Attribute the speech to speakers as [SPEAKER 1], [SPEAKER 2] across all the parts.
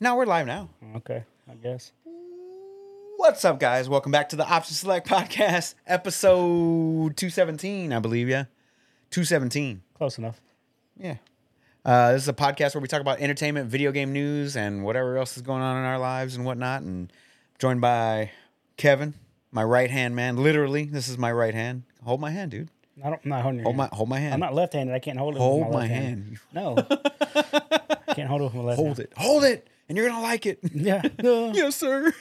[SPEAKER 1] Now we're live now.
[SPEAKER 2] Okay, I guess.
[SPEAKER 1] What's up, guys? Welcome back to the Option Select Podcast, episode 217, I believe, yeah? 217.
[SPEAKER 2] Close enough.
[SPEAKER 1] Yeah. Uh, this is a podcast where we talk about entertainment, video game news, and whatever else is going on in our lives and whatnot. And I'm joined by Kevin, my right hand man. Literally, this is my right hand. Hold my hand, dude.
[SPEAKER 2] I don't, I'm not holding your
[SPEAKER 1] Hold my
[SPEAKER 2] hand.
[SPEAKER 1] hold my hand.
[SPEAKER 2] I'm not left handed. I can't hold it
[SPEAKER 1] Hold
[SPEAKER 2] with
[SPEAKER 1] my
[SPEAKER 2] my, left
[SPEAKER 1] hand.
[SPEAKER 2] No. I can't hold it with my left
[SPEAKER 1] hold it. Hold it. And you're gonna like it.
[SPEAKER 2] hand. Yeah.
[SPEAKER 1] yes, sir.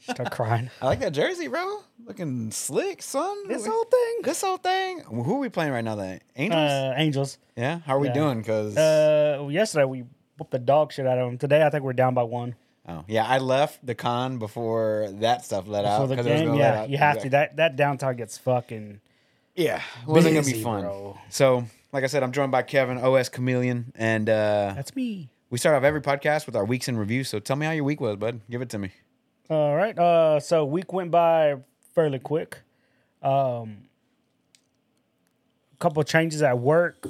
[SPEAKER 2] Start crying.
[SPEAKER 1] I like that jersey, bro. Looking slick, son.
[SPEAKER 2] This whole thing?
[SPEAKER 1] This whole thing. Who are we playing right now? The Angels.
[SPEAKER 2] Uh, Angels.
[SPEAKER 1] yeah. How are we
[SPEAKER 2] yeah.
[SPEAKER 1] doing? Because
[SPEAKER 2] Uh, well, yesterday we whooped the dog shit out of them. Today I think we're down by one.
[SPEAKER 1] oh yeah, I left the con before that stuff let
[SPEAKER 2] For
[SPEAKER 1] out.
[SPEAKER 2] the
[SPEAKER 1] Uh, 'cause it was
[SPEAKER 2] game,
[SPEAKER 1] gonna let
[SPEAKER 2] yeah,
[SPEAKER 1] out.
[SPEAKER 2] you have
[SPEAKER 1] Exactly.
[SPEAKER 2] to. That that downtown gets fucking.
[SPEAKER 1] Yeah, it wasn't gonna be
[SPEAKER 2] Busy,
[SPEAKER 1] fun.
[SPEAKER 2] bro.
[SPEAKER 1] So, like I said, I'm joined by Kevin OS Chameleon, and uh,
[SPEAKER 2] That's me.
[SPEAKER 1] we start off every podcast with our weeks in review. So, tell me how your week was, bud. Give it to me.
[SPEAKER 2] All right. Uh, so week went by fairly quick. Um, couple changes at work.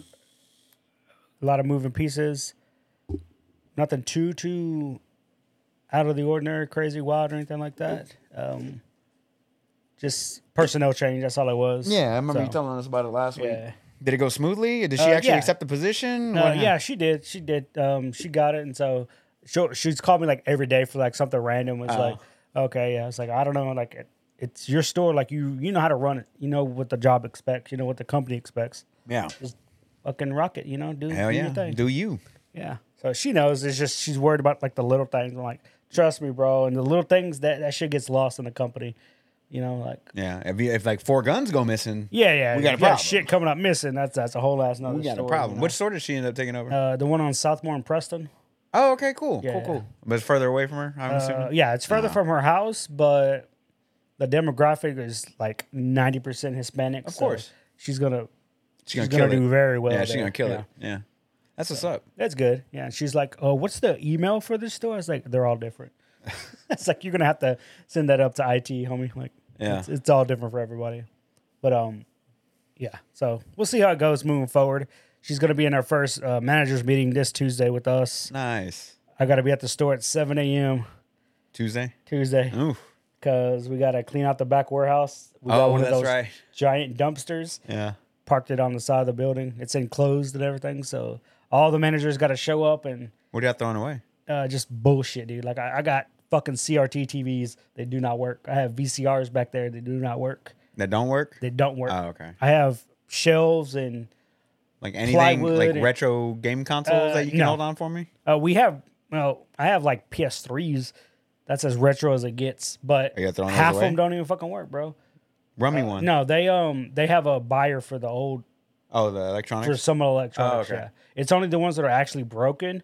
[SPEAKER 2] A lot of moving pieces. Nothing too too out of the ordinary, crazy, wild, or anything like that. Um, just personnel change. That's all it was.
[SPEAKER 1] Yeah, I remember
[SPEAKER 2] So,
[SPEAKER 1] you telling us about it last
[SPEAKER 2] Yeah.
[SPEAKER 1] week. Did it go smoothly? Did she
[SPEAKER 2] Uh,
[SPEAKER 1] actually
[SPEAKER 2] yeah.
[SPEAKER 1] accept the position?
[SPEAKER 2] Uh,
[SPEAKER 1] What-
[SPEAKER 2] yeah, she did. She did. Um, she got it, and so she she's called me like every day for like something random. It's like,
[SPEAKER 1] Oh.
[SPEAKER 2] okay, yeah. It's like I don't know, like it, it's your store. Like you you know how to run it. You know what the job expects. You know what the company expects.
[SPEAKER 1] yeah.
[SPEAKER 2] Just fucking rock it. You know, do,
[SPEAKER 1] Hell
[SPEAKER 2] do your
[SPEAKER 1] yeah.
[SPEAKER 2] thing.
[SPEAKER 1] Do you?
[SPEAKER 2] yeah. So she knows. It's just she's worried about like the little things. I'm like, trust me, bro. And the little things that that shit gets lost in the company. You know, like.
[SPEAKER 1] Yeah. If, you, if like four guns go missing,
[SPEAKER 2] Yeah, yeah,
[SPEAKER 1] We got a
[SPEAKER 2] yeah,
[SPEAKER 1] problem.
[SPEAKER 2] Shit coming up missing. That's that's a whole ass another.
[SPEAKER 1] we got a
[SPEAKER 2] story,
[SPEAKER 1] problem.
[SPEAKER 2] you know?
[SPEAKER 1] Which store did she end up taking over?
[SPEAKER 2] uh, the one on Southmore and Preston.
[SPEAKER 1] oh, okay, cool, cool,
[SPEAKER 2] yeah.
[SPEAKER 1] cool. But it's further away from her. I'm
[SPEAKER 2] Uh,
[SPEAKER 1] assuming.
[SPEAKER 2] yeah, it's further from her house, but the demographic is like ninety percent Hispanic. Of
[SPEAKER 1] course.
[SPEAKER 2] she's gonna she's,
[SPEAKER 1] gonna
[SPEAKER 2] gonna,
[SPEAKER 1] kill
[SPEAKER 2] do
[SPEAKER 1] it.
[SPEAKER 2] very well.
[SPEAKER 1] yeah, she's
[SPEAKER 2] there.
[SPEAKER 1] gonna kill
[SPEAKER 2] Yeah.
[SPEAKER 1] it. Yeah. That's what's up.
[SPEAKER 2] That's good. Yeah, and she's like, "Oh, what's the email for this store?" I was like, "They're all different." it's like you're gonna have to send that up to IT, homie. Like,
[SPEAKER 1] Yeah.
[SPEAKER 2] it's, it's all different for everybody. But um, yeah. So we'll see how it goes moving forward. She's gonna be in our first uh, managers meeting this Tuesday with us.
[SPEAKER 1] Nice.
[SPEAKER 2] I gotta be at the store at seven a.m.
[SPEAKER 1] Tuesday.
[SPEAKER 2] Tuesday.
[SPEAKER 1] Ooh.
[SPEAKER 2] because we got to clean out the back warehouse. We
[SPEAKER 1] Oh,
[SPEAKER 2] got one
[SPEAKER 1] that's
[SPEAKER 2] of those
[SPEAKER 1] right.
[SPEAKER 2] giant dumpsters,
[SPEAKER 1] Yeah.
[SPEAKER 2] parked it on the side of the building. It's enclosed and everything. So all the managers got to show up and
[SPEAKER 1] What are y'all throwing away?
[SPEAKER 2] uh, just bullshit, dude. Like, I, I got fucking CRT TVs. They do not work. I have VCRs back there. They do not work.
[SPEAKER 1] That don't work?
[SPEAKER 2] They don't work.
[SPEAKER 1] Oh, okay.
[SPEAKER 2] I have shelves and
[SPEAKER 1] Like anything like
[SPEAKER 2] Plywood and-
[SPEAKER 1] retro game consoles
[SPEAKER 2] Uh,
[SPEAKER 1] that you can
[SPEAKER 2] no.
[SPEAKER 1] hold on for me?
[SPEAKER 2] uh, we have, well, I have like PS3s. That's as retro as it gets, but
[SPEAKER 1] Are you throwing those
[SPEAKER 2] half of
[SPEAKER 1] away?
[SPEAKER 2] them don't even fucking work, bro.
[SPEAKER 1] Rummy one.
[SPEAKER 2] Uh, No, they um they have a buyer for the old
[SPEAKER 1] Oh, the
[SPEAKER 2] for
[SPEAKER 1] electronics.
[SPEAKER 2] some electronics.
[SPEAKER 1] Oh, okay.
[SPEAKER 2] Yeah, it's only the ones that are actually broken.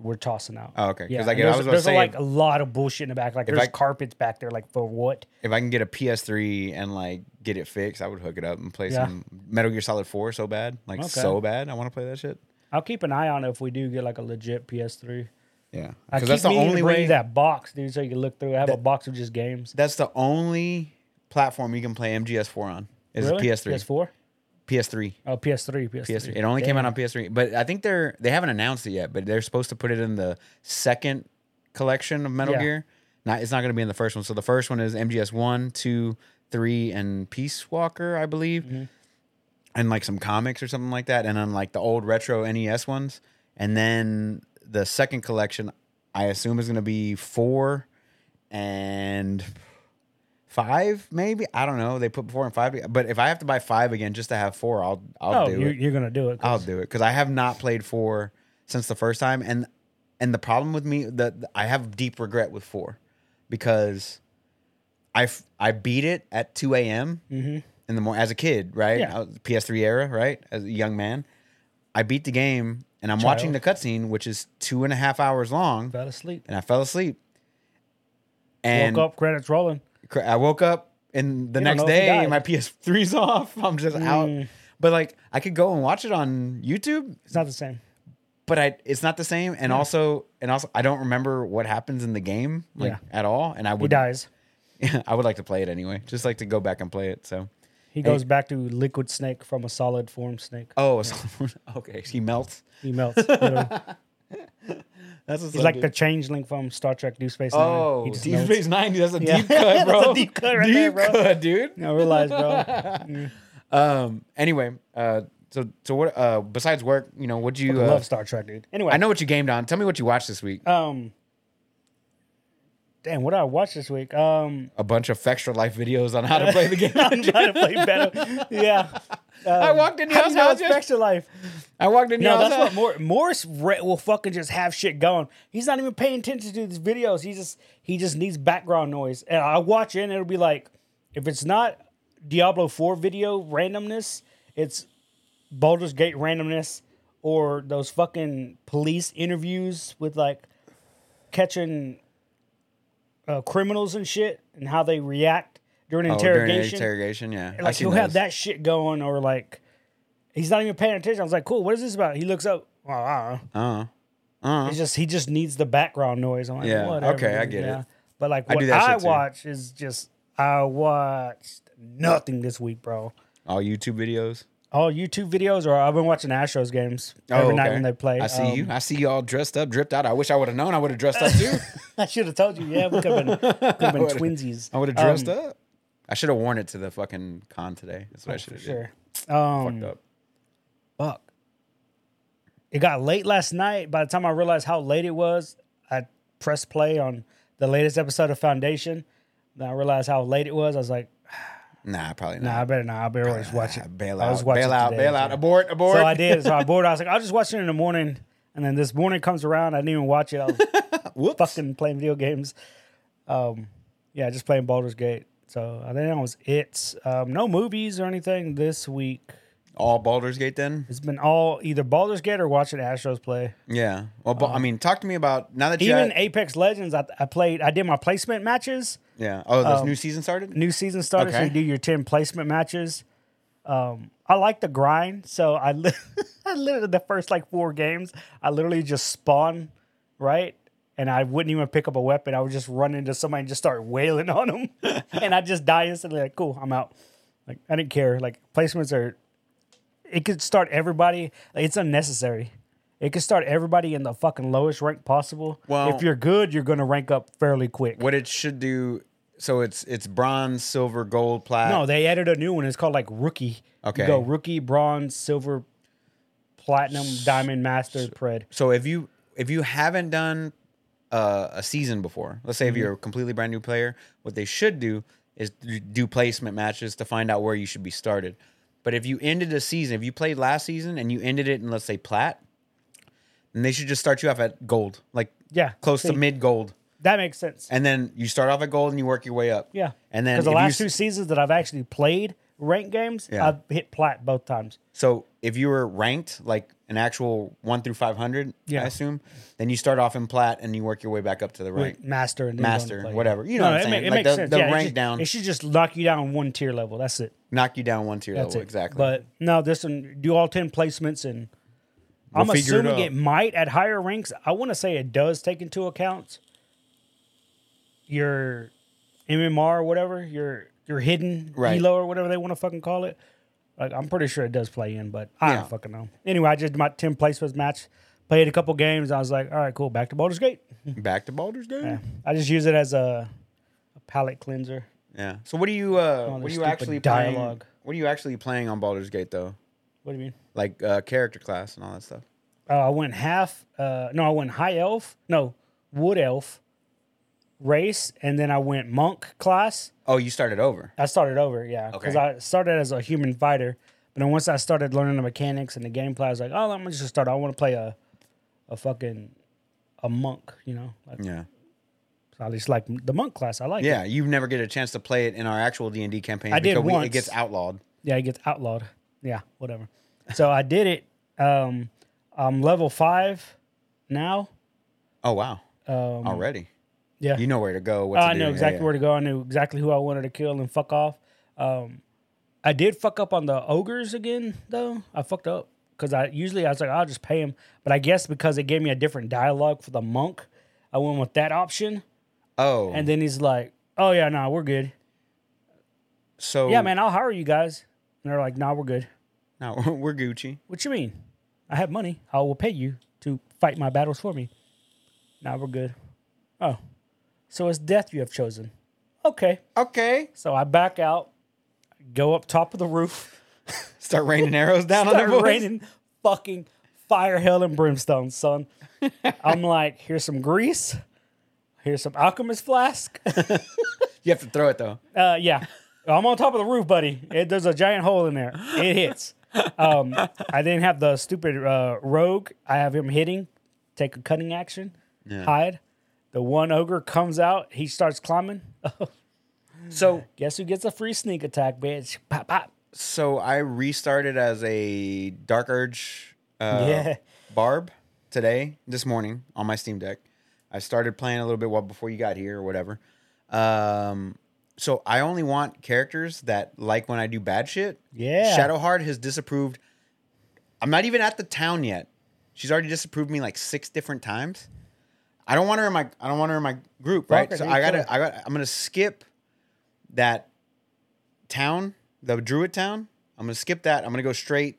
[SPEAKER 2] We're tossing out.
[SPEAKER 1] Oh, okay. 'Cause,
[SPEAKER 2] Yeah,
[SPEAKER 1] like,
[SPEAKER 2] and
[SPEAKER 1] I
[SPEAKER 2] there's,
[SPEAKER 1] was gonna
[SPEAKER 2] there's
[SPEAKER 1] say,
[SPEAKER 2] like
[SPEAKER 1] if-
[SPEAKER 2] a lot of bullshit in the back. Like there's
[SPEAKER 1] I-
[SPEAKER 2] carpets back there. Like for what?
[SPEAKER 1] If I can get a PS3 and like get it fixed, I would hook it up and play
[SPEAKER 2] Yeah.
[SPEAKER 1] some Metal Gear Solid 4 so bad. Like
[SPEAKER 2] Okay.
[SPEAKER 1] so bad. I want to play that shit.
[SPEAKER 2] I'll keep an eye on it if we do get like a legit PS3.
[SPEAKER 1] Yeah.
[SPEAKER 2] I
[SPEAKER 1] Because
[SPEAKER 2] keep
[SPEAKER 1] that's the
[SPEAKER 2] meaning to
[SPEAKER 1] only
[SPEAKER 2] bring
[SPEAKER 1] way
[SPEAKER 2] you that box, dude, so you can look through. it. I have a box of just games.
[SPEAKER 1] that's the only platform you can play MGS4 on is
[SPEAKER 2] Really?
[SPEAKER 1] a PS3.
[SPEAKER 2] PS4.
[SPEAKER 1] PS3.
[SPEAKER 2] Oh, PS3. PS3.
[SPEAKER 1] PS3. It only came out on PS3, but I think they're they haven't announced it yet. But they're supposed to put it in the second collection of Metal
[SPEAKER 2] Yeah.
[SPEAKER 1] Gear. Not it's not going to be in the first one. So the first one is MGS one, two, three, and Peace Walker, I believe,
[SPEAKER 2] Mm-hmm.
[SPEAKER 1] and like some comics or something like that. And then like the old retro NES ones, and then the second collection, I assume is going to be four and five, maybe. I don't know. They put four and five, but if I have to buy five again just to have four, I'll I'll
[SPEAKER 2] Oh,
[SPEAKER 1] do
[SPEAKER 2] you,
[SPEAKER 1] it.
[SPEAKER 2] you're gonna do it. 'cause-
[SPEAKER 1] I'll do it because I have not played four since the first time, and and the problem with me that I have deep regret with four because I f- I beat it at two a.m. in the morning as a kid, right?
[SPEAKER 2] Mm-hmm. Yeah.
[SPEAKER 1] I was- PS3 era, right? As a young man, I beat the game, and I'm watching the cutscene, which is two and a half hours long,
[SPEAKER 2] Fell asleep.
[SPEAKER 1] and I fell asleep. And
[SPEAKER 2] Woke up. Credits rolling.
[SPEAKER 1] cra- I woke up and the
[SPEAKER 2] You don't
[SPEAKER 1] next
[SPEAKER 2] know if you
[SPEAKER 1] day
[SPEAKER 2] died. Mm.
[SPEAKER 1] my PS3's off. I'm just out. But like I could go and watch it on YouTube,
[SPEAKER 2] It's not the same.
[SPEAKER 1] but I it's not the same. And also and also I don't remember what happens in the game like
[SPEAKER 2] Yeah.
[SPEAKER 1] at all. And I
[SPEAKER 2] He
[SPEAKER 1] would
[SPEAKER 2] dies.
[SPEAKER 1] I would like to play it anyway. Just like to go back and play it. So
[SPEAKER 2] He goes back to liquid snake from a solid form snake.
[SPEAKER 1] oh so- okay. He melts.
[SPEAKER 2] He melts. you know.
[SPEAKER 1] That's what's
[SPEAKER 2] He's
[SPEAKER 1] up,
[SPEAKER 2] like
[SPEAKER 1] dude.
[SPEAKER 2] the changeling from Star Trek Deep Space Nine.
[SPEAKER 1] Oh,
[SPEAKER 2] He just
[SPEAKER 1] Deep
[SPEAKER 2] knows.
[SPEAKER 1] Space Nine. That's a
[SPEAKER 2] Yeah.
[SPEAKER 1] deep cut,
[SPEAKER 2] That's a
[SPEAKER 1] bro.
[SPEAKER 2] deep cut right there,
[SPEAKER 1] Deep
[SPEAKER 2] bro.
[SPEAKER 1] cut, dude.
[SPEAKER 2] I realize, bro.
[SPEAKER 1] Um. Anyway, uh, so so what? Uh, besides work, you know, what you?
[SPEAKER 2] I
[SPEAKER 1] Uh,
[SPEAKER 2] love Star Trek, dude. Anyway,
[SPEAKER 1] I know what you gamed on. Tell me what you watched this week.
[SPEAKER 2] Um, damn, what did I watch this week? Um,
[SPEAKER 1] A bunch of extra life videos on how to play the
[SPEAKER 2] I'm
[SPEAKER 1] game.
[SPEAKER 2] trying to play better. Yeah.
[SPEAKER 1] I walked in your
[SPEAKER 2] Um, How do
[SPEAKER 1] house.
[SPEAKER 2] you know it's
[SPEAKER 1] yesterday-
[SPEAKER 2] extra life?
[SPEAKER 1] I walked in your
[SPEAKER 2] No,
[SPEAKER 1] house.
[SPEAKER 2] that's what Mor- Morris re- will fucking just have shit going. He's not even paying attention to these videos. He just he just needs background noise. And I watch it, and it'll be like, if it's not Diablo Four video randomness, it's Baldur's Gate randomness, or those fucking police interviews with like catching uh, criminals and shit, and how they react during
[SPEAKER 1] Oh, during the
[SPEAKER 2] interrogation
[SPEAKER 1] interrogation. Yeah. I
[SPEAKER 2] like
[SPEAKER 1] seen
[SPEAKER 2] he'll have
[SPEAKER 1] those.
[SPEAKER 2] that shit going, or like he's not even paying attention. I was like, cool, what is this about? He looks up. Well, I don't know.
[SPEAKER 1] Uh-huh.
[SPEAKER 2] It's just he just needs the background noise. I'm like,
[SPEAKER 1] Yeah,
[SPEAKER 2] whatever,
[SPEAKER 1] okay, I
[SPEAKER 2] dude,
[SPEAKER 1] get it.
[SPEAKER 2] But like
[SPEAKER 1] do
[SPEAKER 2] what
[SPEAKER 1] that
[SPEAKER 2] I,
[SPEAKER 1] shit too.
[SPEAKER 2] watch is just I watched nothing this week, bro.
[SPEAKER 1] All YouTube videos.
[SPEAKER 2] All YouTube videos, or I've been watching Astros games every night
[SPEAKER 1] Oh, okay.
[SPEAKER 2] when they play.
[SPEAKER 1] I see
[SPEAKER 2] Um,
[SPEAKER 1] you. I see you all dressed up, dripped out. I wish I would have known. I would have dressed up too.
[SPEAKER 2] I should have told you. Yeah, we could have been, could have been
[SPEAKER 1] would've-
[SPEAKER 2] twinsies.
[SPEAKER 1] I would have
[SPEAKER 2] Um, Oh,
[SPEAKER 1] dressed up. I should have worn it to the fucking con today. That's what I should
[SPEAKER 2] for
[SPEAKER 1] have
[SPEAKER 2] sure.
[SPEAKER 1] did.
[SPEAKER 2] Um,
[SPEAKER 1] Fucked up.
[SPEAKER 2] fuck. It got late last night. By the time I realized how late it was, I pressed play on the latest episode of Foundation. Then I realized how late it was. I was like,
[SPEAKER 1] Nah, probably not.
[SPEAKER 2] nah, I better not. I better just watch
[SPEAKER 1] Ah,
[SPEAKER 2] it.
[SPEAKER 1] Bail
[SPEAKER 2] I was
[SPEAKER 1] out.
[SPEAKER 2] watching
[SPEAKER 1] Bail out.
[SPEAKER 2] today,
[SPEAKER 1] Bail out.
[SPEAKER 2] yeah.
[SPEAKER 1] Abort. Abort.
[SPEAKER 2] So I did. So I bored. I was like, I'll just watch it in the morning. And then this morning comes around. I didn't even watch it. I was
[SPEAKER 1] Whoops.
[SPEAKER 2] fucking playing video games. Um, yeah, just playing Baldur's Gate. So I think that was it. Um, no movies or anything this week.
[SPEAKER 1] All Baldur's Gate then?
[SPEAKER 2] It's been all either Baldur's Gate or watching Astros play.
[SPEAKER 1] Yeah. Well, but, I mean, talk to me about now that you.
[SPEAKER 2] Um, Even
[SPEAKER 1] had-
[SPEAKER 2] Apex Legends, I, I played. I did my placement matches.
[SPEAKER 1] yeah. Oh, this new season started?
[SPEAKER 2] um, New season started, so
[SPEAKER 1] Okay.
[SPEAKER 2] you do your ten placement matches. Um, I like the grind, so I li- I literally the first like four games, I literally just spawn right, and I wouldn't even pick up a weapon. I would just run into somebody and just start wailing on them, and I just die instantly. Like, cool, I'm out. Like, I didn't care. Like, placements are. It could start everybody. Like, it's unnecessary. It could start everybody in the fucking lowest rank possible.
[SPEAKER 1] Well-
[SPEAKER 2] if you're good, you're gonna rank up fairly quick.
[SPEAKER 1] What it should do. So it's it's bronze, silver, gold, plat.
[SPEAKER 2] No, they added a new one. It's called like rookie.
[SPEAKER 1] Okay.
[SPEAKER 2] You go rookie, bronze, silver, platinum, diamond, master, pred.
[SPEAKER 1] So if you if you haven't done uh, a season before, let's say
[SPEAKER 2] Mm-hmm.
[SPEAKER 1] if you're a completely brand new player, what they should do is do- do placement matches to find out where you should be started. But if you ended a season, if you played last season and you ended it in let's say plat, then they should just start you off at gold, like
[SPEAKER 2] Yeah.
[SPEAKER 1] close
[SPEAKER 2] see,
[SPEAKER 1] to mid gold,
[SPEAKER 2] That makes sense.
[SPEAKER 1] and then you start off at gold and you work your way up.
[SPEAKER 2] yeah.
[SPEAKER 1] and then
[SPEAKER 2] because the
[SPEAKER 1] if you
[SPEAKER 2] last
[SPEAKER 1] s-
[SPEAKER 2] two seasons that I've actually played ranked games,
[SPEAKER 1] Yeah.
[SPEAKER 2] I've hit plat both times.
[SPEAKER 1] So if you were ranked like an actual one through five hundred,
[SPEAKER 2] Yeah.
[SPEAKER 1] I assume, then you start off in plat and you work your way back up to the rank.
[SPEAKER 2] Master and then go
[SPEAKER 1] Master,
[SPEAKER 2] into play.
[SPEAKER 1] whatever. You know what I'm
[SPEAKER 2] it
[SPEAKER 1] saying.
[SPEAKER 2] ma- it
[SPEAKER 1] Like,
[SPEAKER 2] makes
[SPEAKER 1] the-
[SPEAKER 2] sense.
[SPEAKER 1] the
[SPEAKER 2] Yeah, it
[SPEAKER 1] rank
[SPEAKER 2] should-
[SPEAKER 1] down.
[SPEAKER 2] It should just knock you down one tier level. That's it.
[SPEAKER 1] knock you down one tier
[SPEAKER 2] That's
[SPEAKER 1] level Oh,
[SPEAKER 2] it.
[SPEAKER 1] exactly.
[SPEAKER 2] But no, this one do all ten placements, and I'm
[SPEAKER 1] figure it
[SPEAKER 2] assuming
[SPEAKER 1] out.
[SPEAKER 2] it, might at higher ranks. I want to say it does take into account your MMR or whatever your your hidden
[SPEAKER 1] Right.
[SPEAKER 2] elo or whatever they want to fucking call it. Like I'm pretty sure it does play in, but I
[SPEAKER 1] Yeah.
[SPEAKER 2] don't fucking know. Anyway, I just did my ten placements match, played a couple games. I was like, all right, cool, back to Baldur's Gate.
[SPEAKER 1] Back to Baldur's Gate. Yeah.
[SPEAKER 2] I just use it as a, a palate cleanser.
[SPEAKER 1] So what do you uh, what
[SPEAKER 2] this
[SPEAKER 1] are you
[SPEAKER 2] stupid
[SPEAKER 1] actually playing?
[SPEAKER 2] dialogue.
[SPEAKER 1] What are you actually playing on Baldur's Gate though?
[SPEAKER 2] What do you mean?
[SPEAKER 1] Like uh, character class and all that stuff.
[SPEAKER 2] Uh, I went half. Uh, no, I went high elf. No, wood elf race, and then I went monk class.
[SPEAKER 1] Oh, you started over.
[SPEAKER 2] I started over, yeah,
[SPEAKER 1] Okay.
[SPEAKER 2] because I started as a human fighter, but then once I started learning the mechanics and the gameplay, I was like, oh, I'm just gonna start. I want to play a, a fucking, a monk. You know, like,
[SPEAKER 1] Yeah.
[SPEAKER 2] so I just like the monk class. I like. it.
[SPEAKER 1] Yeah. You never get a chance to play it in our actual D and D campaign.
[SPEAKER 2] I did
[SPEAKER 1] because we-
[SPEAKER 2] once.
[SPEAKER 1] It gets outlawed.
[SPEAKER 2] Yeah, it gets outlawed. Yeah, whatever. So I did it. Um, I'm level five now.
[SPEAKER 1] Oh wow.
[SPEAKER 2] Um,
[SPEAKER 1] Already.
[SPEAKER 2] yeah. Uh,
[SPEAKER 1] You know where to go. What to
[SPEAKER 2] Oh, I
[SPEAKER 1] do.
[SPEAKER 2] knew
[SPEAKER 1] Yeah,
[SPEAKER 2] exactly
[SPEAKER 1] yeah.
[SPEAKER 2] where to go. I knew exactly who I wanted to kill and fuck off. Um, I did fuck up on the ogres again, though. I fucked up because I usually I was like, I'll just pay him. But I guess because it gave me a different dialogue for the monk, I went with that option.
[SPEAKER 1] Oh.
[SPEAKER 2] And then he's like, Oh yeah, nah, we're good.
[SPEAKER 1] so
[SPEAKER 2] Yeah, man, I'll hire you guys. And they're like, Nah, we're good.
[SPEAKER 1] No, we're Gucci.
[SPEAKER 2] What you mean? I have money. I will pay you to fight my battles for me. Now we're good. Oh, so it's death you have chosen. Okay.
[SPEAKER 1] Okay.
[SPEAKER 2] So I back out, go up top of the roof,
[SPEAKER 1] Start raining arrows down on
[SPEAKER 2] start
[SPEAKER 1] the boys.
[SPEAKER 2] raining fucking fire, hell, and brimstone, son. I'm like, here's some grease, here's some alchemist flask.
[SPEAKER 1] You have to throw it though.
[SPEAKER 2] Uh, yeah, I'm on top of the roof, buddy. It, there's a giant hole in there. It hits. Um, I didn't have the stupid uh, rogue. I have him hitting, take a cutting action, hide. The one ogre comes out. He starts climbing.
[SPEAKER 1] So
[SPEAKER 2] Guess who gets a free sneak attack, bitch? Pop, pop.
[SPEAKER 1] so I restarted as a Dark Urge uh,
[SPEAKER 2] Yeah.
[SPEAKER 1] barb today, this morning on my Steam Deck. I started playing a little bit while before you got here or whatever. Um, so I only want characters that like when I do bad shit.
[SPEAKER 2] Yeah.
[SPEAKER 1] Shadowheart has disapproved. I'm not even at the town yet. She's already disapproved me like six different times. I don't want her in my I don't want her in my group, right?
[SPEAKER 2] her,
[SPEAKER 1] so
[SPEAKER 2] dude,
[SPEAKER 1] I
[SPEAKER 2] kill
[SPEAKER 1] gotta
[SPEAKER 2] her.
[SPEAKER 1] I got I'm gonna skip that town, the Druid town. I'm gonna skip that. I'm gonna go straight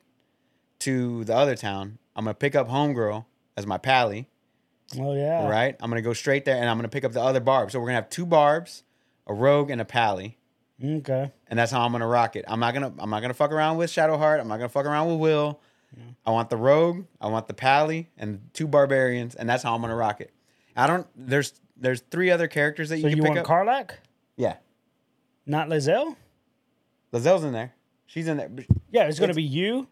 [SPEAKER 1] to the other town. I'm gonna pick up Homegirl as my pally,
[SPEAKER 2] Oh yeah.
[SPEAKER 1] right? I'm gonna go straight there and I'm gonna pick up the other barb. So we're gonna have two barbs, a rogue and a pally,
[SPEAKER 2] Okay.
[SPEAKER 1] and that's how I'm gonna rock it. I'm not gonna I'm not gonna fuck around with Shadowheart. I'm not gonna fuck around with Will. I want the rogue, I want the pally, and two barbarians, and that's how I'm gonna rock it. I don't. There's there's three other characters that you
[SPEAKER 2] So
[SPEAKER 1] can
[SPEAKER 2] you
[SPEAKER 1] pick
[SPEAKER 2] want
[SPEAKER 1] up.
[SPEAKER 2] Karlak,
[SPEAKER 1] yeah,
[SPEAKER 2] not Lizelle?
[SPEAKER 1] Lazelle's in there. She's in there.
[SPEAKER 2] Yeah, it's gonna be you,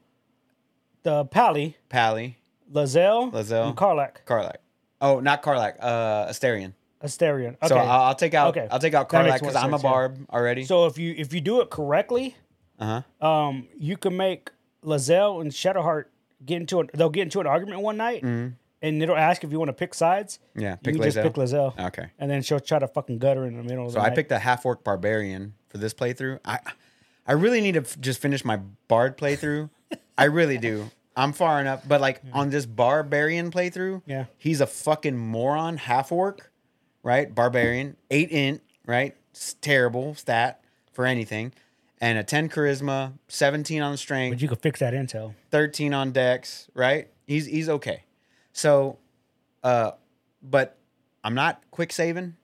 [SPEAKER 2] the Pally,
[SPEAKER 1] Pally,
[SPEAKER 2] Lizelle,
[SPEAKER 1] Lizelle.
[SPEAKER 2] and Karlak,
[SPEAKER 1] Karlak. Oh, not Karlak. Uh, Asterion.
[SPEAKER 2] Asterion. Okay.
[SPEAKER 1] So I'll, I'll take out.
[SPEAKER 2] Okay.
[SPEAKER 1] I'll take out
[SPEAKER 2] That
[SPEAKER 1] Karlak
[SPEAKER 2] makes
[SPEAKER 1] because
[SPEAKER 2] more
[SPEAKER 1] I'm a
[SPEAKER 2] sense, yeah.
[SPEAKER 1] barb already.
[SPEAKER 2] So if you if you do it correctly,
[SPEAKER 1] uh huh.
[SPEAKER 2] um, you can make Lazelle and Shadowheart get into an they'll get into an argument one night, and it'll ask if you want to pick sides.
[SPEAKER 1] Mm-hmm. Yeah,
[SPEAKER 2] you
[SPEAKER 1] pick
[SPEAKER 2] can just
[SPEAKER 1] Lazelle.
[SPEAKER 2] pick Lazelle,
[SPEAKER 1] Okay.
[SPEAKER 2] and then she'll try to fucking gut her in the middle. Of
[SPEAKER 1] So I picked a half orc barbarian for this playthrough. I I really need to f- just finish my bard playthrough. I really do. I'm far enough, but like on this barbarian playthrough,
[SPEAKER 2] Yeah.
[SPEAKER 1] he's a fucking moron, half orc, right? Barbarian, eight int, right? It's terrible stat for anything, and a ten charisma, seventeen on strength,
[SPEAKER 2] But you could fix that intel.
[SPEAKER 1] 13 on decks, right? He's he's okay. So uh but I'm not quick saving.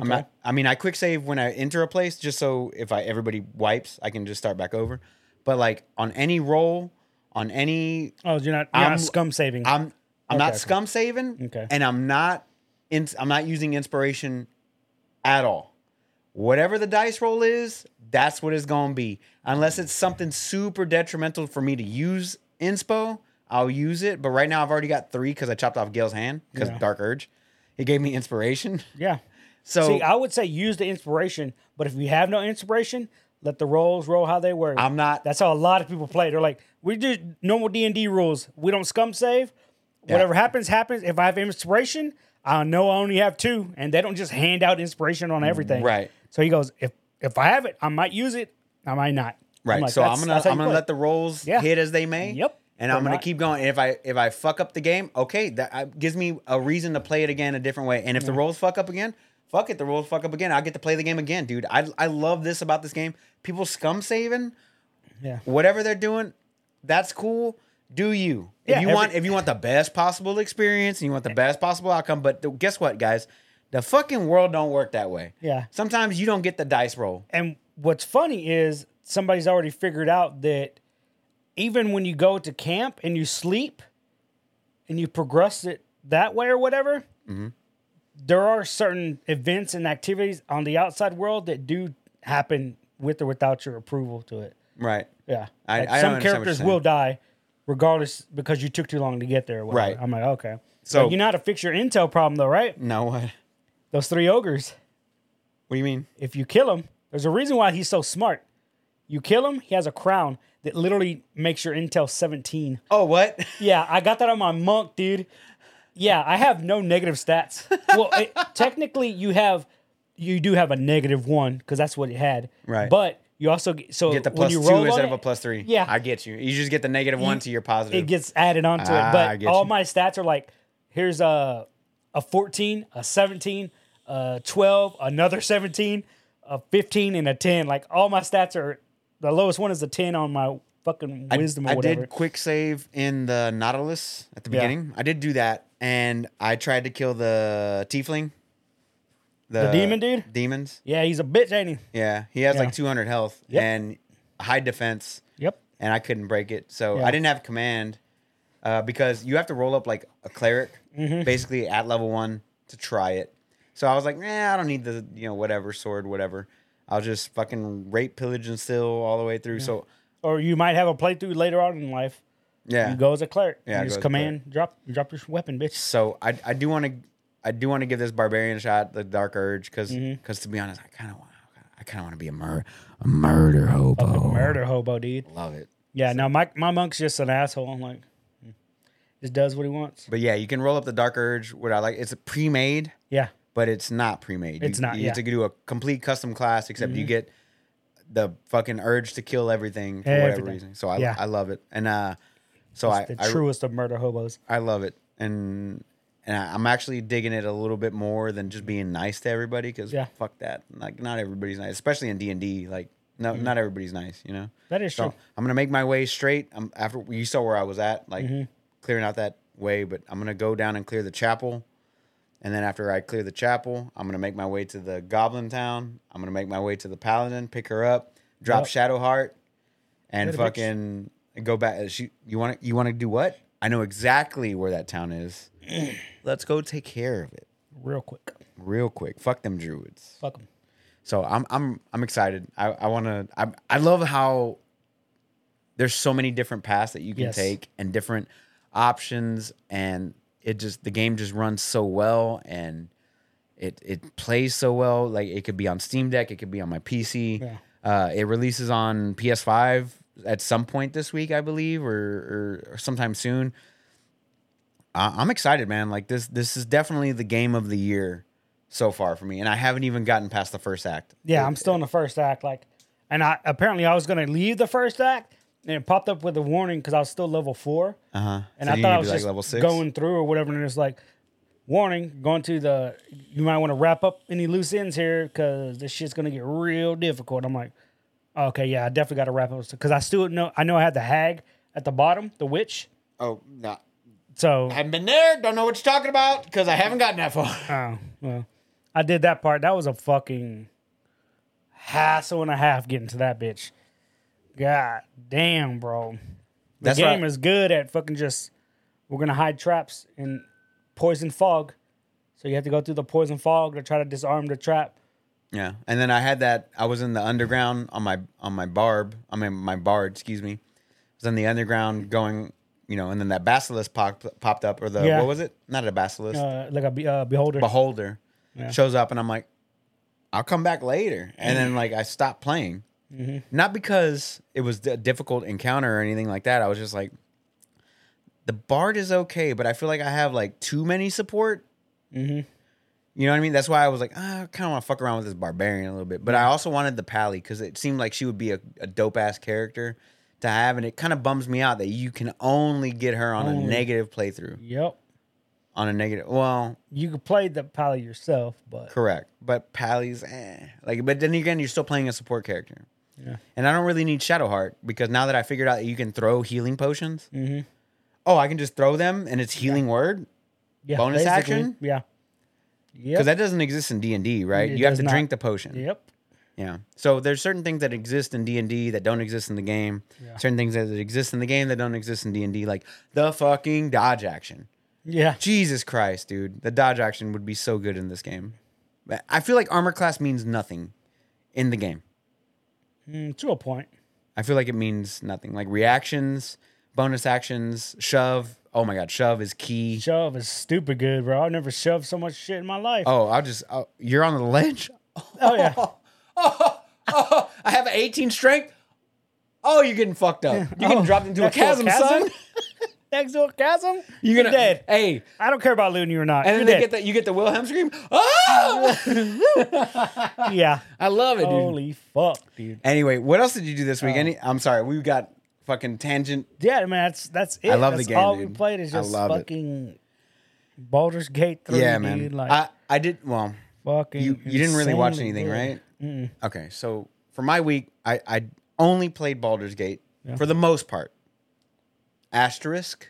[SPEAKER 1] I'm not I mean I quick save when I enter a place just so if I everybody wipes, I can just start back over. But like on any roll, on any
[SPEAKER 2] Oh, you're not, you're
[SPEAKER 1] I'm-
[SPEAKER 2] not scum saving.
[SPEAKER 1] I'm I'm
[SPEAKER 2] Okay,
[SPEAKER 1] not
[SPEAKER 2] okay.
[SPEAKER 1] scum saving
[SPEAKER 2] Okay.
[SPEAKER 1] and I'm not in, I'm not using inspiration at all. Whatever the dice roll is, that's what it's going to be. Unless it's something super detrimental for me to use inspo, I'll use it, but right now I've already got 3 cuz I chopped off Gail's hand cuz
[SPEAKER 2] Yeah.
[SPEAKER 1] dark urge. He gave me inspiration.
[SPEAKER 2] yeah.
[SPEAKER 1] So
[SPEAKER 2] See, I would say use the inspiration, but if you have no inspiration, let the rolls roll how they were.
[SPEAKER 1] I'm not-
[SPEAKER 2] That's how a lot of people play. They're like, we do normal D and D rules. We don't scum save. Whatever happens, happens. If I have inspiration, I know I only have two, and they don't just hand out inspiration on everything.
[SPEAKER 1] Right.
[SPEAKER 2] So he goes, if if I have it, I might use it. I might not.
[SPEAKER 1] Right.
[SPEAKER 2] like,
[SPEAKER 1] so I'm
[SPEAKER 2] that's-
[SPEAKER 1] gonna I'm
[SPEAKER 2] that's how you
[SPEAKER 1] gonna
[SPEAKER 2] play.
[SPEAKER 1] let the rolls
[SPEAKER 2] Yeah.
[SPEAKER 1] hit as they may.
[SPEAKER 2] Yep.
[SPEAKER 1] And I'm
[SPEAKER 2] Or
[SPEAKER 1] gonna
[SPEAKER 2] not.
[SPEAKER 1] keep going. And if I if I fuck up the game, okay, that uh, gives me a reason to play it again a different way. And if the rolls fuck up again, fuck it, the rolls fuck up again. I'll get to play the game again, dude. I I love this about this game. People scum saving,
[SPEAKER 2] Yeah.
[SPEAKER 1] whatever they're doing, that's cool. Do you? If
[SPEAKER 2] Yeah,
[SPEAKER 1] you
[SPEAKER 2] every-
[SPEAKER 1] want if you want the best possible experience and you want the best possible outcome, but th- guess what, guys? The fucking world don't work that way.
[SPEAKER 2] Yeah.
[SPEAKER 1] Sometimes you don't get the dice roll.
[SPEAKER 2] And what's funny is somebody's already figured out that even when you go to camp and you sleep and you progress it that way or whatever,
[SPEAKER 1] Mm-hmm.
[SPEAKER 2] there are certain events and activities on the outside world that do happen with or without your approval to it.
[SPEAKER 1] Right.
[SPEAKER 2] Yeah.
[SPEAKER 1] I-
[SPEAKER 2] Like
[SPEAKER 1] I don't understand
[SPEAKER 2] some
[SPEAKER 1] what you're
[SPEAKER 2] characters
[SPEAKER 1] saying.
[SPEAKER 2] will die regardless because you took too long to get there. or whatever.
[SPEAKER 1] Right.
[SPEAKER 2] I'm like, okay.
[SPEAKER 1] So-
[SPEAKER 2] So you know how to fix your intel problem though, right?
[SPEAKER 1] No what?
[SPEAKER 2] Those three ogres
[SPEAKER 1] What do you mean?
[SPEAKER 2] if you kill him, there's a reason why he's so smart. You kill him, he has a crown that literally makes your intel 17.
[SPEAKER 1] Oh, what?
[SPEAKER 2] Yeah, I got that on my monk, dude. Yeah, I have no negative stats. Well, it, technically, you have, you do have a negative one because that's what it had.
[SPEAKER 1] Right.
[SPEAKER 2] But you also get, so
[SPEAKER 1] get the
[SPEAKER 2] when
[SPEAKER 1] plus
[SPEAKER 2] you
[SPEAKER 1] two
[SPEAKER 2] roll
[SPEAKER 1] instead
[SPEAKER 2] on
[SPEAKER 1] of
[SPEAKER 2] it,
[SPEAKER 1] a plus three.
[SPEAKER 2] Yeah.
[SPEAKER 1] I get you. You just get the negative one to your positive.
[SPEAKER 2] it gets added onto
[SPEAKER 1] Ah,
[SPEAKER 2] it.
[SPEAKER 1] I
[SPEAKER 2] But
[SPEAKER 1] get
[SPEAKER 2] all
[SPEAKER 1] you.
[SPEAKER 2] my stats are like here's a a 14, a 17, a 12, another 17, a 15, and a 10. Like all my stats are the lowest one is a 10 on my fucking wisdom or
[SPEAKER 1] I
[SPEAKER 2] whatever.
[SPEAKER 1] did quick save in the Nautilus at the
[SPEAKER 2] Yeah.
[SPEAKER 1] beginning. I did do that, and I tried to kill the tiefling.
[SPEAKER 2] The demon dude?
[SPEAKER 1] Demons.
[SPEAKER 2] Yeah, he's a bitch, ain't he?
[SPEAKER 1] Yeah, he has
[SPEAKER 2] Yeah.
[SPEAKER 1] like 200 health
[SPEAKER 2] Yep.
[SPEAKER 1] and high defense,
[SPEAKER 2] Yep.
[SPEAKER 1] and I couldn't break it. So
[SPEAKER 2] Yeah.
[SPEAKER 1] I didn't have command uh, because you have to roll up like a cleric,
[SPEAKER 2] Mm-hmm.
[SPEAKER 1] basically at level one to try it. So I was like, nah, I don't need the you know whatever sword, whatever. I'll just fucking rape, pillage, and steal all the way through. So
[SPEAKER 2] Or you might have a playthrough later on in life.
[SPEAKER 1] yeah,
[SPEAKER 2] You go as a cleric.
[SPEAKER 1] Yeah,
[SPEAKER 2] Yeah,
[SPEAKER 1] I
[SPEAKER 2] just
[SPEAKER 1] go as a cleric.
[SPEAKER 2] command drop drop your weapon, bitch.
[SPEAKER 1] so I I do want to I do want to give this barbarian a shot, the dark urge, because
[SPEAKER 2] Mm-hmm.
[SPEAKER 1] to be honest, I kind of want I kind of want to be a mur a murder hobo.
[SPEAKER 2] Murder hobo, dude.
[SPEAKER 1] Love it.
[SPEAKER 2] Yeah, no, my my monk's just an asshole. I'm like, mm. just does what he wants.
[SPEAKER 1] But yeah, you can roll up the dark urge. What I like, it's a pre-made,
[SPEAKER 2] Yeah,
[SPEAKER 1] but it's not pre-made.
[SPEAKER 2] It's
[SPEAKER 1] you,
[SPEAKER 2] not,
[SPEAKER 1] You have
[SPEAKER 2] yeah. Mm-hmm.
[SPEAKER 1] to do a complete custom class, except you get the fucking urge to kill everything for whatever
[SPEAKER 2] Everything.
[SPEAKER 1] reason. So I,
[SPEAKER 2] Yeah.
[SPEAKER 1] I love it, and uh, so I,
[SPEAKER 2] the
[SPEAKER 1] I
[SPEAKER 2] truest of murder hobos.
[SPEAKER 1] I love it, and and I, I'm actually digging it a little bit more than just being nice to everybody because
[SPEAKER 2] Yeah.
[SPEAKER 1] fuck that, like not everybody's nice, especially in D and D. Like no,
[SPEAKER 2] Mm-hmm.
[SPEAKER 1] not everybody's nice, you know.
[SPEAKER 2] That is
[SPEAKER 1] So
[SPEAKER 2] true.
[SPEAKER 1] I'm gonna make my way straight. I'm after you saw where I was at, like clearing out that way, but I'm gonna go down and clear the chapel. And then after I clear the chapel, I'm gonna make my way to the Goblin Town. I'm gonna make my way to the Paladin, pick her up, drop
[SPEAKER 2] Yep.
[SPEAKER 1] Shadowheart, and
[SPEAKER 2] Good bitch.
[SPEAKER 1] fucking go back. She, you want to you want to do what? I know exactly where that town is. Let's go take care of it
[SPEAKER 2] Real quick,
[SPEAKER 1] real quick. Fuck them druids.
[SPEAKER 2] fuck him.
[SPEAKER 1] So I'm I'm I'm excited. I I want to. I I love how there's so many different paths that you can
[SPEAKER 2] Yes.
[SPEAKER 1] take and different options, and it just the game just runs so well and it it plays so well. Like it could be on Steam Deck, it could be on my PC.
[SPEAKER 2] Yeah.
[SPEAKER 1] Uh, it releases on PS5 at some point this week, I believe, or or, or sometime soon. I, I'm excited, man. Like this this is definitely the game of the year so far for me, and I haven't even gotten past the first act.
[SPEAKER 2] Yeah, I'm still in the first act. Like, and I apparently I was gonna leave the first act, and it popped up with a warning because I was still level four,
[SPEAKER 1] Uh huh.
[SPEAKER 2] and I thought I was just going through or whatever, and it's like, warning, going to the. You might want to wrap up any loose ends here because this shit's gonna get real difficult. I'm like, okay, yeah, I definitely got to wrap up because I still know I know I had the hag at the bottom, the witch.
[SPEAKER 1] Oh no,
[SPEAKER 2] So
[SPEAKER 1] haven't been there. Don't know what you're talking about because I haven't gotten that far.
[SPEAKER 2] Oh, well, I did that part. That was a fucking hassle and a half getting to that bitch. God damn, bro. The
[SPEAKER 1] That's
[SPEAKER 2] game
[SPEAKER 1] right.
[SPEAKER 2] is good at fucking just we're gonna hide traps in poison fog. So you have to go through the poison fog to try to disarm the trap.
[SPEAKER 1] Yeah, and then I had that. I was in the underground on my on my barb. I mean my bard, excuse me. I was in the underground going, you know, and then that basilisk pop, popped up, or the
[SPEAKER 2] Yeah.
[SPEAKER 1] what was it? Not a basilisk,
[SPEAKER 2] Uh, like a be- uh, beholder.
[SPEAKER 1] beholder shows up, and I'm like, I'll come back later. And then like I stopped playing, not because it was a difficult encounter or anything like that. I was just like, the bard is okay, but I feel like I have like too many support. You know what I mean? That's why I was like, ah, I kind of want to fuck around with this barbarian a little bit, but I also wanted the pally because it seemed like she would be a, a dope ass character to have, and it kind of bums me out that you can only get her on a negative playthrough,
[SPEAKER 2] yep.
[SPEAKER 1] on a negative. Well,
[SPEAKER 2] You could play the pally yourself, but
[SPEAKER 1] Correct. But Pally's eh. Like, but then again, you're still playing a support character.
[SPEAKER 2] Yeah.
[SPEAKER 1] And I don't really need Shadowheart because now that I figured out that you can throw healing potions,
[SPEAKER 2] Mm-hmm.
[SPEAKER 1] oh, I can just throw them and it's healing word
[SPEAKER 2] yeah,
[SPEAKER 1] Bonus
[SPEAKER 2] basically,
[SPEAKER 1] action?
[SPEAKER 2] Yeah.
[SPEAKER 1] because
[SPEAKER 2] Yep.
[SPEAKER 1] that doesn't exist in D and D, right?
[SPEAKER 2] It
[SPEAKER 1] you have
[SPEAKER 2] does
[SPEAKER 1] to
[SPEAKER 2] not.
[SPEAKER 1] drink the potion.
[SPEAKER 2] yep.
[SPEAKER 1] Yeah. So there's certain things that exist in D and D that don't exist in the game.
[SPEAKER 2] Yeah.
[SPEAKER 1] Certain things that exist in the game that don't exist in D and D, like the fucking dodge action.
[SPEAKER 2] Yeah.
[SPEAKER 1] Jesus Christ, dude. The dodge action would be so good in this game. But I feel like armor class means nothing in the game.
[SPEAKER 2] Mm, to a point.
[SPEAKER 1] I feel like it means nothing. Like reactions, bonus actions, shove. Oh my god, shove is key.
[SPEAKER 2] Shove is stupid good, bro. I've never shoved so much shit in my life.
[SPEAKER 1] Oh, I'll just. Oh, you're on the ledge.
[SPEAKER 2] Oh, yeah.
[SPEAKER 1] Oh, I have an 18 strength. Oh, you're getting fucked up. You're getting
[SPEAKER 2] Oh,
[SPEAKER 1] dropped into a
[SPEAKER 2] next to a
[SPEAKER 1] chasm,
[SPEAKER 2] chasm?
[SPEAKER 1] son.
[SPEAKER 2] Next door chasm?
[SPEAKER 1] You're gonna
[SPEAKER 2] dead.
[SPEAKER 1] Hey,
[SPEAKER 2] I don't care about looting you or not.
[SPEAKER 1] and then
[SPEAKER 2] You're
[SPEAKER 1] they get
[SPEAKER 2] dead.
[SPEAKER 1] that. You get the Wilhelm scream. Oh,
[SPEAKER 2] yeah.
[SPEAKER 1] I love it, dude.
[SPEAKER 2] Holy Oh. fuck, dude.
[SPEAKER 1] Anyway, what else did you do this week? Any? I'm sorry, we got fucking tangent.
[SPEAKER 2] Yeah, man, that's that's it.
[SPEAKER 1] I love the
[SPEAKER 2] That's
[SPEAKER 1] game,
[SPEAKER 2] All we
[SPEAKER 1] dude.
[SPEAKER 2] played is
[SPEAKER 1] I
[SPEAKER 2] just
[SPEAKER 1] love it.
[SPEAKER 2] fucking Baldur's Gate 3,
[SPEAKER 1] Yeah,
[SPEAKER 2] dude.
[SPEAKER 1] man.
[SPEAKER 2] Like
[SPEAKER 1] I I did well.
[SPEAKER 2] fucking
[SPEAKER 1] you you didn't really watch
[SPEAKER 2] insanely
[SPEAKER 1] anything,
[SPEAKER 2] good.
[SPEAKER 1] right? Okay, so for my week, I I only played Baldur's Gate for the
[SPEAKER 2] Mm.
[SPEAKER 1] most part. Asterisk,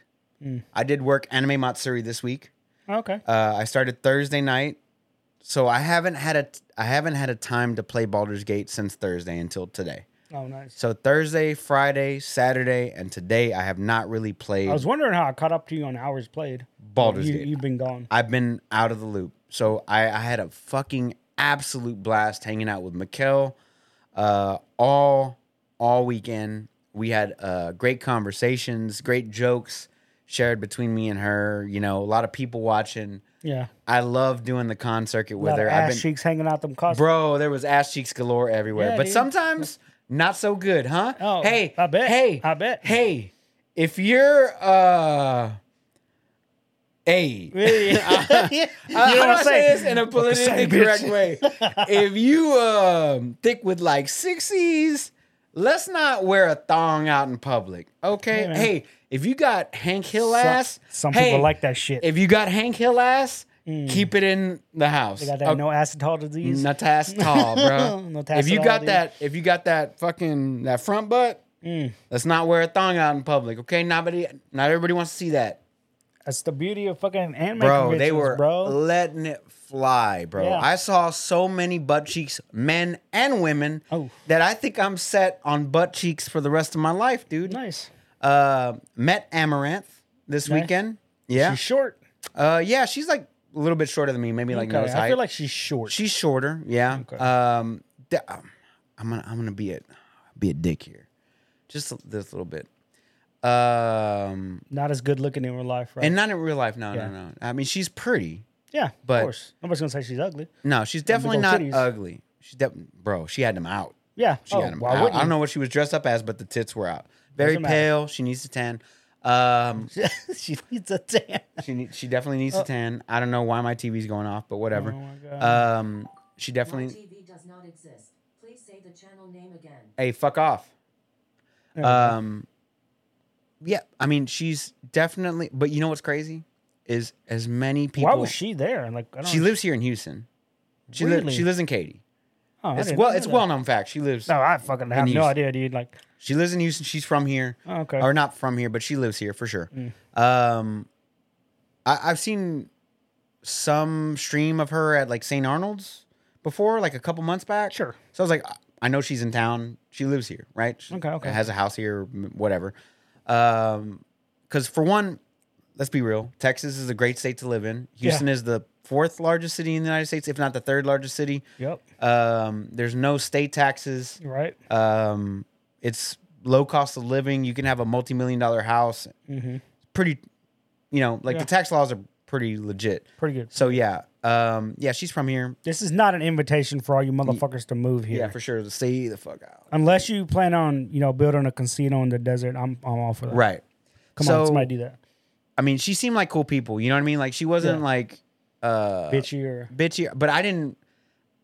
[SPEAKER 1] I did work anime Matsuri this week,
[SPEAKER 2] Okay.
[SPEAKER 1] Uh, I started Thursday night, so I haven't had a t- I haven't had a time to play Baldur's Gate since Thursday until today.
[SPEAKER 2] Oh, nice.
[SPEAKER 1] So Thursday, Friday, Saturday, and today I have not really played.
[SPEAKER 2] I was wondering how I caught up to you on hours played.
[SPEAKER 1] Baldur's
[SPEAKER 2] you,
[SPEAKER 1] Gate.
[SPEAKER 2] You've been gone.
[SPEAKER 1] I've been out of the loop. So I, I had a fucking absolute blast hanging out with Mikkel uh, all all weekend. We had uh, great conversations, great jokes shared between me and her. You know, a lot of people watching.
[SPEAKER 2] Yeah.
[SPEAKER 1] I love doing the con circuit
[SPEAKER 2] A
[SPEAKER 1] with
[SPEAKER 2] lot of
[SPEAKER 1] her. I've
[SPEAKER 2] ass
[SPEAKER 1] been,
[SPEAKER 2] cheeks hanging out them costumes.
[SPEAKER 1] bro. There was ass cheeks galore everywhere,
[SPEAKER 2] Yeah,
[SPEAKER 1] but
[SPEAKER 2] dude.
[SPEAKER 1] sometimes not so good, huh?
[SPEAKER 2] Oh,
[SPEAKER 1] hey,
[SPEAKER 2] I bet.
[SPEAKER 1] Hey,
[SPEAKER 2] I bet.
[SPEAKER 1] Hey, if you're uh, hey,
[SPEAKER 2] Yeah. you
[SPEAKER 1] uh,
[SPEAKER 2] know
[SPEAKER 1] how
[SPEAKER 2] what
[SPEAKER 1] do I say
[SPEAKER 2] I'm saying?
[SPEAKER 1] this in a politically
[SPEAKER 2] say, bitch?
[SPEAKER 1] correct way? if you um thick with like sixties, let's not wear a thong out in public. Okay.
[SPEAKER 2] Yeah, man.
[SPEAKER 1] hey, if you got Hank Hill ass,
[SPEAKER 2] Some, some
[SPEAKER 1] hey,
[SPEAKER 2] people like that shit.
[SPEAKER 1] If you got Hank Hill ass, keep it in the house.
[SPEAKER 2] they got that no acetal disease.
[SPEAKER 1] Natastal, bro.
[SPEAKER 2] Natastal,
[SPEAKER 1] if you got
[SPEAKER 2] dude.
[SPEAKER 1] that, if you got that fucking that front butt,
[SPEAKER 2] Mm.
[SPEAKER 1] let's not wear a thong out in public. Okay. Nobody, not everybody wants to see that
[SPEAKER 2] That's the beauty of fucking anime
[SPEAKER 1] bro they
[SPEAKER 2] conventions,
[SPEAKER 1] were
[SPEAKER 2] bro.
[SPEAKER 1] letting it fly bro
[SPEAKER 2] Yeah.
[SPEAKER 1] i saw so many butt cheeks men and women
[SPEAKER 2] Oh.
[SPEAKER 1] that i think i'm set on butt cheeks for the rest of my life dude
[SPEAKER 2] Nice.
[SPEAKER 1] uh met amaranth this
[SPEAKER 2] Nice.
[SPEAKER 1] weekend yeah
[SPEAKER 2] She's short.
[SPEAKER 1] uh yeah she's like a little bit shorter than me maybe like
[SPEAKER 2] Okay,
[SPEAKER 1] nose
[SPEAKER 2] I
[SPEAKER 1] height
[SPEAKER 2] feel like she's short.
[SPEAKER 1] she's shorter yeah
[SPEAKER 2] Okay.
[SPEAKER 1] um da- um, i'm gonna i'm gonna be a be a dick here just a- this little bit um
[SPEAKER 2] Not as good looking in real life, right?
[SPEAKER 1] and not in real life no
[SPEAKER 2] Yeah.
[SPEAKER 1] no no i mean she's pretty
[SPEAKER 2] yeah,
[SPEAKER 1] but-
[SPEAKER 2] of course. Nobody's gonna say she's ugly.
[SPEAKER 1] No, she's definitely
[SPEAKER 2] old
[SPEAKER 1] not
[SPEAKER 2] titties.
[SPEAKER 1] ugly. She's de- bro. She had them out.
[SPEAKER 2] Yeah.
[SPEAKER 1] She
[SPEAKER 2] oh,
[SPEAKER 1] had them
[SPEAKER 2] why
[SPEAKER 1] out.
[SPEAKER 2] wouldn't
[SPEAKER 1] I don't
[SPEAKER 2] you?
[SPEAKER 1] know what she was dressed up as, but the tits were out. Very
[SPEAKER 2] Doesn't matter.
[SPEAKER 1] pale. She needs to tan. Um,
[SPEAKER 2] she needs a tan.
[SPEAKER 1] she need, she definitely needs to tan. I don't know why my TV's going off, but whatever.
[SPEAKER 2] Oh my God.
[SPEAKER 1] um, she
[SPEAKER 3] My
[SPEAKER 1] definitely.
[SPEAKER 3] TV does not exist. Please say the channel name again.
[SPEAKER 1] Hey, fuck off.
[SPEAKER 2] Yeah.
[SPEAKER 1] Um, yeah. I mean, she's definitely. But you know what's crazy is as many people.
[SPEAKER 2] Why was she there? Like I don't
[SPEAKER 1] She lives here in Houston. She li-
[SPEAKER 2] Really?
[SPEAKER 1] she lives in Katy.
[SPEAKER 2] Oh, I
[SPEAKER 1] It's
[SPEAKER 2] didn't
[SPEAKER 1] well,
[SPEAKER 2] know
[SPEAKER 1] it's
[SPEAKER 2] that.
[SPEAKER 1] well known fact. She lives.
[SPEAKER 2] No, I fucking have
[SPEAKER 1] you-
[SPEAKER 2] no idea, dude. Like,
[SPEAKER 1] She lives in Houston. She's from here.
[SPEAKER 2] Oh, okay. Mm.
[SPEAKER 1] Or not from here, but she lives here for sure. Um, I, I've seen some stream of her at like St. Arnold's before, like a couple months back.
[SPEAKER 2] Sure.
[SPEAKER 1] So I was like, I- I know she's in town. She lives here, right? She
[SPEAKER 2] Okay, okay.
[SPEAKER 1] Has a house here, m- whatever. Um, because for one, let's be real, Texas is a great state to live in. Houston is the fourth largest city in the United States, if not the third largest city.
[SPEAKER 2] yep,
[SPEAKER 1] Um, there's no state taxes.
[SPEAKER 2] you're right.
[SPEAKER 1] Um, it's low cost of living. You can have a multi million dollar house. Pretty, you know, like
[SPEAKER 2] Mm-hmm. Yeah.
[SPEAKER 1] the tax laws are pretty legit.
[SPEAKER 2] Pretty good.
[SPEAKER 1] So yeah, um, yeah, she's from here.
[SPEAKER 2] This is not an invitation for all you motherfuckers to move here.
[SPEAKER 1] Yeah, for sure. Stay the fuck out.
[SPEAKER 2] Unless you plan on, you know, building a casino in the desert, I'm, I'm all for that.
[SPEAKER 1] Right.
[SPEAKER 2] Come
[SPEAKER 1] so,
[SPEAKER 2] on, somebody do that.
[SPEAKER 1] I mean, she seemed like cool people. You know what I mean? Like she wasn't
[SPEAKER 2] Yeah.
[SPEAKER 1] like uh,
[SPEAKER 2] Bitchy or
[SPEAKER 1] bitchy, but I didn't,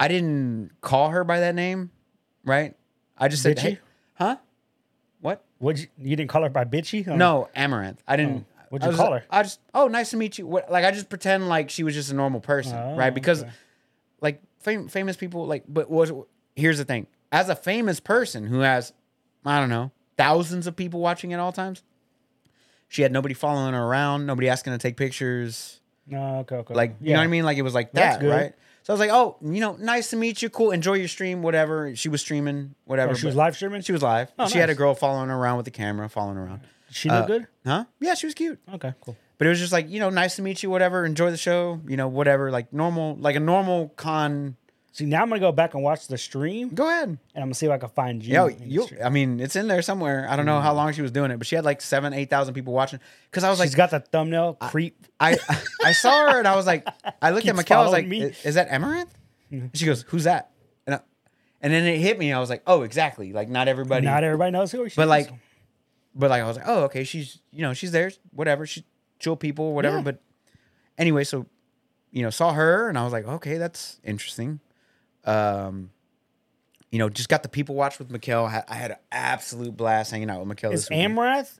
[SPEAKER 1] I didn't call her by that name, right? I just said,
[SPEAKER 2] Bitchy?
[SPEAKER 1] hey, huh? What?
[SPEAKER 2] what? You, you didn't call her by bitchy? Um,
[SPEAKER 1] No, Amaranth. I didn't.
[SPEAKER 2] Oh. What'd you
[SPEAKER 1] I was-
[SPEAKER 2] call her?
[SPEAKER 1] I just, oh, nice to meet you. What, like, I just pretend like she was just a normal person,
[SPEAKER 2] Oh,
[SPEAKER 1] right? Because,
[SPEAKER 2] okay.
[SPEAKER 1] like, fam- famous people, like, but was here's the thing: as a famous person who has, I don't know, thousands of people watching at all times, she had nobody following her around, nobody asking to take pictures.
[SPEAKER 2] No. Okay. Okay.
[SPEAKER 1] Like, you know what I mean? Like, it was like
[SPEAKER 2] That's
[SPEAKER 1] that,
[SPEAKER 2] good.
[SPEAKER 1] right? So I was like, oh, you know, nice to meet you. Cool. Enjoy your stream, whatever. She was streaming, whatever.
[SPEAKER 2] Oh, she was
[SPEAKER 1] but-
[SPEAKER 2] live streaming.
[SPEAKER 1] She was live. she had a
[SPEAKER 2] nice.
[SPEAKER 1] girl following her around with the camera, following her around.
[SPEAKER 2] She looked good.
[SPEAKER 1] Huh? Yeah, she was cute.
[SPEAKER 2] Okay. Cool.
[SPEAKER 1] But it was just like, you know, nice to meet you, whatever. Enjoy the show, you know, whatever. Like normal, like a normal con.
[SPEAKER 2] See, now I'm gonna go back and watch the stream,
[SPEAKER 1] Go ahead.
[SPEAKER 2] and I'm gonna see if I can find you.
[SPEAKER 1] Yo,
[SPEAKER 2] in the
[SPEAKER 1] you.
[SPEAKER 2] stream.
[SPEAKER 1] I mean, it's in there somewhere. I don't know how long she was doing it, but she had like seven, eight thousand people watching. Because I was
[SPEAKER 2] She's
[SPEAKER 1] like,
[SPEAKER 2] got the thumbnail creep.
[SPEAKER 1] I, I saw her and I was like, I looked at
[SPEAKER 2] Keeps
[SPEAKER 1] Mikkel. I was like,
[SPEAKER 2] following me. Mm-hmm.
[SPEAKER 1] "I- is that Amaranth? And she goes, who's that? And I, and then it hit me. I was like, oh, exactly. Like not everybody.
[SPEAKER 2] Not everybody knows who she is.
[SPEAKER 1] but like, but like I was like, oh, okay, she's you know she's there, whatever, she's chill people, whatever.
[SPEAKER 2] Yeah.
[SPEAKER 1] But anyway, so you know, saw her and I was like, okay, that's interesting. Um, you know, just got the people watch with Mikkel. Ha- I had an absolute blast hanging out with Mikkel.
[SPEAKER 2] is
[SPEAKER 1] this weekend.
[SPEAKER 2] Amrath?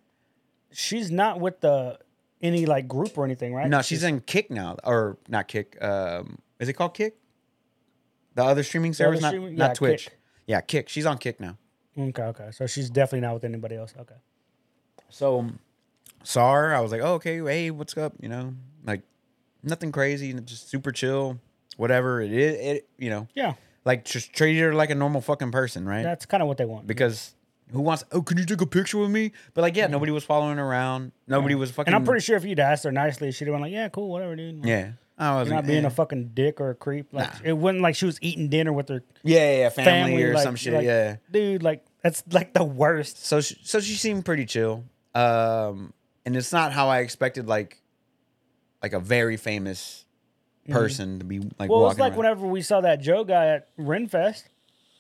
[SPEAKER 2] She's not with the any like group or anything, right?
[SPEAKER 1] No, she's in Kick now, or not Kick. Um, is it called Kick? The other streaming
[SPEAKER 2] other
[SPEAKER 1] service, not
[SPEAKER 2] streaming-
[SPEAKER 1] not
[SPEAKER 2] yeah,
[SPEAKER 1] Twitch.
[SPEAKER 2] Kick.
[SPEAKER 1] Yeah, Kick. She's on Kick now.
[SPEAKER 2] Okay, okay. So she's definitely not with anybody else. Okay.
[SPEAKER 1] So saw her. I was like, oh, okay, hey, what's up? You know, like nothing crazy, and just super chill, whatever it is. It you know,
[SPEAKER 2] Yeah,
[SPEAKER 1] like just treat her like a normal fucking person, right?
[SPEAKER 2] that's kind of what they want.
[SPEAKER 1] because who wants? Oh, can you take a picture with me? But like, yeah, nobody was following around. Nobody was fucking.
[SPEAKER 2] and I'm pretty sure if you'd asked her nicely, she'd have been like, "Yeah, cool, whatever, dude." Like,
[SPEAKER 1] Yeah, I was
[SPEAKER 2] You're not being
[SPEAKER 1] eh.
[SPEAKER 2] a fucking dick or a creep. Like it wasn't like she was eating dinner with her
[SPEAKER 1] yeah, yeah, yeah, family,
[SPEAKER 2] family,
[SPEAKER 1] or
[SPEAKER 2] like-
[SPEAKER 1] some shit.
[SPEAKER 2] like,
[SPEAKER 1] yeah.
[SPEAKER 2] dude, like that's like the worst.
[SPEAKER 1] So she, so she seemed pretty chill. Um, and it's not how I expected. Like, like a very famous person to be like.
[SPEAKER 2] Mm-hmm. Well,
[SPEAKER 1] walking
[SPEAKER 2] it's like
[SPEAKER 1] around.
[SPEAKER 2] whenever we saw that Joe guy at Renfest,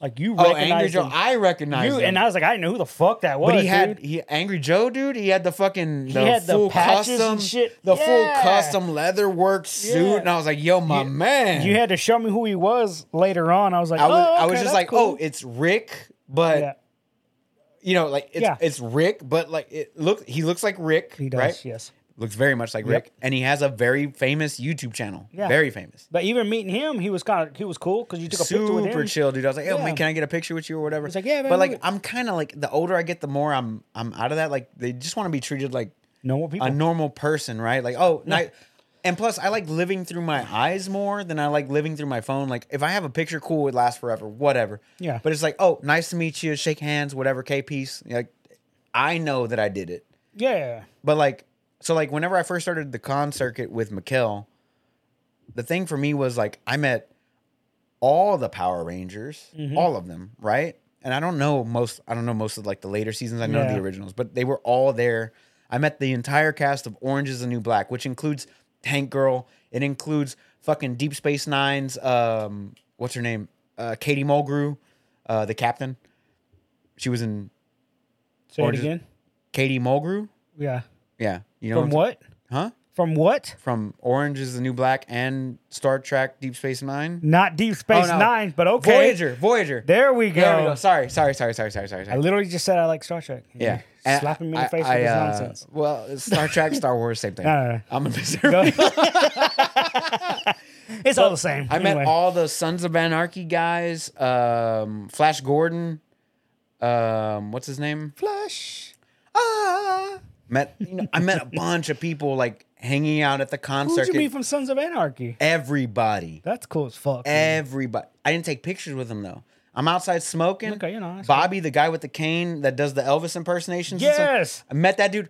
[SPEAKER 2] like you
[SPEAKER 1] Oh, Angry
[SPEAKER 2] recognized
[SPEAKER 1] Joe!
[SPEAKER 2] him.
[SPEAKER 1] I recognized
[SPEAKER 2] you
[SPEAKER 1] him.
[SPEAKER 2] and I was like, I didn't know who the fuck that was.
[SPEAKER 1] But he had
[SPEAKER 2] dude.
[SPEAKER 1] he Angry Joe, dude. He had the fucking the
[SPEAKER 2] had the
[SPEAKER 1] full
[SPEAKER 2] patches
[SPEAKER 1] custom
[SPEAKER 2] and shit.
[SPEAKER 1] the
[SPEAKER 2] Yeah.
[SPEAKER 1] full custom leather work suit,
[SPEAKER 2] Yeah.
[SPEAKER 1] and I was like, "Yo, my man!"
[SPEAKER 2] you had to show me who he was later on. I was like,
[SPEAKER 1] I was
[SPEAKER 2] oh,
[SPEAKER 1] I
[SPEAKER 2] okay,
[SPEAKER 1] was just
[SPEAKER 2] that's
[SPEAKER 1] like,
[SPEAKER 2] cool.
[SPEAKER 1] "Oh, it's Rick," but
[SPEAKER 2] yeah,
[SPEAKER 1] you know, like it's
[SPEAKER 2] Yeah.
[SPEAKER 1] it's Rick, but like it look he looks like Rick,
[SPEAKER 2] he does.
[SPEAKER 1] right?
[SPEAKER 2] Yes,
[SPEAKER 1] Looks very much like Rick, and he has a very famous YouTube channel.
[SPEAKER 2] Yeah.
[SPEAKER 1] very famous.
[SPEAKER 2] but even meeting him, he was kind of he was cool because you took a picture with
[SPEAKER 1] Super
[SPEAKER 2] him.
[SPEAKER 1] chill, dude. I was like, "Yo,
[SPEAKER 2] Yeah.
[SPEAKER 1] man, can I get a picture with you or whatever?"
[SPEAKER 2] He's like, "Yeah, man,
[SPEAKER 1] but like
[SPEAKER 2] look."
[SPEAKER 1] I'm kind of like the older I get, the more I'm I'm out of that. Like they just want to be treated like
[SPEAKER 2] Normal people.
[SPEAKER 1] a normal person, right? Like, oh, and, I- and plus, I like living through my eyes more than I like living through my phone. Like, if I have a picture, cool, it lasts forever, whatever.
[SPEAKER 2] Yeah.
[SPEAKER 1] But it's like, oh, nice to meet you, shake hands, whatever, K piece. Like, I know that I did it.
[SPEAKER 2] yeah,
[SPEAKER 1] But like, so like, whenever I first started the con circuit with Mikkel, the thing for me was like, I met all the Power Rangers,
[SPEAKER 2] Mm-hmm.
[SPEAKER 1] all of them, right? And I don't know most. I don't know most of like the later seasons. I know
[SPEAKER 2] Yeah.
[SPEAKER 1] the originals, but they were all there. I met the entire cast of Orange Is the New Black, which includes Tank Girl. It includes fucking Deep Space Nine's. Um, what's her name? Uh, Katie Mulgrew, uh, the captain. She was in
[SPEAKER 2] say
[SPEAKER 1] Or
[SPEAKER 2] it
[SPEAKER 1] just-
[SPEAKER 2] again.
[SPEAKER 1] Katie Mulgrew.
[SPEAKER 2] Yeah,
[SPEAKER 1] Yeah, you know
[SPEAKER 2] from
[SPEAKER 1] I'm-
[SPEAKER 2] what?
[SPEAKER 1] Huh?
[SPEAKER 2] From what?
[SPEAKER 1] from Orange is the New Black and Star Trek Deep Space Nine.
[SPEAKER 2] Not Deep Space
[SPEAKER 1] Oh, no.
[SPEAKER 2] Nine, but okay.
[SPEAKER 1] Voyager, Voyager.
[SPEAKER 2] There we go.
[SPEAKER 1] There we go. Sorry, sorry, sorry, sorry, sorry, sorry.
[SPEAKER 2] I literally just said I like Star Trek.
[SPEAKER 1] yeah. uh,
[SPEAKER 2] You're slapping me in the face with this nonsense.
[SPEAKER 1] Well, it's Star Trek, Star Wars, same thing.
[SPEAKER 2] No, no, no.
[SPEAKER 1] I'm a miserable.
[SPEAKER 2] It's all the same.
[SPEAKER 1] I met
[SPEAKER 2] Anyway.
[SPEAKER 1] all the Sons of Anarchy guys, um, Flash Gordon, um, what's his name?
[SPEAKER 2] Flush.
[SPEAKER 1] Ah. Met you know, I met a bunch of people like hanging out at the con
[SPEAKER 2] Who'd you meet
[SPEAKER 1] circuit.
[SPEAKER 2] from Sons of Anarchy?
[SPEAKER 1] Everybody.
[SPEAKER 2] That's cool as fuck. man.
[SPEAKER 1] Everybody. I didn't take pictures with him though. I'm outside smoking.
[SPEAKER 2] Okay, you know, that's
[SPEAKER 1] Bobby, the guy with the cane that does the Elvis impersonations. and stuff.
[SPEAKER 2] Yes.
[SPEAKER 1] I met that dude.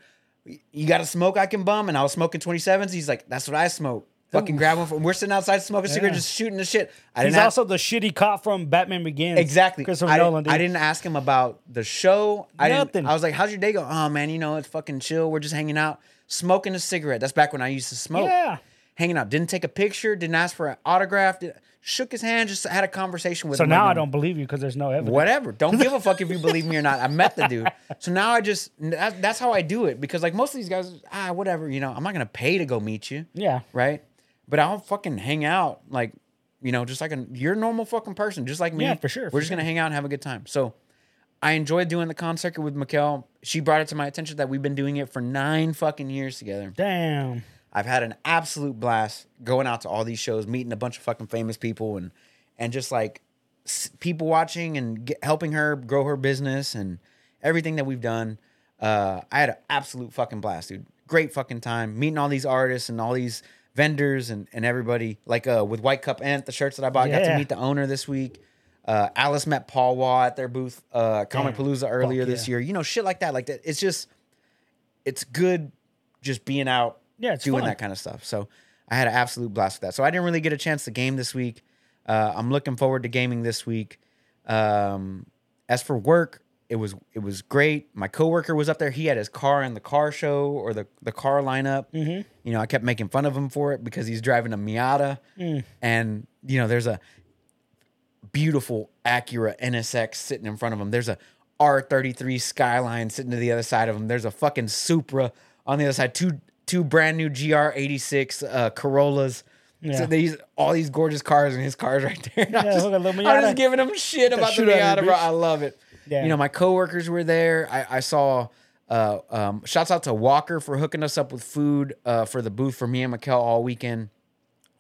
[SPEAKER 1] You got a smoke I can bum, and I was smoking 27s. He's like, "That's what I smoke." Fucking grab one. From, we're sitting outside smoking cigarettes,
[SPEAKER 2] Yeah.
[SPEAKER 1] just shooting the shit. I didn't
[SPEAKER 2] He's
[SPEAKER 1] have-
[SPEAKER 2] also the shitty cop from Batman Begins.
[SPEAKER 1] exactly.
[SPEAKER 2] Christopher
[SPEAKER 1] I, didn't-
[SPEAKER 2] Nolan. Dude.
[SPEAKER 1] I didn't ask him about the show. I
[SPEAKER 2] Nothing.
[SPEAKER 1] Didn't, I was like, "How's your day go?" Oh man, you know it's fucking chill. We're just hanging out, smoking a cigarette. That's back when I used to smoke
[SPEAKER 2] Yeah.
[SPEAKER 1] hanging out. Didn't take a picture. Didn't ask for an autograph. Did, shook his hand. Just had a conversation with
[SPEAKER 2] So
[SPEAKER 1] him.
[SPEAKER 2] now
[SPEAKER 1] like, um,
[SPEAKER 2] I don't believe you because there's no evidence.
[SPEAKER 1] Whatever. Don't give a fuck if you believe me or not. I met the dude. So now I just that, that's how I do it because like most of these guys, ah, whatever. You know, I'm not gonna pay to go meet you.
[SPEAKER 2] Yeah.
[SPEAKER 1] Right. But I'll fucking hang out like you know, just like a you're a normal fucking person, just like me.
[SPEAKER 2] Yeah, for sure,
[SPEAKER 1] We're
[SPEAKER 2] for
[SPEAKER 1] just
[SPEAKER 2] sure.
[SPEAKER 1] gonna hang out and have a good time. So. I enjoyed doing the con circuit with Mikkel. She brought it to my attention that we've been doing it for nine fucking years together.
[SPEAKER 2] Damn.
[SPEAKER 1] I've had an absolute blast going out to all these shows, meeting a bunch of fucking famous people, and and just like s- people watching and get, helping her grow her business and everything that we've done. Uh, I had an absolute fucking blast, dude. Great fucking time meeting all these artists and all these vendors and and everybody. Like uh, with White Cup Ant, the shirts that I bought, got
[SPEAKER 2] Yeah.
[SPEAKER 1] to meet the owner this week. Uh, Alice met Paul Waugh at their booth, uh, Comic Palooza earlier
[SPEAKER 2] Fuck
[SPEAKER 1] this year. You know, shit like that. Like that. It's just, it's good, just being out
[SPEAKER 2] Yeah, it's
[SPEAKER 1] doing
[SPEAKER 2] fun.
[SPEAKER 1] that kind of stuff. So I had an absolute blast with that. So I didn't really get a chance to game this week. Uh, I'm looking forward to gaming this week. Um, as for work, it was it was great. My coworker was up there. He had his car in the car show or the the car lineup.
[SPEAKER 2] Mm-hmm.
[SPEAKER 1] You know, I kept making fun of him for it because he's driving a Miata,
[SPEAKER 2] Mm.
[SPEAKER 1] and you know, there's a beautiful Acura NSX sitting in front of him. There's a R33 Skyline sitting to the other side of him. There's a fucking Supra on the other side. Two two brand new GR86 uh, Corollas.
[SPEAKER 2] Yeah.
[SPEAKER 1] So these all these gorgeous cars and his cars right there. I'm,
[SPEAKER 2] Yeah,
[SPEAKER 1] just,
[SPEAKER 2] look at little
[SPEAKER 1] I'm
[SPEAKER 2] Miata.
[SPEAKER 1] just giving him shit about the
[SPEAKER 2] shit out
[SPEAKER 1] Miata,
[SPEAKER 2] of
[SPEAKER 1] bro.
[SPEAKER 2] your bitch.
[SPEAKER 1] I love it.
[SPEAKER 2] Yeah.
[SPEAKER 1] You know, my coworkers were there. I, I saw. Uh, um, shouts out to Walker for hooking us up with food uh, for the booth for me and Mikel all weekend.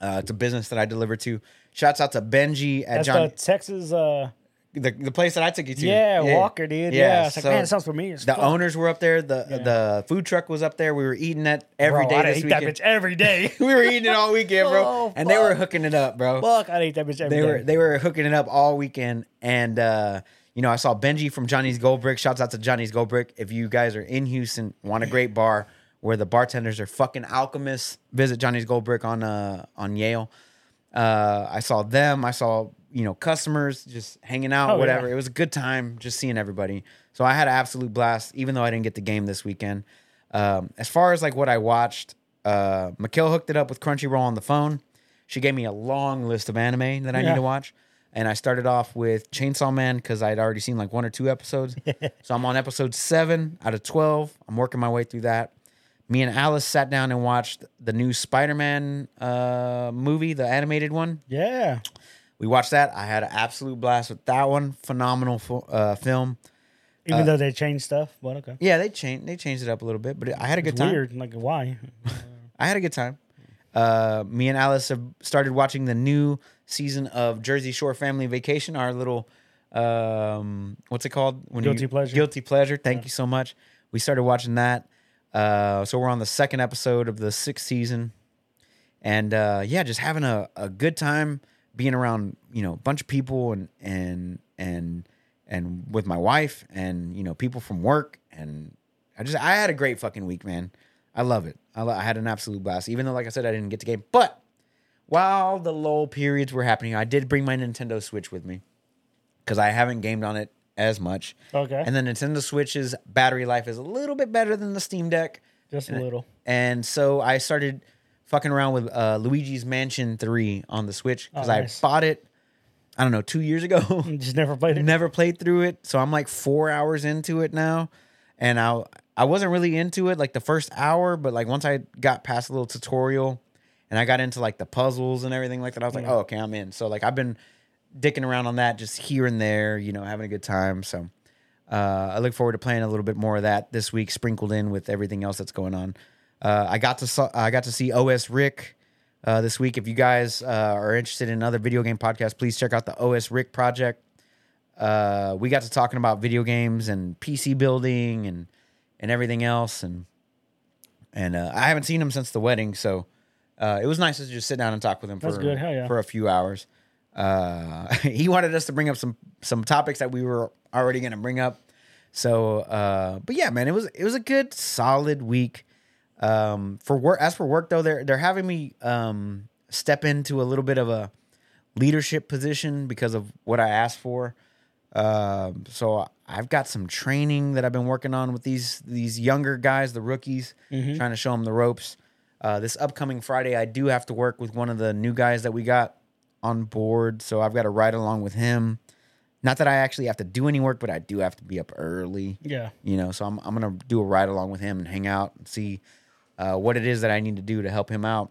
[SPEAKER 1] Uh, it's a business that I deliver to. Shouts out to Benji at
[SPEAKER 2] That's
[SPEAKER 1] John
[SPEAKER 2] the Texas. Uh,
[SPEAKER 1] the, the place that I took you to.
[SPEAKER 2] Yeah, Walker, dude. Yeah, it's like,
[SPEAKER 1] so
[SPEAKER 2] man, it sounds familiar. as
[SPEAKER 1] the
[SPEAKER 2] fuck.
[SPEAKER 1] owners were up there. The the food truck was up there. We were eating that every
[SPEAKER 2] Bro,
[SPEAKER 1] day
[SPEAKER 2] I'd
[SPEAKER 1] this
[SPEAKER 2] eat
[SPEAKER 1] weekend.
[SPEAKER 2] that bitch every day.
[SPEAKER 1] we were eating it all weekend, bro.
[SPEAKER 2] Oh,
[SPEAKER 1] and they were
[SPEAKER 2] fuck.
[SPEAKER 1] hooking it up, bro.
[SPEAKER 2] Fuck, I'd eat that bitch every
[SPEAKER 1] they
[SPEAKER 2] day.
[SPEAKER 1] were they were hooking it up all weekend and uh you know i saw benji from johnny's gold brick shouts out to johnny's gold brick if you guys are in houston want a great bar where the bartenders are fucking alchemists visit johnny's gold brick on uh on yale uh i saw them i saw you know customers just hanging out
[SPEAKER 2] Oh,
[SPEAKER 1] whatever
[SPEAKER 2] yeah.
[SPEAKER 1] it was a good time just seeing everybody so i had an absolute blast even though i didn't get the game this weekend um as far as like what i watched uh Mikkel hooked it up with crunchyroll on the phone she gave me a long list of anime that I need
[SPEAKER 2] Yeah.
[SPEAKER 1] to watch. And I started off with Chainsaw Man because I'd already seen like one or two episodes. so I'm on episode seven out of 12. I'm working my way through that. Me and Alice sat down and watched the new Spider Man uh, movie, the animated one.
[SPEAKER 2] yeah.
[SPEAKER 1] uh, We watched that. I had an absolute blast with that one. Phenomenal fo- uh, film.
[SPEAKER 2] Even though they changed stuff, but okay.
[SPEAKER 1] Yeah, they changed they changed it up a little bit, but I had a good
[SPEAKER 2] It's
[SPEAKER 1] time.
[SPEAKER 2] weird. Like, why?
[SPEAKER 1] I had a good time. Uh, me and Alice have started watching the new season of Jersey Shore Family Vacation. Our little, um, what's it called? When
[SPEAKER 2] Guilty pleasure.
[SPEAKER 1] Guilty pleasure. Thank you so much. We started watching that. Uh, so we're on the second episode of the sixth season, and uh, yeah, just having a, a good time being around you know a bunch of people and and and and with my wife and you know people from work and I just I had a great fucking week, man. I love it. I, lo- I had an absolute blast, even though like I said I didn't get the game, but while the lull periods were happening, I did bring my Nintendo Switch with me because I haven't gamed on it as much.
[SPEAKER 2] Okay.
[SPEAKER 1] And the Nintendo Switch's battery life is a little bit better than the Steam Deck.
[SPEAKER 2] Just a little.
[SPEAKER 1] And so I started fucking around with uh, Luigi's Mansion 3 on the Switch because
[SPEAKER 2] Oh, nice.
[SPEAKER 1] I bought it, I don't know, two years ago.
[SPEAKER 2] Just never played it.
[SPEAKER 1] Never played through it, so I'm like four hours into it now, and I I wasn't really into it like the first hour, but like once I got past a little tutorial, and I got into like the puzzles and everything like that, I was like, oh okay, I'm in. So like I've been dicking around on that just here and there, you know, having a good time. So uh, I look forward to playing a little bit more of that this week, sprinkled in with everything else that's going on. Uh, I got to saw, I got to see OS Rick uh, this week. If you guys uh, are interested in another video game podcast, please check out the OS Rick project uh, we got to talking about video games and PC building and and everything else and and uh, I haven't seen him since the wedding, so uh, it was nice to just sit down and talk with him
[SPEAKER 2] That's
[SPEAKER 1] for
[SPEAKER 2] good. Hell yeah.
[SPEAKER 1] for a few hours. Uh, he wanted us to bring up some some topics that we were already going to bring up. So, uh, but yeah, man, it was it was a good solid week. Um, for work, as for work though, they're they're having me um, step into a little bit of a leadership position because of what I asked for. Um, so I've got some training that I've been working on with these these younger guys, the rookies, trying to show them the ropes. Uh, this upcoming Friday, I do have to work with one of the new guys that we got on board, so I've got to ride along with him. Not that I actually have to do any work, but I do have to be up early
[SPEAKER 2] Yeah.
[SPEAKER 1] you know so i'm, I'm gonna do a ride along with him and hang out and see uh, what it is that i need to do to help him out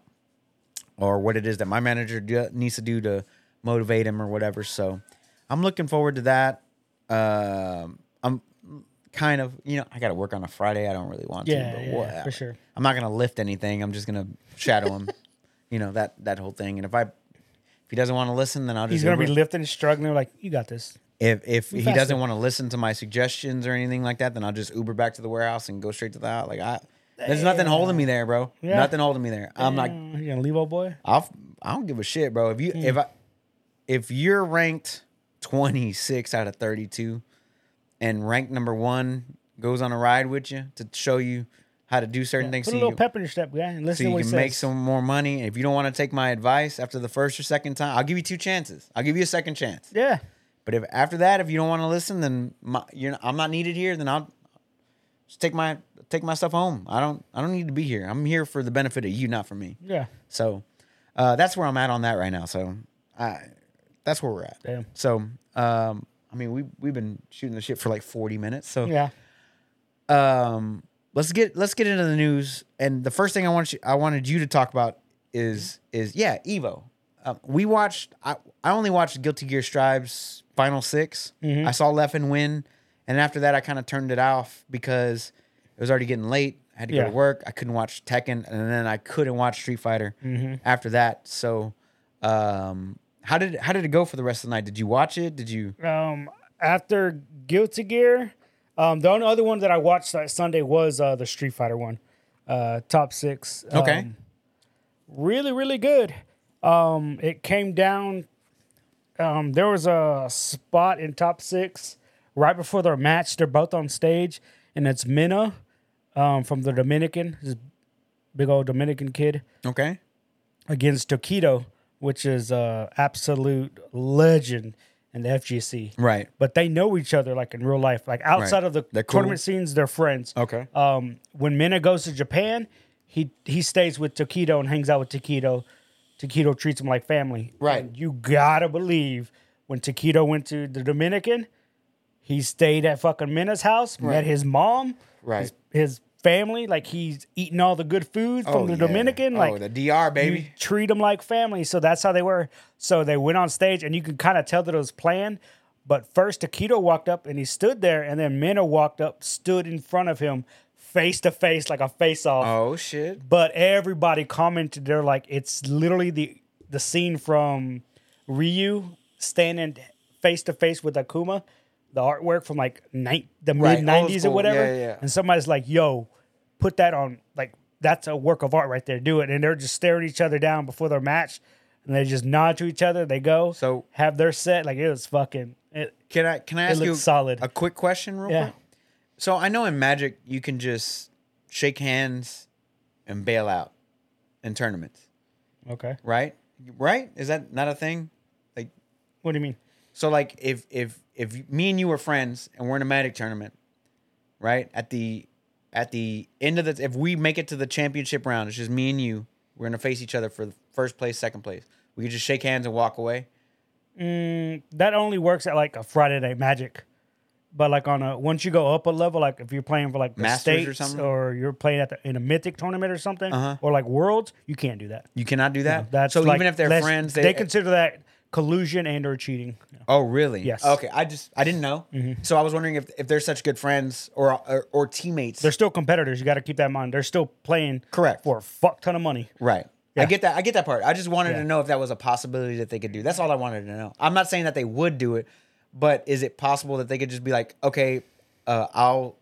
[SPEAKER 1] or what it is that my manager do, needs to do to motivate him or whatever so i'm looking forward to that um, i'm kind of you know i gotta work on a friday i don't really want
[SPEAKER 2] Yeah,
[SPEAKER 1] to but
[SPEAKER 2] yeah,
[SPEAKER 1] what-
[SPEAKER 2] for sure.
[SPEAKER 1] i'm not gonna lift anything i'm just gonna shadow him you know that that whole thing and if i if he doesn't want to listen then i'll just
[SPEAKER 2] He's gonna be
[SPEAKER 1] Uber-
[SPEAKER 2] lifting and struggling. Like, you got this.
[SPEAKER 1] if if he
[SPEAKER 2] faster.
[SPEAKER 1] doesn't want to listen to my suggestions or anything like that, then I'll just Uber back to the warehouse and go straight to the house. Like I, there's nothing holding me there, bro.
[SPEAKER 2] Yeah.
[SPEAKER 1] Nothing holding me there. I'm like,
[SPEAKER 2] Mm, you gonna leave, old boy?
[SPEAKER 1] I'll, f- I don't give a shit, bro. If you if
[SPEAKER 2] Hmm.
[SPEAKER 1] I if you're ranked 26 out of 32, and rank number one goes on a ride with you to show you how to do certain things,
[SPEAKER 2] Put
[SPEAKER 1] so
[SPEAKER 2] a little
[SPEAKER 1] you-
[SPEAKER 2] pep in your step, guy, and
[SPEAKER 1] so
[SPEAKER 2] listen to
[SPEAKER 1] you
[SPEAKER 2] what
[SPEAKER 1] can
[SPEAKER 2] he
[SPEAKER 1] make
[SPEAKER 2] says.
[SPEAKER 1] some more money. And if you don't want to take my advice after the first or second time, I'll give you two chances. I'll give you a second chance.
[SPEAKER 2] yeah.
[SPEAKER 1] But if after that, if you don't want to listen, then my, you're not, I'm not needed here. Then I'll just take my take my stuff home. I don't I don't need to be here. I'm here for the benefit of you, not for me.
[SPEAKER 2] Yeah.
[SPEAKER 1] So uh, that's where I'm at on that right now. So I that's where we're at.
[SPEAKER 2] Damn.
[SPEAKER 1] So um, I mean we we've been shooting the shit for like 40 minutes. So
[SPEAKER 2] Yeah.
[SPEAKER 1] um, let's get let's get into the news. And the first thing I want you, I wanted you to talk about is is yeah, Evo. Um, we watched. I I only watched Guilty Gear Strive's final 6
[SPEAKER 2] Mm-hmm.
[SPEAKER 1] I saw Leffen win, and after that, I kind of turned it off because it was already getting late. I had to go
[SPEAKER 2] Yeah.
[SPEAKER 1] to work. I couldn't watch Tekken, and then I couldn't watch Street Fighter
[SPEAKER 2] Mm-hmm.
[SPEAKER 1] after that. So, um, how did how did it go for the rest of the night? Did you watch it? Did you?
[SPEAKER 2] Um, after Guilty Gear, um, the only other one that I watched that Sunday was uh, the Street Fighter one, uh, top six.
[SPEAKER 1] Okay.
[SPEAKER 2] Um, really, really good. Um, it came down. Um, there was a spot in top six right before their match. They're both on stage, and it's Mina um, from the Dominican, this big old Dominican kid
[SPEAKER 1] okay.
[SPEAKER 2] against Tokido, which is uh, absolute legend in the FGC.
[SPEAKER 1] Right.
[SPEAKER 2] But they know each other like in real life. Like outside
[SPEAKER 1] Right.
[SPEAKER 2] of the
[SPEAKER 1] They're cool.
[SPEAKER 2] tournament scenes, they're friends.
[SPEAKER 1] Okay.
[SPEAKER 2] Um, when Mina goes to Japan, he he stays with Tokido and hangs out with Tokido. Tokido treats him like family.
[SPEAKER 1] Right.
[SPEAKER 2] And you gotta believe when Tokido went to the Dominican, he stayed at fucking Mina's house, met his mom,
[SPEAKER 1] Right.
[SPEAKER 2] his, his family. Like he's eating all the good food from
[SPEAKER 1] Oh,
[SPEAKER 2] the
[SPEAKER 1] yeah.
[SPEAKER 2] Dominican.
[SPEAKER 1] Oh,
[SPEAKER 2] Like
[SPEAKER 1] the DR
[SPEAKER 2] you
[SPEAKER 1] baby.
[SPEAKER 2] treat them like family. So that's how they were. So they went on stage, and you can kind of tell that it was planned. But first, Taquito walked up and he stood there, and then Mena walked up, stood in front of him, face to face, like a face off.
[SPEAKER 1] Oh shit.
[SPEAKER 2] But everybody commented, they're like, it's literally the the scene from Ryu standing face to face with Akuma, the artwork from like ni- the
[SPEAKER 1] Right,
[SPEAKER 2] mid
[SPEAKER 1] old
[SPEAKER 2] nineties or
[SPEAKER 1] school.
[SPEAKER 2] whatever.
[SPEAKER 1] Yeah, yeah, yeah.
[SPEAKER 2] And somebody's like, yo, put that on like that's a work of art right there. Do it. And they're just staring each other down before their match. And they just nod to each other. They go.
[SPEAKER 1] So-
[SPEAKER 2] have their set. Like it was fucking it,
[SPEAKER 1] Can I can I ask you
[SPEAKER 2] looks solid.
[SPEAKER 1] a quick question real
[SPEAKER 2] Yeah.
[SPEAKER 1] quick? So I know in Magic you can just shake hands and bail out in tournaments,
[SPEAKER 2] Okay.
[SPEAKER 1] right? Right? Is that not a thing? Like
[SPEAKER 2] What do you mean?
[SPEAKER 1] so like if if if me and you were friends and we're in a Magic tournament, right? At the at the end of the if we make it to the championship round, it's just me and you, we're gonna face each other for the first place, second place. We could just shake hands and walk away.
[SPEAKER 2] that only works at like a Friday night magic. But like on a once you go up a level, like if you're playing for like the
[SPEAKER 1] Masters or
[SPEAKER 2] states or,
[SPEAKER 1] something?
[SPEAKER 2] you're playing at the, in a mythic tournament or something or like worlds, you can't do that.
[SPEAKER 1] You cannot do that.
[SPEAKER 2] That's
[SPEAKER 1] so
[SPEAKER 2] like
[SPEAKER 1] even if they're
[SPEAKER 2] less-
[SPEAKER 1] friends,
[SPEAKER 2] they,
[SPEAKER 1] they,
[SPEAKER 2] consider that collusion and or cheating.
[SPEAKER 1] Oh, really?
[SPEAKER 2] Yes. Mm-hmm.
[SPEAKER 1] Okay. I just I didn't know. So I was wondering if, if they're such good friends or or, or teammates.
[SPEAKER 2] They're still competitors. You got to keep that in mind. They're still playing
[SPEAKER 1] Correct.
[SPEAKER 2] for a fuck ton of money.
[SPEAKER 1] right.
[SPEAKER 2] Yeah.
[SPEAKER 1] I get that. I get that part. I just wanted to know if that was a possibility that they could do. That's all I wanted to know. I'm not saying that they would do it, but is it possible that they could just be like, okay, uh, I'll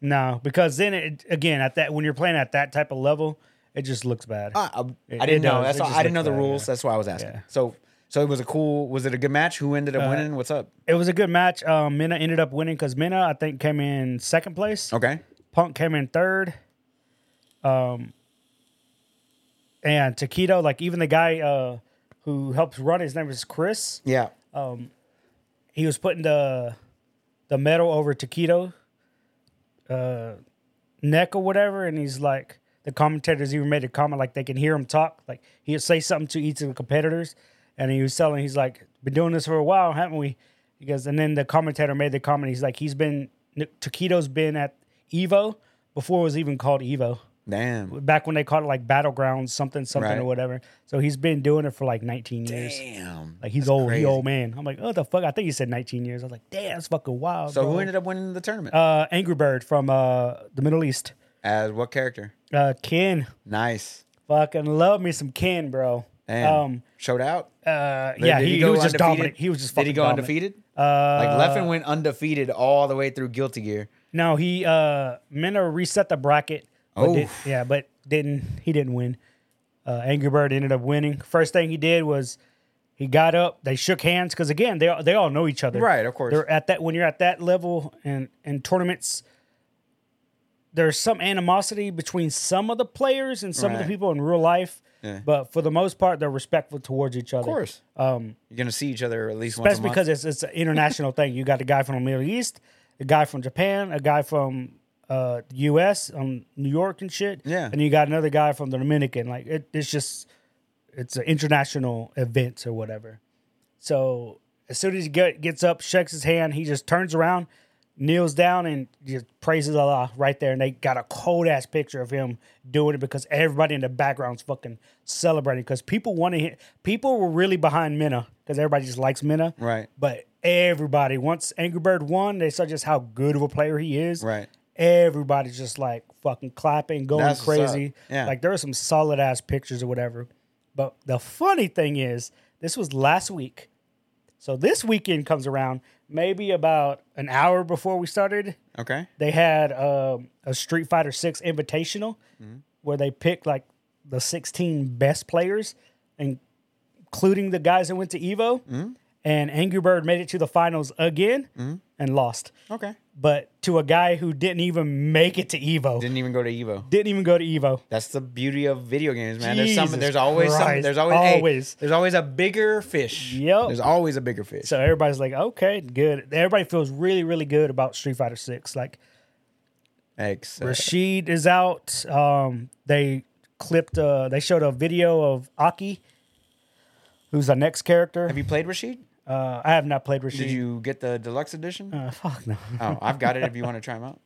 [SPEAKER 2] No, because then it, again at that when you're playing at that type of level, it just looks bad.
[SPEAKER 1] I, I,
[SPEAKER 2] It-
[SPEAKER 1] I didn't
[SPEAKER 2] it
[SPEAKER 1] know.
[SPEAKER 2] does.
[SPEAKER 1] That's
[SPEAKER 2] It
[SPEAKER 1] all,
[SPEAKER 2] just
[SPEAKER 1] I didn't know
[SPEAKER 2] looks
[SPEAKER 1] the
[SPEAKER 2] bad,
[SPEAKER 1] rules.
[SPEAKER 2] yeah.
[SPEAKER 1] That's why I was asking.
[SPEAKER 2] Yeah. Uh,
[SPEAKER 1] So so it was a cool. Was it a good match? Who ended up winning? What's up?
[SPEAKER 2] it was a good match. Um, Mina ended up winning because Mina I think came in second place.
[SPEAKER 1] Okay.
[SPEAKER 2] Punk came in third. Um, and Taquito, like even the guy uh, who helps run, his name is Chris.
[SPEAKER 1] Yeah.
[SPEAKER 2] uh, He was putting the the medal over Taquito uh, neck or whatever, and he's like the commentators even made a comment like they can hear him talk. Like he'll say something to each of the competitors, and he was telling he's like been doing this for a while, haven't we? He goes, and then the commentator made the comment. He's like he's been Taquito's been at Evo before it was even called Evo
[SPEAKER 1] Damn.
[SPEAKER 2] back when they called it like battlegrounds something something
[SPEAKER 1] Right.
[SPEAKER 2] or whatever so he's been doing it for like 19 years
[SPEAKER 1] Damn.
[SPEAKER 2] like he's
[SPEAKER 1] That's
[SPEAKER 2] old
[SPEAKER 1] crazy.
[SPEAKER 2] he old man i'm like oh the fuck i think he said 19 years i was like damn that's fucking wild
[SPEAKER 1] So
[SPEAKER 2] bro.
[SPEAKER 1] who ended up winning the tournament?
[SPEAKER 2] uh angry bird from uh the middle east
[SPEAKER 1] As what character?
[SPEAKER 2] uh ken
[SPEAKER 1] Nice.
[SPEAKER 2] fucking love me some ken bro
[SPEAKER 1] Damn.
[SPEAKER 2] um
[SPEAKER 1] Showed out.
[SPEAKER 2] uh yeah
[SPEAKER 1] Did
[SPEAKER 2] he, he
[SPEAKER 1] go
[SPEAKER 2] was just
[SPEAKER 1] undefeated?
[SPEAKER 2] dominant he was just
[SPEAKER 1] Did he
[SPEAKER 2] fucking
[SPEAKER 1] go
[SPEAKER 2] dominant.
[SPEAKER 1] undefeated? Uh, like Leffen went undefeated all the way through Guilty Gear.
[SPEAKER 2] no he uh Minna reset the bracket but
[SPEAKER 1] Oh.
[SPEAKER 2] did- yeah but didn't he didn't win uh, Angry Bird ended up winning. First thing he did was he got up. They shook hands because again, they all- they all know each other,
[SPEAKER 1] Right, of course.
[SPEAKER 2] They're at that when you're at that level and in tournaments. There's some animosity between some of the players and some of
[SPEAKER 1] Right.
[SPEAKER 2] the people in real life,
[SPEAKER 1] Yeah.
[SPEAKER 2] but for the most part, they're respectful towards each other.
[SPEAKER 1] Of course, um, you're gonna see each other at least once a
[SPEAKER 2] Especially
[SPEAKER 1] month.
[SPEAKER 2] because it's it's an international thing. You got a guy from the Middle East, a guy from Japan, a guy from uh, the U.S., um, New York and shit.
[SPEAKER 1] Yeah.
[SPEAKER 2] and you got another guy from the Dominican. Like it, it's just it's an international event or whatever. So as soon as he get, gets up, shakes his hand, he just turns around, kneels down, and just praises Allah right there. And they got a cold ass picture of him doing it because everybody in the background's fucking celebrating because people want to hear. People were really behind Minna because everybody just likes Minna,
[SPEAKER 1] Right.
[SPEAKER 2] But everybody once Angry Bird won, they saw just how good of a player he is,
[SPEAKER 1] Right.
[SPEAKER 2] Everybody's just like fucking clapping, going
[SPEAKER 1] That's what's up.
[SPEAKER 2] crazy.
[SPEAKER 1] Yeah.
[SPEAKER 2] Like there were some solid ass pictures or whatever. But the funny thing is, this was last week. So this weekend comes around, maybe about an hour before we started,
[SPEAKER 1] Okay.
[SPEAKER 2] they had um, a Street Fighter Six Invitational where they picked like the 16 best players, in- including the guys that went to Evo. And Angry Bird made it to the finals again and lost,
[SPEAKER 1] Okay.
[SPEAKER 2] but to a guy who didn't even make it to Evo, didn't,
[SPEAKER 1] Didn't even go to Evo.
[SPEAKER 2] even go to Evo.
[SPEAKER 1] That's the beauty of video games, man. there's
[SPEAKER 2] Jesus
[SPEAKER 1] some. There's always some.
[SPEAKER 2] Christ.
[SPEAKER 1] There's always hey,
[SPEAKER 2] Always.
[SPEAKER 1] there's always a bigger fish.
[SPEAKER 2] Yep.
[SPEAKER 1] There's always a bigger fish.
[SPEAKER 2] So everybody's like, okay, good. Everybody feels really, really good about Street Fighter Six. Like
[SPEAKER 1] Except
[SPEAKER 2] Rashid is out. Um, they clipped. Uh, they showed a video of Aki, who's the next character.
[SPEAKER 1] Have you played Rashid?
[SPEAKER 2] uh, I have not played Rashid.
[SPEAKER 1] Did you get the deluxe edition?
[SPEAKER 2] Uh, fuck no.
[SPEAKER 1] oh, I've got it. If you want to try them out.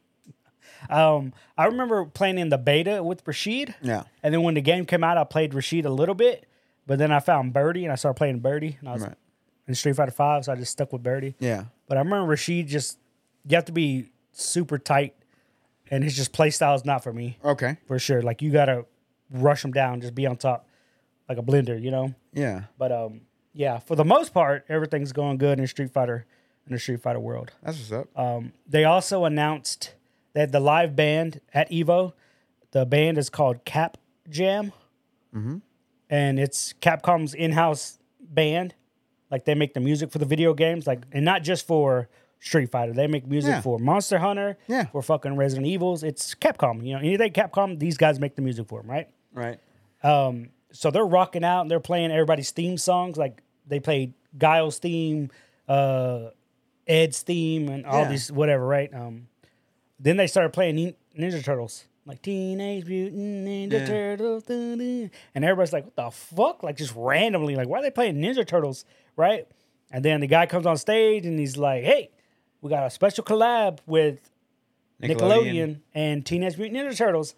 [SPEAKER 2] Um, I remember playing in the beta with Rashid.
[SPEAKER 1] Yeah.
[SPEAKER 2] And then when the game came out, I played Rashid a little bit, but then I found Birdie and I started playing Birdie. And I was
[SPEAKER 1] Right.
[SPEAKER 2] in Street Fighter Five, so I just stuck with Birdie.
[SPEAKER 1] Yeah.
[SPEAKER 2] But I remember Rashid just you have to be super tight, and his just play style is not for me
[SPEAKER 1] Okay.
[SPEAKER 2] for sure. Like you gotta rush him down, just be on top, like a blender, you know.
[SPEAKER 1] Yeah.
[SPEAKER 2] But um, yeah, for the most part, everything's going good in Street Fighter in the Street Fighter world.
[SPEAKER 1] That's what's up.
[SPEAKER 2] Um, they also announced that the live band at Evo, the band is called Cap Jam,
[SPEAKER 1] Mm-hmm.
[SPEAKER 2] and it's Capcom's in-house band. Like they make the music for the video games, like and not just for Street Fighter. They make music
[SPEAKER 1] Yeah.
[SPEAKER 2] for Monster Hunter,
[SPEAKER 1] Yeah.
[SPEAKER 2] for fucking Resident Evils. It's Capcom, you know. Anything Capcom, these guys make the music for them, right?
[SPEAKER 1] right.
[SPEAKER 2] Um, so they're rocking out and they're playing everybody's theme songs. Like they played Guile's theme, uh, Ed's theme, and all
[SPEAKER 1] Yeah.
[SPEAKER 2] these whatever, right? Um, then they started playing Nin- Ninja Turtles, like Teenage Mutant Ninja
[SPEAKER 1] Yeah.
[SPEAKER 2] Turtles, doo-doo. and everybody's like, "What the fuck?" Like just randomly, like, "Why are they playing Ninja Turtles?" Right? And then the guy comes on stage and he's like, "Hey, we got a special collab with Nickelodeon and Teenage Mutant Ninja Turtles.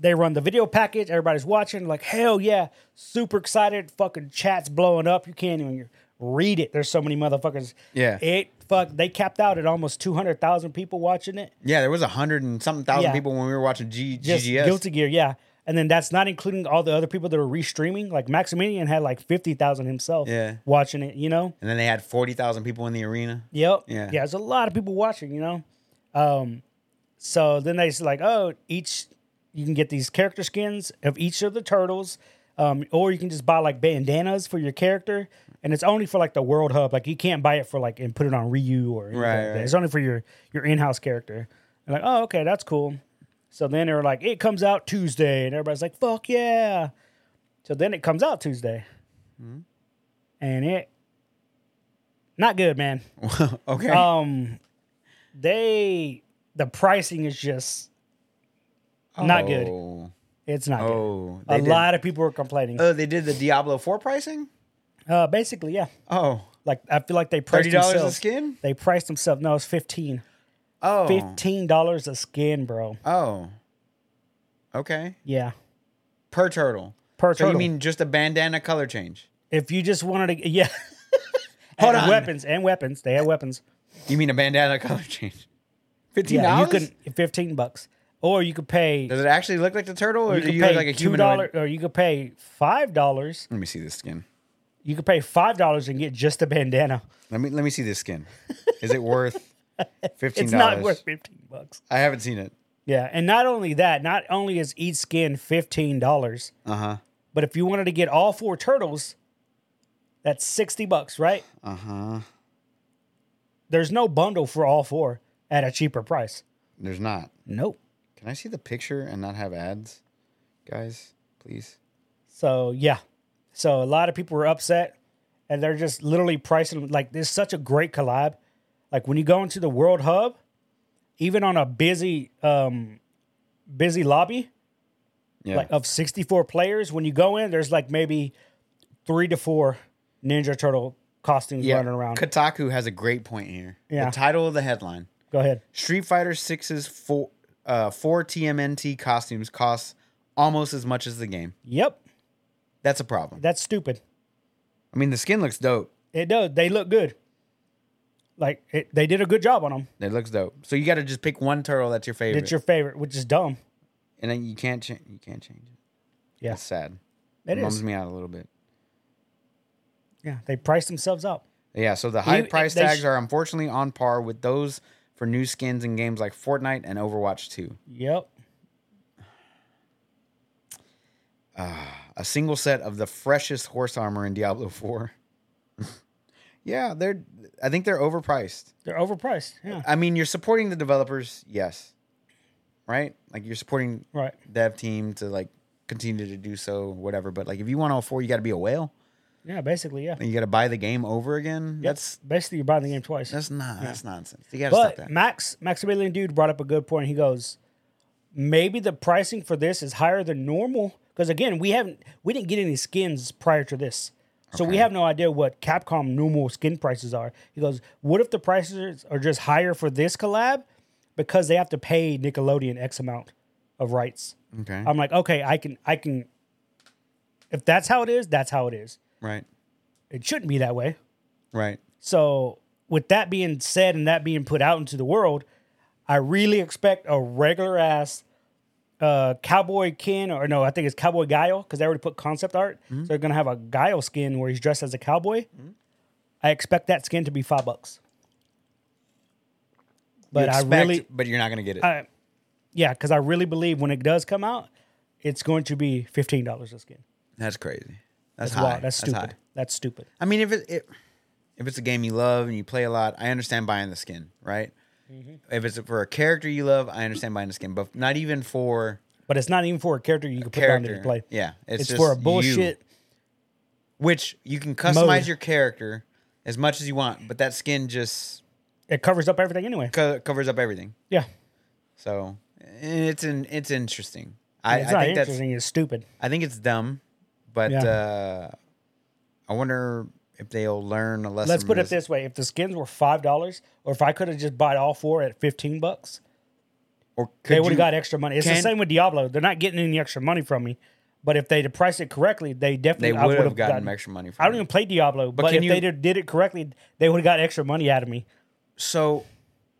[SPEAKER 2] They run the video package. Everybody's watching. Like hell yeah, super excited. Fucking chat's blowing up. You can't even read it. There's so many motherfuckers.
[SPEAKER 1] Yeah.
[SPEAKER 2] It fuck. They capped out at almost two hundred thousand people watching it.
[SPEAKER 1] Yeah, there was a hundred and something thousand
[SPEAKER 2] Yeah.
[SPEAKER 1] people when we were watching G-
[SPEAKER 2] Just
[SPEAKER 1] GGS.
[SPEAKER 2] Guilty Gear, yeah. And then that's not including all the other people that are restreaming. Like Maximilian had like fifty thousand himself.
[SPEAKER 1] Yeah.
[SPEAKER 2] Watching it, you know.
[SPEAKER 1] And then they had forty thousand people in the arena.
[SPEAKER 2] Yep.
[SPEAKER 1] Yeah.
[SPEAKER 2] Yeah. There's a lot of people watching, you know? Um, so then they s- like, oh, each, you can get these character skins of each of the turtles. Um, or you can just buy like bandanas for your character. And it's only for like the world hub. Like you can't buy it for like and put it on Ryu or anything
[SPEAKER 1] Right,
[SPEAKER 2] like that.
[SPEAKER 1] right.
[SPEAKER 2] It's only for your, your in house character. And like, oh, okay, that's cool. So then they were like, it comes out Tuesday. And everybody's like, fuck yeah. So then it comes out Tuesday.
[SPEAKER 1] Hmm.
[SPEAKER 2] And it, not good, man
[SPEAKER 1] okay.
[SPEAKER 2] um they the pricing is just not good
[SPEAKER 1] Oh,
[SPEAKER 2] it's not
[SPEAKER 1] Oh,
[SPEAKER 2] good
[SPEAKER 1] they
[SPEAKER 2] a
[SPEAKER 1] did-
[SPEAKER 2] lot of people were complaining uh,
[SPEAKER 1] Oh, they did the Diablo Four pricing.
[SPEAKER 2] basically yeah
[SPEAKER 1] Oh,
[SPEAKER 2] like i feel like they priced
[SPEAKER 1] thirty dollars a
[SPEAKER 2] themselves
[SPEAKER 1] skin.
[SPEAKER 2] they priced themselves no it's 15
[SPEAKER 1] Oh,
[SPEAKER 2] 15 dollars a skin bro
[SPEAKER 1] oh, okay.
[SPEAKER 2] yeah
[SPEAKER 1] Per turtle.
[SPEAKER 2] per
[SPEAKER 1] So
[SPEAKER 2] turtle
[SPEAKER 1] you mean just a bandana color change?
[SPEAKER 2] if you just wanted to yeah
[SPEAKER 1] Hold
[SPEAKER 2] And
[SPEAKER 1] on.
[SPEAKER 2] weapons and weapons they had weapons
[SPEAKER 1] You mean a bandana color change? Fifteen
[SPEAKER 2] yeah you
[SPEAKER 1] dollars.
[SPEAKER 2] can 15 bucks or you could pay
[SPEAKER 1] Does it actually look like the turtle, or
[SPEAKER 2] you
[SPEAKER 1] do
[SPEAKER 2] could
[SPEAKER 1] you look
[SPEAKER 2] pay
[SPEAKER 1] like a
[SPEAKER 2] two
[SPEAKER 1] human?
[SPEAKER 2] dollar or you could pay five dollars
[SPEAKER 1] Let me see this skin.
[SPEAKER 2] you could pay five dollars and get just a bandana
[SPEAKER 1] Let me let me see this skin. Is it worth fifteen
[SPEAKER 2] It's not
[SPEAKER 1] dollars?
[SPEAKER 2] worth 15 bucks.
[SPEAKER 1] I haven't seen it.
[SPEAKER 2] Yeah, and not only that, not only is each skin $15,
[SPEAKER 1] Uh huh.
[SPEAKER 2] but if you wanted to get all four turtles, that's 60 bucks, right?
[SPEAKER 1] Uh huh.
[SPEAKER 2] There's no bundle for all four at a cheaper price.
[SPEAKER 1] There's not.
[SPEAKER 2] Nope.
[SPEAKER 1] Can I see the picture and not have ads, guys? Please.
[SPEAKER 2] So, yeah. So, a lot of people were upset and they're just literally pricing like this such a great collab. Like when you go into the World Hub, even on a busy um busy lobby,
[SPEAKER 1] Yeah.
[SPEAKER 2] like of 64 players when you go in there's like maybe three to four ninja turtle costumes
[SPEAKER 1] yeah.
[SPEAKER 2] running around
[SPEAKER 1] Kotaku has a great point here.
[SPEAKER 2] Yeah.
[SPEAKER 1] The title of the headline:
[SPEAKER 2] go ahead
[SPEAKER 1] Street Fighter 6's four uh, four TMNT costumes costs almost as much as the game.
[SPEAKER 2] yep
[SPEAKER 1] That's a problem.
[SPEAKER 2] that's stupid
[SPEAKER 1] I mean, the skin looks dope.
[SPEAKER 2] it does they look good like it, they did a good job on them
[SPEAKER 1] It looks dope. So you got to just pick one turtle that's your favorite,
[SPEAKER 2] it's your favorite which is dumb
[SPEAKER 1] and then you can't change. You can't change it.
[SPEAKER 2] Yeah.
[SPEAKER 1] That's sad.
[SPEAKER 2] It
[SPEAKER 1] bums
[SPEAKER 2] is.
[SPEAKER 1] me out a little bit.
[SPEAKER 2] Yeah, they priced themselves out.
[SPEAKER 1] Yeah, so the high
[SPEAKER 2] You- eh,
[SPEAKER 1] price
[SPEAKER 2] they sh-
[SPEAKER 1] tags are unfortunately on par with those for new skins in games like Fortnite and Overwatch 2.
[SPEAKER 2] Yep.
[SPEAKER 1] A single set of the freshest horse armor in Diablo 4. yeah, they're I think they're overpriced.
[SPEAKER 2] They're overpriced. Yeah.
[SPEAKER 1] I mean, you're supporting the developers, yes. Right? Like you're supporting
[SPEAKER 2] Right.
[SPEAKER 1] dev team to like continue to do so, whatever. But like if you want all four, you gotta be a whale
[SPEAKER 2] Yeah, basically, yeah.
[SPEAKER 1] and you gotta buy the game over again. That's
[SPEAKER 2] basically you're buying the game twice.
[SPEAKER 1] that's not that's nonsense. You gotta stop
[SPEAKER 2] But
[SPEAKER 1] that.
[SPEAKER 2] Max Maximilian dude brought up a good point. He goes, maybe the pricing for this is higher than normal because again, we haven't we didn't get any skins prior to this, so we have no idea what Capcom normal skin prices are. He goes, what if the prices are just higher for this collab because they have to pay Nickelodeon X amount of rights?
[SPEAKER 1] Okay.
[SPEAKER 2] I'm like, okay, I can I can. If that's how it is, that's how it is.
[SPEAKER 1] right.
[SPEAKER 2] It shouldn't be that way.
[SPEAKER 1] Right.
[SPEAKER 2] So, with that being said and that being put out into the world, I really expect a regular ass uh, Cowboy Ken, or no, I think it's Cowboy Guile, because they already put concept art.
[SPEAKER 1] Mm-hmm.
[SPEAKER 2] So, they're going to have a Guile skin where he's dressed as a cowboy. I expect that skin to be five bucks.
[SPEAKER 1] You
[SPEAKER 2] But I
[SPEAKER 1] expect,
[SPEAKER 2] really,
[SPEAKER 1] but you're not gonna get it.
[SPEAKER 2] I, yeah, because I really believe when it does come out, it's going to be $15 a skin.
[SPEAKER 1] That's crazy. That's,
[SPEAKER 2] That's
[SPEAKER 1] high.
[SPEAKER 2] wild. That's
[SPEAKER 1] high.
[SPEAKER 2] stupid. That's stupid.
[SPEAKER 1] I mean, if it, it if it's a game you love and you play a lot, I understand buying the skin, right?
[SPEAKER 2] Mm-hmm.
[SPEAKER 1] If it's for a character you love, I understand buying the skin, but not even for
[SPEAKER 2] But it's not even for a character you can put down
[SPEAKER 1] character.
[SPEAKER 2] to play.
[SPEAKER 1] Yeah, it's,
[SPEAKER 2] It's,
[SPEAKER 1] just
[SPEAKER 2] for a
[SPEAKER 1] you,
[SPEAKER 2] bullshit.
[SPEAKER 1] which you can customize
[SPEAKER 2] mode.
[SPEAKER 1] your character as much as you want, but that skin just
[SPEAKER 2] it covers up everything anyway.
[SPEAKER 1] co- covers up everything.
[SPEAKER 2] Yeah.
[SPEAKER 1] So and it's in, it's interesting. I,
[SPEAKER 2] it's
[SPEAKER 1] I
[SPEAKER 2] not
[SPEAKER 1] think that's
[SPEAKER 2] interesting. It's stupid.
[SPEAKER 1] I think it's dumb, but
[SPEAKER 2] Yeah.
[SPEAKER 1] uh, I wonder if they'll learn a lesson.
[SPEAKER 2] Let's
[SPEAKER 1] from
[SPEAKER 2] put it this way: if the skins were five dollars, or if I could have just bought all four at fifteen bucks,
[SPEAKER 1] Or
[SPEAKER 2] they
[SPEAKER 1] could
[SPEAKER 2] would have
[SPEAKER 1] you-
[SPEAKER 2] got extra money. It's the
[SPEAKER 1] can-
[SPEAKER 2] same with Diablo; they're not getting any extra money from me. But if they'd have priced it correctly, they
[SPEAKER 1] They
[SPEAKER 2] definitely I
[SPEAKER 1] would have
[SPEAKER 2] would've
[SPEAKER 1] gotten extra money. From
[SPEAKER 2] I don't
[SPEAKER 1] it.
[SPEAKER 2] even play Diablo, but,
[SPEAKER 1] can
[SPEAKER 2] if they
[SPEAKER 1] you-
[SPEAKER 2] did, did it correctly, they would have got extra money out of me.
[SPEAKER 1] So,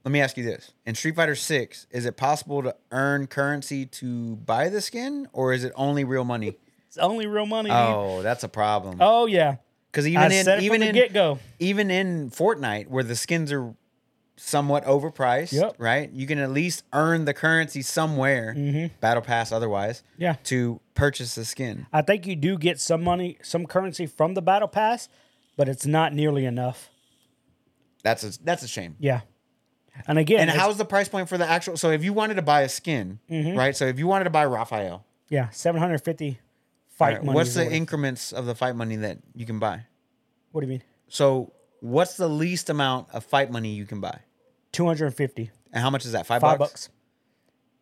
[SPEAKER 1] let me ask you this: In Street Fighter Six, is it possible to earn currency to buy the skin, or is it only real money?
[SPEAKER 2] It's only real money. dude. Oh,
[SPEAKER 1] Oh, that's a problem.
[SPEAKER 2] yeah,
[SPEAKER 1] Because even
[SPEAKER 2] I
[SPEAKER 1] in
[SPEAKER 2] said it
[SPEAKER 1] even
[SPEAKER 2] from the
[SPEAKER 1] in
[SPEAKER 2] get go.
[SPEAKER 1] even in Fortnite, where the skins are somewhat overpriced,
[SPEAKER 2] Yep.
[SPEAKER 1] right? You can at least earn the currency somewhere, battle pass otherwise,
[SPEAKER 2] Mm-hmm. Yeah.
[SPEAKER 1] to purchase the skin.
[SPEAKER 2] I think you do get some money, some currency from the battle pass, but it's not nearly enough.
[SPEAKER 1] That's a that's a shame.
[SPEAKER 2] Yeah, and again,
[SPEAKER 1] And
[SPEAKER 2] it's-
[SPEAKER 1] how's the price point for the actual? So if you wanted to buy a skin,
[SPEAKER 2] Mm-hmm.
[SPEAKER 1] right? So if you wanted to buy Raphael,
[SPEAKER 2] Yeah, seven hundred fifty fight
[SPEAKER 1] right,
[SPEAKER 2] money.
[SPEAKER 1] what's
[SPEAKER 2] is
[SPEAKER 1] the
[SPEAKER 2] what it-
[SPEAKER 1] increments of the fight money that you can buy?
[SPEAKER 2] What do you mean?
[SPEAKER 1] So what's the least amount of fight money you can buy?
[SPEAKER 2] Two hundred fifty.
[SPEAKER 1] And how much is that? Five,
[SPEAKER 2] Five
[SPEAKER 1] bucks?
[SPEAKER 2] bucks.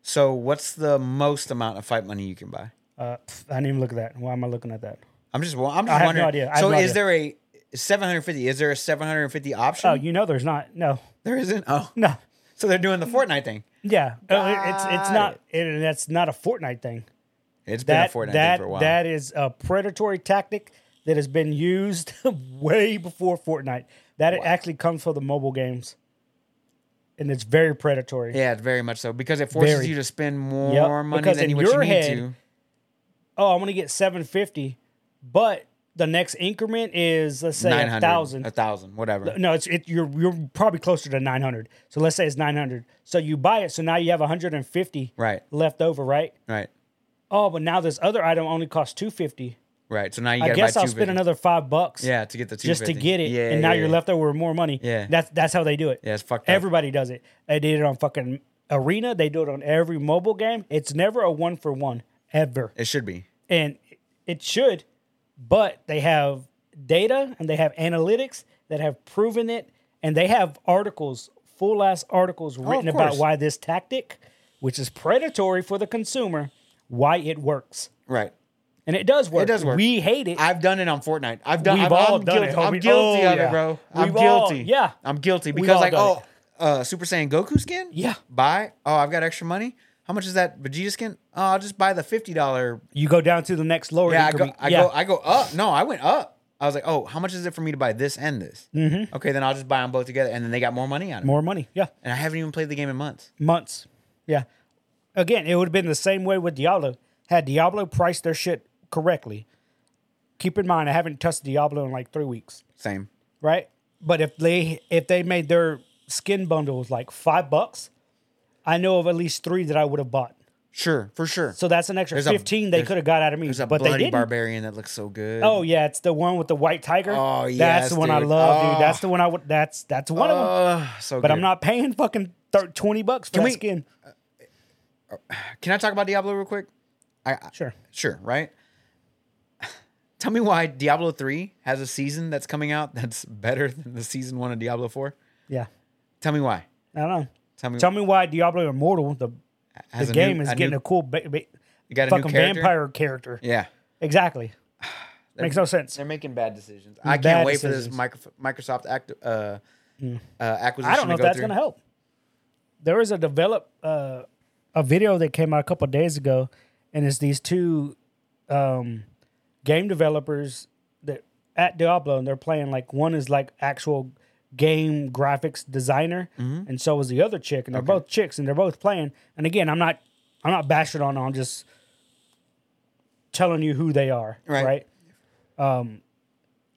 [SPEAKER 1] So what's the most amount of fight money you can buy?
[SPEAKER 2] Uh, pff, I didn't even look at that. Why am I looking at that?
[SPEAKER 1] I'm just, well, I'm just
[SPEAKER 2] I have
[SPEAKER 1] wondering.
[SPEAKER 2] no idea. I have
[SPEAKER 1] so
[SPEAKER 2] no
[SPEAKER 1] is
[SPEAKER 2] idea.
[SPEAKER 1] there a 750? Is there a 750 option?
[SPEAKER 2] Oh, you know, there's not. No,
[SPEAKER 1] there isn't. Oh,
[SPEAKER 2] no.
[SPEAKER 1] so they're doing the Fortnite thing.
[SPEAKER 2] Yeah, Uh, it- it's it's
[SPEAKER 1] Got
[SPEAKER 2] not. It, that's not a Fortnite thing.
[SPEAKER 1] It's
[SPEAKER 2] That
[SPEAKER 1] been a Fortnite
[SPEAKER 2] that
[SPEAKER 1] thing for a while.
[SPEAKER 2] that is a predatory tactic that has been used way before Fortnite. That it actually comes from the mobile games, and it's very predatory.
[SPEAKER 1] yeah, it's very much so because it forces
[SPEAKER 2] Very.
[SPEAKER 1] you to spend more
[SPEAKER 2] Yep,
[SPEAKER 1] money
[SPEAKER 2] because
[SPEAKER 1] than
[SPEAKER 2] in
[SPEAKER 1] you, what you
[SPEAKER 2] your
[SPEAKER 1] need
[SPEAKER 2] head,
[SPEAKER 1] to.
[SPEAKER 2] oh, I'm gonna get seven fifty, but the next increment is let's say a
[SPEAKER 1] 900,
[SPEAKER 2] thousand.
[SPEAKER 1] a thousand, whatever.
[SPEAKER 2] No, it's it. You're you're probably closer to nine hundred. So let's say it's nine hundred. So you buy it. So now you have one hundred and fifty
[SPEAKER 1] Right.
[SPEAKER 2] left over, right?
[SPEAKER 1] Right,
[SPEAKER 2] Oh, but now this other item only costs two fifty.
[SPEAKER 1] right. So now you
[SPEAKER 2] I
[SPEAKER 1] got to buy
[SPEAKER 2] guess
[SPEAKER 1] two.
[SPEAKER 2] I'll spend another five bucks.
[SPEAKER 1] yeah, to get the two
[SPEAKER 2] Just to get it, and now you're left over with more money.
[SPEAKER 1] Yeah.
[SPEAKER 2] that's that's how they do it.
[SPEAKER 1] Yeah, it's fucked up.
[SPEAKER 2] Everybody does it. They did it on fucking arena. They do it on every mobile game. It's never a one for one ever,
[SPEAKER 1] It should be.
[SPEAKER 2] and it should. But they have data and they have analytics that have proven it, and they have articles, full ass articles written about
[SPEAKER 1] Oh, course.
[SPEAKER 2] why this tactic, which is predatory for the consumer, why it works,
[SPEAKER 1] Right.
[SPEAKER 2] and it does work.
[SPEAKER 1] It does work.
[SPEAKER 2] We hate it.
[SPEAKER 1] I've done it on Fortnite. I've done.
[SPEAKER 2] We've
[SPEAKER 1] I've,
[SPEAKER 2] all
[SPEAKER 1] I'm
[SPEAKER 2] done
[SPEAKER 1] guilty.
[SPEAKER 2] it,
[SPEAKER 1] I'm
[SPEAKER 2] homie.
[SPEAKER 1] guilty
[SPEAKER 2] Oh,
[SPEAKER 1] of
[SPEAKER 2] yeah.
[SPEAKER 1] it, bro. I'm
[SPEAKER 2] We've all-
[SPEAKER 1] guilty.
[SPEAKER 2] yeah.
[SPEAKER 1] I'm guilty
[SPEAKER 2] We've
[SPEAKER 1] because
[SPEAKER 2] all
[SPEAKER 1] like,
[SPEAKER 2] done
[SPEAKER 1] oh, uh, Super Saiyan Goku skin.
[SPEAKER 2] Yeah.
[SPEAKER 1] Buy. Oh, I've got extra money. How much is that Vegeta skin? Oh, I'll just buy the fifty dollar.
[SPEAKER 2] you go down to the next lower
[SPEAKER 1] Yeah, I go.
[SPEAKER 2] increment.
[SPEAKER 1] I go. I go up. No, I went up. I was like, oh, how much is it for me to buy this and this? Mm-hmm. Okay, then I'll just buy them both together, and then they got more money out of it.
[SPEAKER 2] more money. Yeah.
[SPEAKER 1] And I haven't even played the game in months.
[SPEAKER 2] months. Yeah. Again, it would have been the same way with Diablo. Had Diablo priced their shit correctly, keep in mind I haven't touched Diablo in like three weeks,
[SPEAKER 1] Same.
[SPEAKER 2] right? But if they if they made their skin bundles like five bucks, I know of at least three that I would have bought.
[SPEAKER 1] Sure, for sure.
[SPEAKER 2] So that's an extra
[SPEAKER 1] There's a-
[SPEAKER 2] fifteen they
[SPEAKER 1] there's-
[SPEAKER 2] could have got out of me,
[SPEAKER 1] There's a
[SPEAKER 2] but they
[SPEAKER 1] bloody
[SPEAKER 2] didn't.
[SPEAKER 1] barbarian that looks so good.
[SPEAKER 2] Oh yeah, it's the one with the white tiger.
[SPEAKER 1] Oh,
[SPEAKER 2] that's
[SPEAKER 1] yes,
[SPEAKER 2] the one I
[SPEAKER 1] dude.
[SPEAKER 2] love,
[SPEAKER 1] Oh.
[SPEAKER 2] dude. That's the one I would. That's that's one of them.
[SPEAKER 1] Ugh, Oh, so
[SPEAKER 2] But I'm
[SPEAKER 1] good.
[SPEAKER 2] not paying fucking thir- twenty bucks for that
[SPEAKER 1] we-
[SPEAKER 2] skin.
[SPEAKER 1] Can I talk about Diablo real quick? I, I
[SPEAKER 2] Sure.
[SPEAKER 1] sure, right? Tell me why Diablo 3 has a season that's coming out that's better than the season 1 of Diablo 4.
[SPEAKER 2] Yeah,
[SPEAKER 1] Tell me why.
[SPEAKER 2] I don't know.
[SPEAKER 1] Tell me
[SPEAKER 2] Mm. Tell me why Diablo Immortal, the,
[SPEAKER 1] has
[SPEAKER 2] the
[SPEAKER 1] a
[SPEAKER 2] game,
[SPEAKER 1] new-
[SPEAKER 2] is
[SPEAKER 1] a
[SPEAKER 2] getting
[SPEAKER 1] new-
[SPEAKER 2] a cool ba- ba-
[SPEAKER 1] you got a new
[SPEAKER 2] fucking
[SPEAKER 1] character?
[SPEAKER 2] vampire character.
[SPEAKER 1] Yeah.
[SPEAKER 2] Exactly. Makes no sense.
[SPEAKER 1] They're making bad decisions. I can't
[SPEAKER 2] Bad
[SPEAKER 1] wait
[SPEAKER 2] decisions. Hmm.
[SPEAKER 1] for this micro, Microsoft act, uh, uh, acquisition
[SPEAKER 2] I don't know
[SPEAKER 1] to
[SPEAKER 2] if
[SPEAKER 1] go
[SPEAKER 2] that's
[SPEAKER 1] through.
[SPEAKER 2] going to help. There is a develop uh, a video that came out a couple of days ago, and it's these two um, game developers that at Diablo, and they're playing like one is like actual game graphics designer,
[SPEAKER 1] Mm-hmm.
[SPEAKER 2] and so is the other chick, and they're both chicks, and they're both playing. And again, I'm not I'm not bashing on them. I'm just telling you who they are,
[SPEAKER 1] Right.
[SPEAKER 2] right? Um,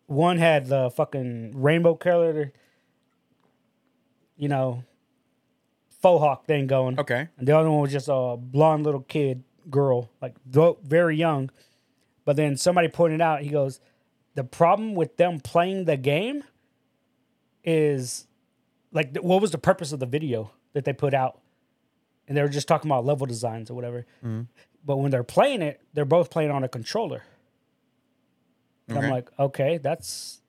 [SPEAKER 2] one had the fucking rainbow color, you know, faux hawk thing going.
[SPEAKER 1] Okay.
[SPEAKER 2] And the other one was just a blonde little kid girl, like vo- very young. But then somebody pointed out, he goes, the problem with them playing the game is like, th- what was the purpose of the video that they put out? And they were just talking about level designs or whatever.
[SPEAKER 1] Mm-hmm.
[SPEAKER 2] But when they're playing it, they're both playing on a controller. And I'm
[SPEAKER 1] Okay.
[SPEAKER 2] like, okay, that's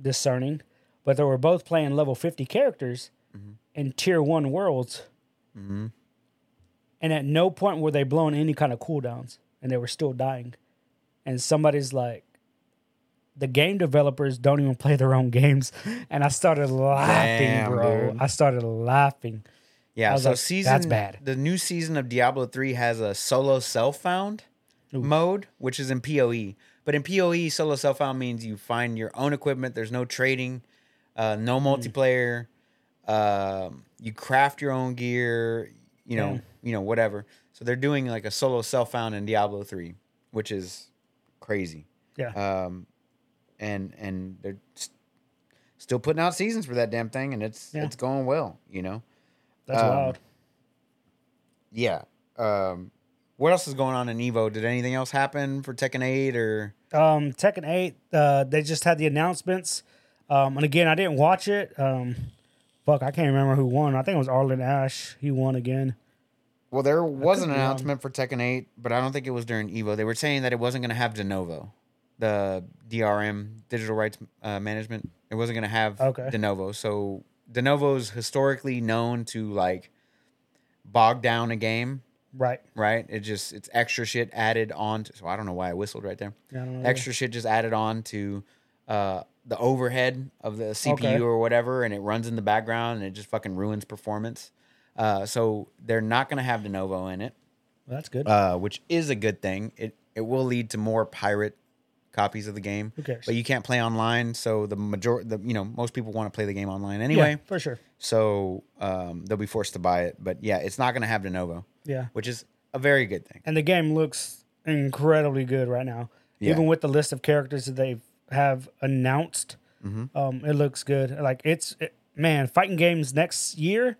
[SPEAKER 2] discerning. But they were both playing level 50 characters
[SPEAKER 1] Mm-hmm.
[SPEAKER 2] in tier one worlds. And at no point were they blown any kind of cooldowns and they were still dying. And somebody's like, the game developers don't even play their own games. And I started laughing,
[SPEAKER 1] Damn,
[SPEAKER 2] bro.
[SPEAKER 1] dude.
[SPEAKER 2] I started laughing.
[SPEAKER 1] Yeah,
[SPEAKER 2] was
[SPEAKER 1] so
[SPEAKER 2] like, "That's
[SPEAKER 1] season
[SPEAKER 2] bad."
[SPEAKER 1] The new season of Diablo 3 has a solo self found mode, which is in PoE. But in PoE, solo self found means you find your own equipment. There's no trading, uh, no
[SPEAKER 2] Hmm.
[SPEAKER 1] multiplayer. Um, you craft your own gear, you know,
[SPEAKER 2] Hmm.
[SPEAKER 1] you know, whatever. So they're doing like a solo self found in Diablo 3, which is crazy.
[SPEAKER 2] Yeah.
[SPEAKER 1] Um, and and they're s- still putting out seasons for that damn thing, and it's
[SPEAKER 2] Yeah.
[SPEAKER 1] it's going well, you know.
[SPEAKER 2] That's
[SPEAKER 1] um,
[SPEAKER 2] wild.
[SPEAKER 1] Yeah. Um, what else is going on in Evo? Did anything else happen for Tekken 8 or
[SPEAKER 2] Um, Tekken 8, uh, they just had the announcements. Um, and again, I didn't watch it. Um, fuck, I can't remember who won. I think it was Arlen Ash. He won again.
[SPEAKER 1] Well, there was an
[SPEAKER 2] be wrong.
[SPEAKER 1] announcement for Tekken 8, but I don't think it was during Evo. They were saying that it wasn't going to have de novo, the DRM, digital rights uh, management. It wasn't going to have
[SPEAKER 2] Okay.
[SPEAKER 1] de novo. So de novo is historically known to like bog down a game,
[SPEAKER 2] Right.
[SPEAKER 1] right? It just it's extra shit added on. To, so I don't know why I whistled right there.
[SPEAKER 2] Yeah, I don't know either.
[SPEAKER 1] extra shit just added on to uh, the overhead of the CPU
[SPEAKER 2] Okay.
[SPEAKER 1] or whatever, and it runs in the background and it just fucking ruins performance. Uh, so they're not gonna have de novo in it,
[SPEAKER 2] Well, that's good.
[SPEAKER 1] uh, which is a good thing. It it will lead to more pirate copies of the game.
[SPEAKER 2] cares?
[SPEAKER 1] But you can't play online, so the major the you know most people want to play the game online
[SPEAKER 2] Yeah,
[SPEAKER 1] anyway.
[SPEAKER 2] for sure.
[SPEAKER 1] So um, they'll be forced to buy it. But yeah, it's not gonna have de novo,
[SPEAKER 2] Yeah.
[SPEAKER 1] which is a very good thing.
[SPEAKER 2] And the game looks incredibly good right now.
[SPEAKER 1] Yeah.
[SPEAKER 2] Even with the list of characters that they have announced,
[SPEAKER 1] Mm-hmm.
[SPEAKER 2] um, it looks good. Like it's it, man, fighting games next year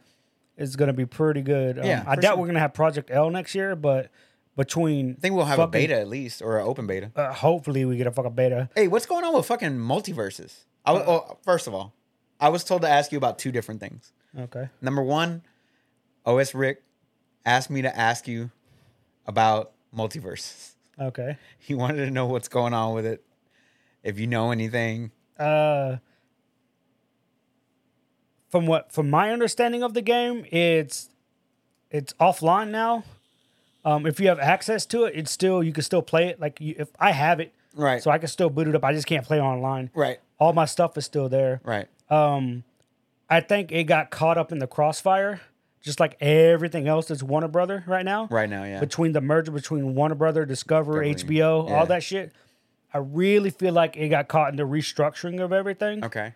[SPEAKER 2] is going to be pretty good. Um,
[SPEAKER 1] Yeah,
[SPEAKER 2] I
[SPEAKER 1] for
[SPEAKER 2] doubt
[SPEAKER 1] sure.
[SPEAKER 2] we're going to have Project L next year, but between
[SPEAKER 1] I think we'll have a
[SPEAKER 2] Fucking-
[SPEAKER 1] beta at least or an open beta.
[SPEAKER 2] uh, hopefully we get a fucking beta.
[SPEAKER 1] Hey, what's going on with fucking multiverses? I w- oh, first of all, I was told to ask you about two different things.
[SPEAKER 2] Okay.
[SPEAKER 1] Number one, OS Rick asked me to ask you about multiverses.
[SPEAKER 2] Okay.
[SPEAKER 1] He wanted to know what's going on with it, if you know anything.
[SPEAKER 2] Uh, from what from my understanding of the game, it's it's offline now. Um, if you have access to it, it's still you can still play it. Like you, if I have it,
[SPEAKER 1] Right.
[SPEAKER 2] so I can still boot it up. I just can't play online.
[SPEAKER 1] Right.
[SPEAKER 2] All my stuff is still there.
[SPEAKER 1] Right.
[SPEAKER 2] Um, I think it got caught up in the crossfire, just like everything else that's Warner Brother right now.
[SPEAKER 1] Right now, yeah.
[SPEAKER 2] Between the merger between Warner Brother, Discovery,
[SPEAKER 1] Discovery,
[SPEAKER 2] HBO,
[SPEAKER 1] yeah.
[SPEAKER 2] all that shit, I really feel like it got caught in the restructuring of everything.
[SPEAKER 1] okay.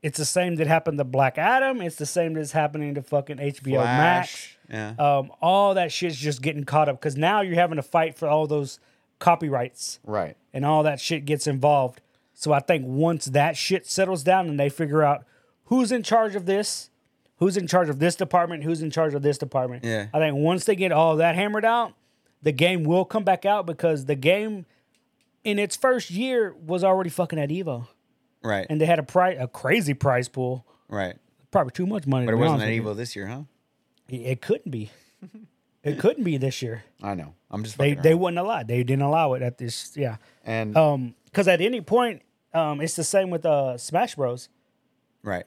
[SPEAKER 2] It's the same that happened to Black Adam. It's the same that's happening to fucking HBO Max. uh,
[SPEAKER 1] Yeah.
[SPEAKER 2] Um, all that shit's just getting caught up because now you're having to fight for all those copyrights
[SPEAKER 1] Right.
[SPEAKER 2] and all that shit gets involved. So I think once that shit settles down and they figure out who's in charge of this, who's in charge of this department, who's in charge of this department.
[SPEAKER 1] Yeah.
[SPEAKER 2] I think once they get all that hammered out, the game will come back out because the game in its first year was already fucking at Evo.
[SPEAKER 1] Right.
[SPEAKER 2] And they had a price a crazy prize pool.
[SPEAKER 1] right.
[SPEAKER 2] Probably too much money.
[SPEAKER 1] But it
[SPEAKER 2] to be
[SPEAKER 1] wasn't
[SPEAKER 2] honest
[SPEAKER 1] at
[SPEAKER 2] with you.
[SPEAKER 1] Evo this year, huh?
[SPEAKER 2] It couldn't be. It couldn't be this year.
[SPEAKER 1] I know. I'm just
[SPEAKER 2] They
[SPEAKER 1] fucking
[SPEAKER 2] they
[SPEAKER 1] around.
[SPEAKER 2] wouldn't allow. it. They didn't allow it at this. Yeah.
[SPEAKER 1] and
[SPEAKER 2] Um, because at any point, um, it's the same with uh Smash Bros.
[SPEAKER 1] right.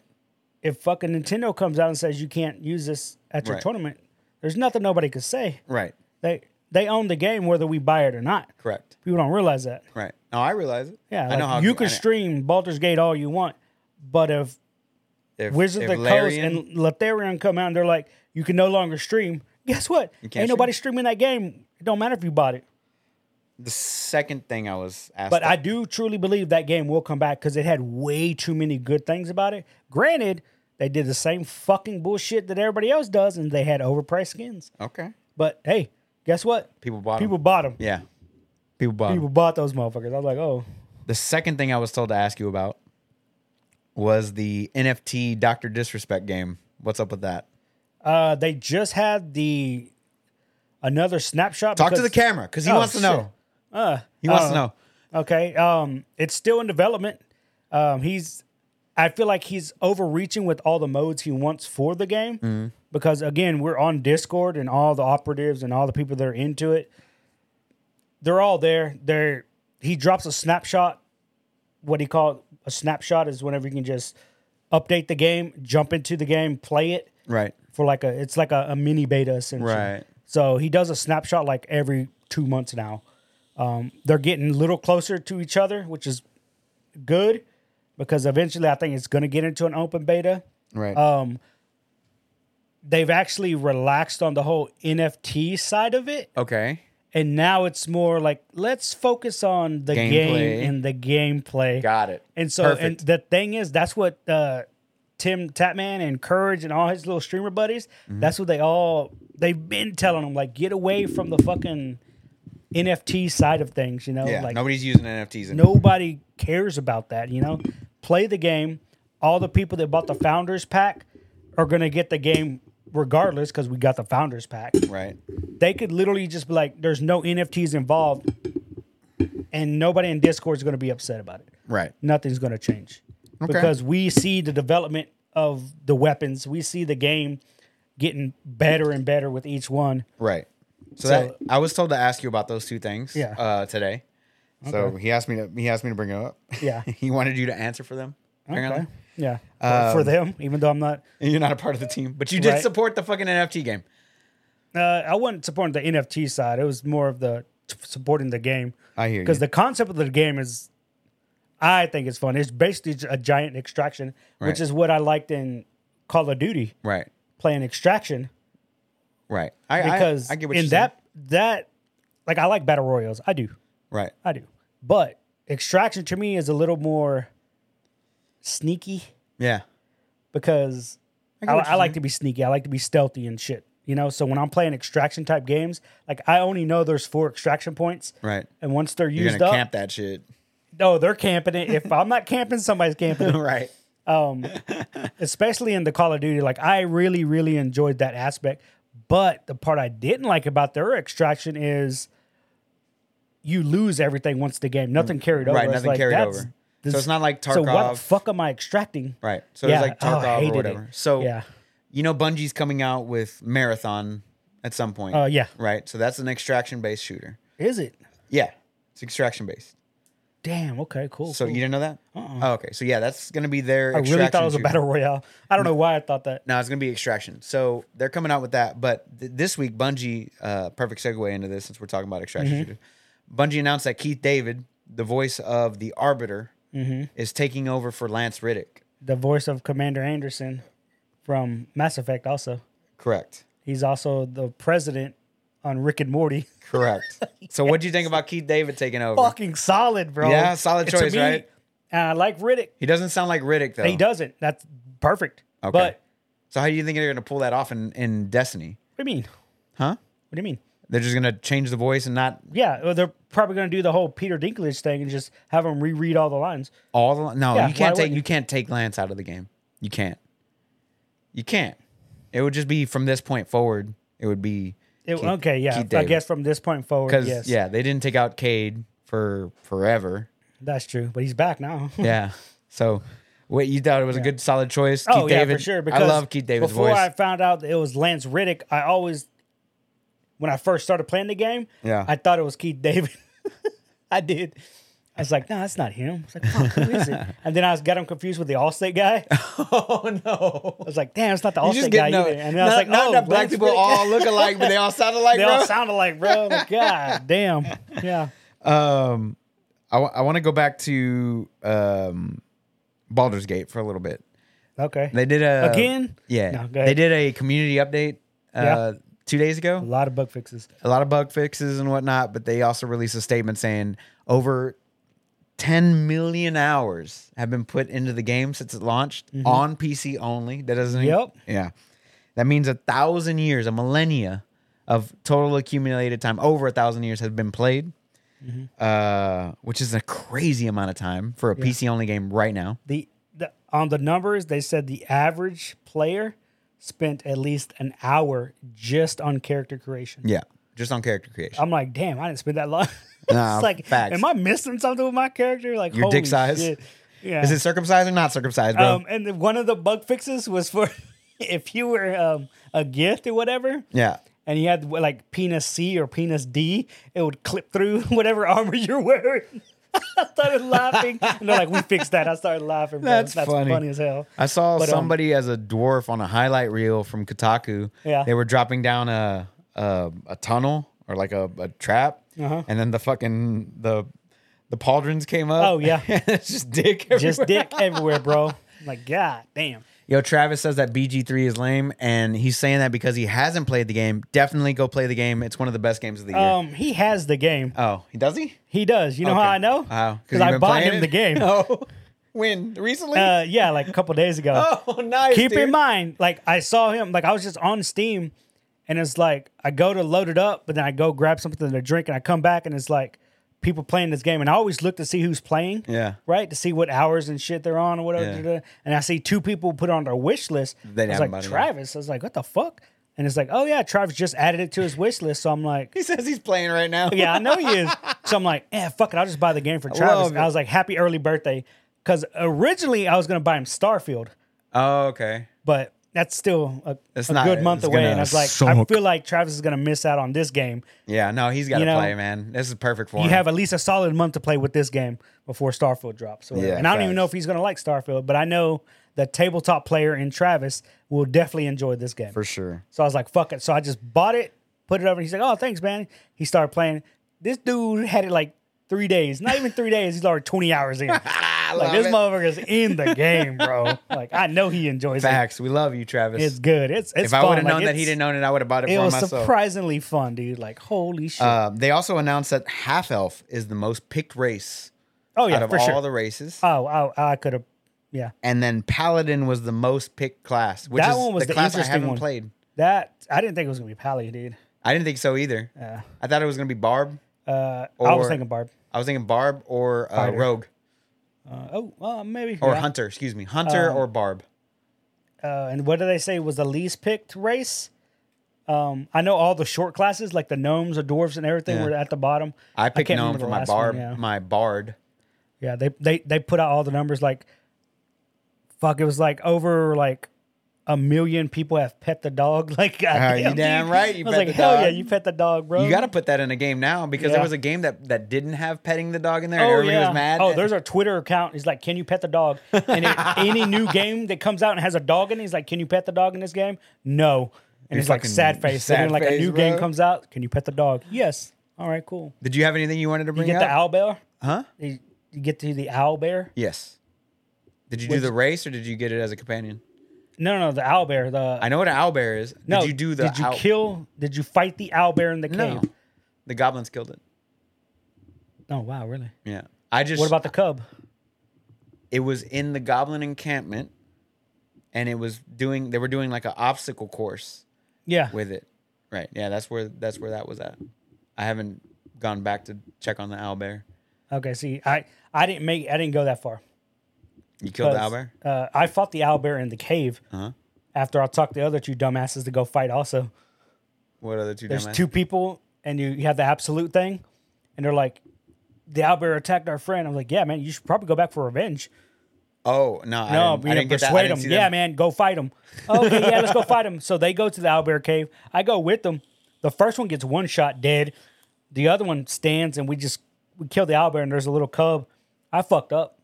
[SPEAKER 2] If fucking Nintendo comes out and says you can't use this at your
[SPEAKER 1] Right.
[SPEAKER 2] tournament, there's nothing nobody could say.
[SPEAKER 1] Right.
[SPEAKER 2] They they own the game whether we buy it or not.
[SPEAKER 1] Correct.
[SPEAKER 2] People don't realize that.
[SPEAKER 1] Right. No, I realize it.
[SPEAKER 2] Yeah,
[SPEAKER 1] I know how
[SPEAKER 2] you
[SPEAKER 1] I
[SPEAKER 2] can
[SPEAKER 1] know-
[SPEAKER 2] stream Baldur's Gate all you want, but if
[SPEAKER 1] if-
[SPEAKER 2] Wizard of
[SPEAKER 1] if
[SPEAKER 2] the
[SPEAKER 1] Larian-
[SPEAKER 2] Coast and Lotharion come out and they're like, you can no longer stream. Guess what? Ain't
[SPEAKER 1] can't
[SPEAKER 2] nobody streaming that game. It don't matter if you bought it.
[SPEAKER 1] the second thing I was asked.
[SPEAKER 2] But I
[SPEAKER 1] about-
[SPEAKER 2] do truly believe that game will come back because it had way too many good things about it. Granted, they did the same fucking bullshit that everybody else does, and they had overpriced skins.
[SPEAKER 1] okay.
[SPEAKER 2] But hey, guess what?
[SPEAKER 1] People bought 'em.
[SPEAKER 2] People bought them.
[SPEAKER 1] Yeah. People bought 'em.
[SPEAKER 2] People bought those motherfuckers. I was like, oh,
[SPEAKER 1] The second thing I was told to ask you about was the NFT Doctor Disrespect game. What's up with that?
[SPEAKER 2] uh, they just had the another snapshot.
[SPEAKER 1] Talk to
[SPEAKER 2] because-
[SPEAKER 1] the camera because he
[SPEAKER 2] Oh,
[SPEAKER 1] wants to
[SPEAKER 2] shit.
[SPEAKER 1] know.
[SPEAKER 2] Uh,
[SPEAKER 1] He wants to
[SPEAKER 2] uh,
[SPEAKER 1] know.
[SPEAKER 2] Okay. Um, it's still in development. Um, he's, I feel like he's overreaching with all the modes he wants for the game because again, we're on Discord and all the operatives and all the people that are into it, they're all there. They're he drops a snapshot. What he called a snapshot is whenever you can just update the game, jump into the game, play it
[SPEAKER 1] Right.
[SPEAKER 2] for like a it's like a, a mini beta essentially.
[SPEAKER 1] Right.
[SPEAKER 2] So he does a snapshot like every two months now. Um, they're getting a little closer to each other, which is good because eventually I think it's going to get into an open beta.
[SPEAKER 1] Right.
[SPEAKER 2] Um, they've actually relaxed on the whole NFT side of it,
[SPEAKER 1] okay.
[SPEAKER 2] and now it's more like let's focus on the
[SPEAKER 1] Gameplay.
[SPEAKER 2] game and the gameplay.
[SPEAKER 1] Got it.
[SPEAKER 2] And so, and the thing is, that's what uh, Tim Tapman and Courage and all his little streamer buddies. That's what they all they've been telling them like get away from the fucking NFT side of things. You know,
[SPEAKER 1] yeah.
[SPEAKER 2] like
[SPEAKER 1] nobody's using NFTs. Anymore.
[SPEAKER 2] nobody cares about that. You know, play the game. All the people that bought the founders pack are gonna get the game regardless because we got the founders pack
[SPEAKER 1] Right.
[SPEAKER 2] they could literally just be like, there's no NFTs involved, and nobody in Discord is going to be upset about it.
[SPEAKER 1] Right.
[SPEAKER 2] Nothing's going to change because we see the development of the weapons, we see the game getting better and better with each one.
[SPEAKER 1] Right. So,
[SPEAKER 2] So-
[SPEAKER 1] that, I was told to ask you about those two things.
[SPEAKER 2] Yeah.
[SPEAKER 1] Uh, today. So he asked me to he asked me to bring it up.
[SPEAKER 2] Yeah.
[SPEAKER 1] he wanted you to answer for them. Apparently. Um,
[SPEAKER 2] Okay. Yeah. Well, for them, even though I'm not,
[SPEAKER 1] And you're not a part of the team, but you did
[SPEAKER 2] Right.
[SPEAKER 1] support the fucking NFT game.
[SPEAKER 2] uh, I wasn't supporting the NFT side. It was more of the t- supporting the game
[SPEAKER 1] I hear
[SPEAKER 2] because the concept of the game is, I think it's fun. It's basically j- a giant extraction,
[SPEAKER 1] Right.
[SPEAKER 2] which is what I liked in Call of Duty.
[SPEAKER 1] right.
[SPEAKER 2] playing Extraction
[SPEAKER 1] Right. I,
[SPEAKER 2] because
[SPEAKER 1] I, I get what
[SPEAKER 2] in
[SPEAKER 1] you're saying.
[SPEAKER 2] that that like I like battle royals. I do,
[SPEAKER 1] Right.
[SPEAKER 2] I do. But Extraction to me is a little more sneaky
[SPEAKER 1] Yeah.
[SPEAKER 2] because
[SPEAKER 1] get
[SPEAKER 2] I,
[SPEAKER 1] what
[SPEAKER 2] I
[SPEAKER 1] you're
[SPEAKER 2] like to be sneaky. I like to be stealthy and shit. You know, so when I'm playing extraction type games, like I only know there's four extraction points,
[SPEAKER 1] Right.
[SPEAKER 2] and once they're
[SPEAKER 1] You're
[SPEAKER 2] used
[SPEAKER 1] gonna
[SPEAKER 2] up,
[SPEAKER 1] camp that shit.
[SPEAKER 2] no, they're camping it. If I'm not camping, somebody's camping. it.
[SPEAKER 1] right.
[SPEAKER 2] especially in the Call of Duty, like I really, really enjoyed that aspect. But the part I didn't like about their extraction is you lose everything once the game. Nothing carried over.
[SPEAKER 1] Mm. Right,
[SPEAKER 2] It's
[SPEAKER 1] nothing
[SPEAKER 2] like,
[SPEAKER 1] carried
[SPEAKER 2] that's-
[SPEAKER 1] over.
[SPEAKER 2] this-
[SPEAKER 1] So it's not like
[SPEAKER 2] So what
[SPEAKER 1] Tarkov.
[SPEAKER 2] the fuck am I extracting?
[SPEAKER 1] Right. So
[SPEAKER 2] Yeah.
[SPEAKER 1] it's like
[SPEAKER 2] Oh, I
[SPEAKER 1] Tarkov
[SPEAKER 2] hated
[SPEAKER 1] or
[SPEAKER 2] it.
[SPEAKER 1] whatever. So
[SPEAKER 2] Yeah.
[SPEAKER 1] you know Bungie's coming out with Marathon at some point.
[SPEAKER 2] Uh, yeah.
[SPEAKER 1] Right. So that's an extraction based shooter.
[SPEAKER 2] Is it?
[SPEAKER 1] Yeah. It's extraction based.
[SPEAKER 2] Damn. Okay. Cool.
[SPEAKER 1] So
[SPEAKER 2] cool.
[SPEAKER 1] you didn't know that? Oh, okay. So yeah, that's gonna be their
[SPEAKER 2] Uh-uh. I
[SPEAKER 1] extraction.
[SPEAKER 2] really thought it was a
[SPEAKER 1] shooter.
[SPEAKER 2] battle royale. I
[SPEAKER 1] Mm.
[SPEAKER 2] don't know why I thought that.
[SPEAKER 1] No, it's gonna be extraction. So they're coming out with that. But th- this week, Bungie, uh, perfect segue into this since we're talking about extraction
[SPEAKER 2] Mm-hmm.
[SPEAKER 1] shooter. Bungie announced that Keith David, the voice of the Arbiter,
[SPEAKER 2] Mm-hmm.
[SPEAKER 1] is taking over for Lance Riddick.
[SPEAKER 2] The voice of Commander Anderson from Mass Effect. Also,
[SPEAKER 1] Correct.
[SPEAKER 2] he's also the president on Rick and Morty.
[SPEAKER 1] Correct. So what do you think about Keith David taking over?
[SPEAKER 2] Fucking solid, bro.
[SPEAKER 1] Yeah, solid
[SPEAKER 2] To
[SPEAKER 1] choice, right?
[SPEAKER 2] And I like Riddick.
[SPEAKER 1] He doesn't sound like Riddick though.
[SPEAKER 2] He doesn't. That's perfect.
[SPEAKER 1] Okay.
[SPEAKER 2] But what
[SPEAKER 1] so how do you think they're gonna pull that off in, in Destiny?
[SPEAKER 2] do you mean?
[SPEAKER 1] Huh?
[SPEAKER 2] What do you mean?
[SPEAKER 1] They're just gonna change the voice and not
[SPEAKER 2] Yeah, well, they're probably going to do the whole Peter Dinklage thing and just have him reread all the lines.
[SPEAKER 1] all the. No, you
[SPEAKER 2] Yeah, why
[SPEAKER 1] can't take
[SPEAKER 2] wouldn't
[SPEAKER 1] you?
[SPEAKER 2] you?
[SPEAKER 1] can't take Lance out of the game. You can't. You can't. It would just be from this point forward. It would be
[SPEAKER 2] It,
[SPEAKER 1] Keith-
[SPEAKER 2] okay, yeah.
[SPEAKER 1] Keith
[SPEAKER 2] I
[SPEAKER 1] David.
[SPEAKER 2] guess from this point forward,
[SPEAKER 1] because
[SPEAKER 2] yes.
[SPEAKER 1] yeah, they didn't take out Cade for forever.
[SPEAKER 2] That's true. But he's back now.
[SPEAKER 1] Yeah. So, what you thought it was a good solid choice?
[SPEAKER 2] oh,
[SPEAKER 1] Keith
[SPEAKER 2] yeah,
[SPEAKER 1] David,
[SPEAKER 2] for sure.
[SPEAKER 1] I
[SPEAKER 2] Because
[SPEAKER 1] love Keith David's
[SPEAKER 2] before
[SPEAKER 1] voice.
[SPEAKER 2] I found out that it was Lance Riddick, I always, when I first started playing the game,
[SPEAKER 1] Yeah.
[SPEAKER 2] I thought it was Keith David. I did. I was like, no, that's not him. I was like, fuck, who is it? And then I was, got him confused with the Allstate guy. I
[SPEAKER 1] oh no.
[SPEAKER 2] was like, damn, it's not the
[SPEAKER 1] You
[SPEAKER 2] Allstate
[SPEAKER 1] just
[SPEAKER 2] guy
[SPEAKER 1] get no.
[SPEAKER 2] either. And then I was like,
[SPEAKER 1] not
[SPEAKER 2] oh,
[SPEAKER 1] enough black
[SPEAKER 2] Lance
[SPEAKER 1] people
[SPEAKER 2] Riddick.
[SPEAKER 1] all look alike, but they all sound alike.
[SPEAKER 2] they
[SPEAKER 1] bro.
[SPEAKER 2] all sounded like, bro, like, god damn. Yeah.
[SPEAKER 1] um, I want to go back to um, Baldur's Gate for a little bit.
[SPEAKER 2] Okay.
[SPEAKER 1] They did a
[SPEAKER 2] Again?
[SPEAKER 1] Yeah,
[SPEAKER 2] No, go ahead.
[SPEAKER 1] they did a community update uh,
[SPEAKER 2] Yeah.
[SPEAKER 1] two days ago.
[SPEAKER 2] a lot of bug fixes.
[SPEAKER 1] a lot of bug fixes and whatnot, but they also released a statement saying over 10 million hours have been put into the game since it launched on PC only. That doesn't.
[SPEAKER 2] Mm-hmm. Yep.
[SPEAKER 1] Yeah. That means a thousand years, a millennia of total accumulated time, over a thousand years has been played,
[SPEAKER 2] Mm-hmm.
[SPEAKER 1] uh, which is a crazy amount of time for a PC only game right now.
[SPEAKER 2] The, the on the numbers, they said the average player spent at least an hour just on character creation.
[SPEAKER 1] Yeah. Just on character creation.
[SPEAKER 2] I'm like, damn, I didn't spend that long.
[SPEAKER 1] Nah,
[SPEAKER 2] it's like,
[SPEAKER 1] facts.
[SPEAKER 2] am I missing something with my character? Like,
[SPEAKER 1] Your dick
[SPEAKER 2] holy
[SPEAKER 1] size?
[SPEAKER 2] shit. Yeah.
[SPEAKER 1] Is it circumcised or not circumcised, bro?
[SPEAKER 2] um, and the, one of the bug fixes was for if you were um, a gift or whatever,
[SPEAKER 1] yeah.
[SPEAKER 2] and you had like penis C or penis D, it would clip through whatever armor you're wearing. I started laughing, and they're like, "We fixed that." I started laughing. Bro.
[SPEAKER 1] That's
[SPEAKER 2] That's,
[SPEAKER 1] funny.
[SPEAKER 2] funny. as hell.
[SPEAKER 1] I saw
[SPEAKER 2] But, um,
[SPEAKER 1] somebody as a dwarf on a highlight reel from Kotaku.
[SPEAKER 2] Yeah.
[SPEAKER 1] They were dropping down a a, a tunnel or like a, a trap.
[SPEAKER 2] Uh-huh.
[SPEAKER 1] And then the fucking the the pauldrons came up.
[SPEAKER 2] Oh, yeah.
[SPEAKER 1] it's just dick everywhere.
[SPEAKER 2] Just dick everywhere, bro. I'm like, God damn.
[SPEAKER 1] Yo, Travis says that BG3 is lame, and he's saying that because he hasn't played the game. Definitely go play the game. It's one of the best games of the year.
[SPEAKER 2] Um, he has the game.
[SPEAKER 1] oh, he does he?
[SPEAKER 2] He does. You know how
[SPEAKER 1] Okay.
[SPEAKER 2] I know?
[SPEAKER 1] Wow.
[SPEAKER 2] Because
[SPEAKER 1] you've
[SPEAKER 2] I
[SPEAKER 1] been
[SPEAKER 2] bought
[SPEAKER 1] playing
[SPEAKER 2] him
[SPEAKER 1] it?
[SPEAKER 2] the game.
[SPEAKER 1] Oh. When? Recently?
[SPEAKER 2] Uh, yeah, like a couple days ago.
[SPEAKER 1] oh, nice.
[SPEAKER 2] Keep
[SPEAKER 1] dude.
[SPEAKER 2] in mind, like I saw him, like I was just on Steam, and it's like I go to load it up, but then I go grab something to drink, and I come back, and it's like people playing this game, and I always look to see who's playing,
[SPEAKER 1] Yeah.
[SPEAKER 2] right, to see what hours and shit they're on or whatever.
[SPEAKER 1] Yeah.
[SPEAKER 2] da-da. And I see two people put on their wish list.
[SPEAKER 1] They
[SPEAKER 2] I was
[SPEAKER 1] haven't
[SPEAKER 2] like
[SPEAKER 1] bought it yet.
[SPEAKER 2] Travis. I was like, what the fuck? And it's like, oh yeah, Travis just added it to his wish list. So I'm like,
[SPEAKER 1] He says he's playing right now.
[SPEAKER 2] yeah, I know he is. So I'm like, eh, fuck it. I'll just buy the game for
[SPEAKER 1] love
[SPEAKER 2] Travis.
[SPEAKER 1] it.
[SPEAKER 2] And I was like, happy early birthday. Because originally I was going to buy him Starfield,
[SPEAKER 1] Oh, okay.
[SPEAKER 2] but that's still a,
[SPEAKER 1] It's
[SPEAKER 2] a
[SPEAKER 1] not-
[SPEAKER 2] good month
[SPEAKER 1] it's
[SPEAKER 2] away.
[SPEAKER 1] gonna
[SPEAKER 2] And I was like, I
[SPEAKER 1] suck.
[SPEAKER 2] feel like Travis is going to miss out on this game.
[SPEAKER 1] Yeah, no, he's got to
[SPEAKER 2] You know,
[SPEAKER 1] play, man. This is perfect for him.
[SPEAKER 2] You have at least a solid month to play with this game before Starfield drops. or whatever.
[SPEAKER 1] Yeah,
[SPEAKER 2] and I don't
[SPEAKER 1] facts.
[SPEAKER 2] even know if he's going to like Starfield, but I know the tabletop player in Travis will definitely enjoy this game.
[SPEAKER 1] for sure.
[SPEAKER 2] So I was like, fuck it. So I just bought it, put it over. He's like, oh, thanks, man. He started playing. This dude had it like three days, not even three days. He's already 20 hours in. like,
[SPEAKER 1] I
[SPEAKER 2] this motherfucker's in the game, bro. Like, I know he enjoys
[SPEAKER 1] Facts. We love you, Travis.
[SPEAKER 2] it. It's good. It's, it's
[SPEAKER 1] if
[SPEAKER 2] fun.
[SPEAKER 1] I would have
[SPEAKER 2] Like,
[SPEAKER 1] known that he
[SPEAKER 2] it's-
[SPEAKER 1] didn't own it, I would have bought it,
[SPEAKER 2] It
[SPEAKER 1] for
[SPEAKER 2] was
[SPEAKER 1] myself.
[SPEAKER 2] surprisingly fun, dude. Like, holy shit.
[SPEAKER 1] Uh, they also announced that half elf is the most picked race
[SPEAKER 2] oh,
[SPEAKER 1] out
[SPEAKER 2] yeah,
[SPEAKER 1] of
[SPEAKER 2] for
[SPEAKER 1] all
[SPEAKER 2] sure.
[SPEAKER 1] the races,
[SPEAKER 2] oh, I, I could have. Yeah.
[SPEAKER 1] and then paladin was the most picked class, which
[SPEAKER 2] That
[SPEAKER 1] is
[SPEAKER 2] one was the
[SPEAKER 1] class I
[SPEAKER 2] interesting
[SPEAKER 1] haven't
[SPEAKER 2] one.
[SPEAKER 1] played.
[SPEAKER 2] That, I didn't think it was going to be Pally, dude.
[SPEAKER 1] I didn't think so either. I thought it was gonna be Barb.
[SPEAKER 2] Uh, I was
[SPEAKER 1] Or-
[SPEAKER 2] thinking Barb.
[SPEAKER 1] I was thinking Barb or uh,
[SPEAKER 2] Fighter.
[SPEAKER 1] Rogue
[SPEAKER 2] Uh, oh, well, maybe.
[SPEAKER 1] or
[SPEAKER 2] yeah. Um,
[SPEAKER 1] Hunter. Excuse me, Hunter or Barb.
[SPEAKER 2] uh, and what do they say was the least picked race? Um, I know all the short classes, like the gnomes, the dwarves, and everything,
[SPEAKER 1] Yeah.
[SPEAKER 2] were at the bottom.
[SPEAKER 1] I picked
[SPEAKER 2] can't
[SPEAKER 1] gnome for
[SPEAKER 2] remember the
[SPEAKER 1] my
[SPEAKER 2] last one,
[SPEAKER 1] Barb,
[SPEAKER 2] yeah.
[SPEAKER 1] my Bard.
[SPEAKER 2] Yeah, they they they put out all the numbers. Like, fuck, it was like over like a million people have pet the dog. Like, goddamn,
[SPEAKER 1] Uh, you damn
[SPEAKER 2] dude.
[SPEAKER 1] right you
[SPEAKER 2] I was
[SPEAKER 1] pet
[SPEAKER 2] like,
[SPEAKER 1] the
[SPEAKER 2] hell
[SPEAKER 1] dog.
[SPEAKER 2] yeah, you pet the dog, bro.
[SPEAKER 1] You got to put that in a game now because there
[SPEAKER 2] Yeah.
[SPEAKER 1] was a game that, that didn't have petting the dog in there. and
[SPEAKER 2] Oh
[SPEAKER 1] everybody
[SPEAKER 2] yeah.
[SPEAKER 1] was mad.
[SPEAKER 2] Oh, there's a Twitter account. He's like, "Can you pet the dog?" And it, any new game that comes out and has a dog in it, he's like, "Can you pet the dog in this game?" No. And
[SPEAKER 1] You
[SPEAKER 2] it's like
[SPEAKER 1] fucking
[SPEAKER 2] sad face. So
[SPEAKER 1] sad
[SPEAKER 2] then, like
[SPEAKER 1] face,
[SPEAKER 2] a new
[SPEAKER 1] bro.
[SPEAKER 2] game comes out. Can you pet the dog? Yes. All right. Cool.
[SPEAKER 1] Did you have anything you wanted to
[SPEAKER 2] You
[SPEAKER 1] bring
[SPEAKER 2] get
[SPEAKER 1] up?
[SPEAKER 2] the owl bear.
[SPEAKER 1] Huh?
[SPEAKER 2] You, you get to the owl bear.
[SPEAKER 1] Yes. Did you do the race or did you get it as a companion?
[SPEAKER 2] No, no, the owl bear. The
[SPEAKER 1] I know what an owlbear is.
[SPEAKER 2] no.
[SPEAKER 1] did you do the
[SPEAKER 2] Did you
[SPEAKER 1] owl-
[SPEAKER 2] kill? Did you fight the owl bear in the
[SPEAKER 1] No.
[SPEAKER 2] cave?
[SPEAKER 1] The goblins killed it.
[SPEAKER 2] Oh wow, really?
[SPEAKER 1] Yeah. I just
[SPEAKER 2] What about the cub?
[SPEAKER 1] it was in the goblin encampment and it was doing they were doing like an obstacle course
[SPEAKER 2] Yeah.
[SPEAKER 1] with it. Right. Yeah, that's where that's where that was at. I haven't gone back to check on the owlbear.
[SPEAKER 2] Okay, see, I I didn't make I didn't go that far.
[SPEAKER 1] You killed the
[SPEAKER 2] Because,
[SPEAKER 1] owlbear?
[SPEAKER 2] Uh, I fought the owlbear in the cave.
[SPEAKER 1] Uh-huh.
[SPEAKER 2] After I talked the other two dumbasses to go fight, also
[SPEAKER 1] What other two
[SPEAKER 2] there's
[SPEAKER 1] dumbass-
[SPEAKER 2] two people, and you, you have the absolute thing, and they're like, the owlbear attacked our friend. I'm like, yeah, man, you should probably go back for revenge.
[SPEAKER 1] Oh, no, I didn't,
[SPEAKER 2] No,
[SPEAKER 1] I
[SPEAKER 2] we didn't
[SPEAKER 1] didn't get that. I
[SPEAKER 2] persuade
[SPEAKER 1] didn't
[SPEAKER 2] them.
[SPEAKER 1] see
[SPEAKER 2] Yeah,
[SPEAKER 1] them.
[SPEAKER 2] man, go fight them. Okay, yeah, let's go fight them. So they go to the owlbear cave. I go with them. The first one gets one shot dead. The other one stands, and we just we kill the owlbear, and there's a little cub. I fucked up.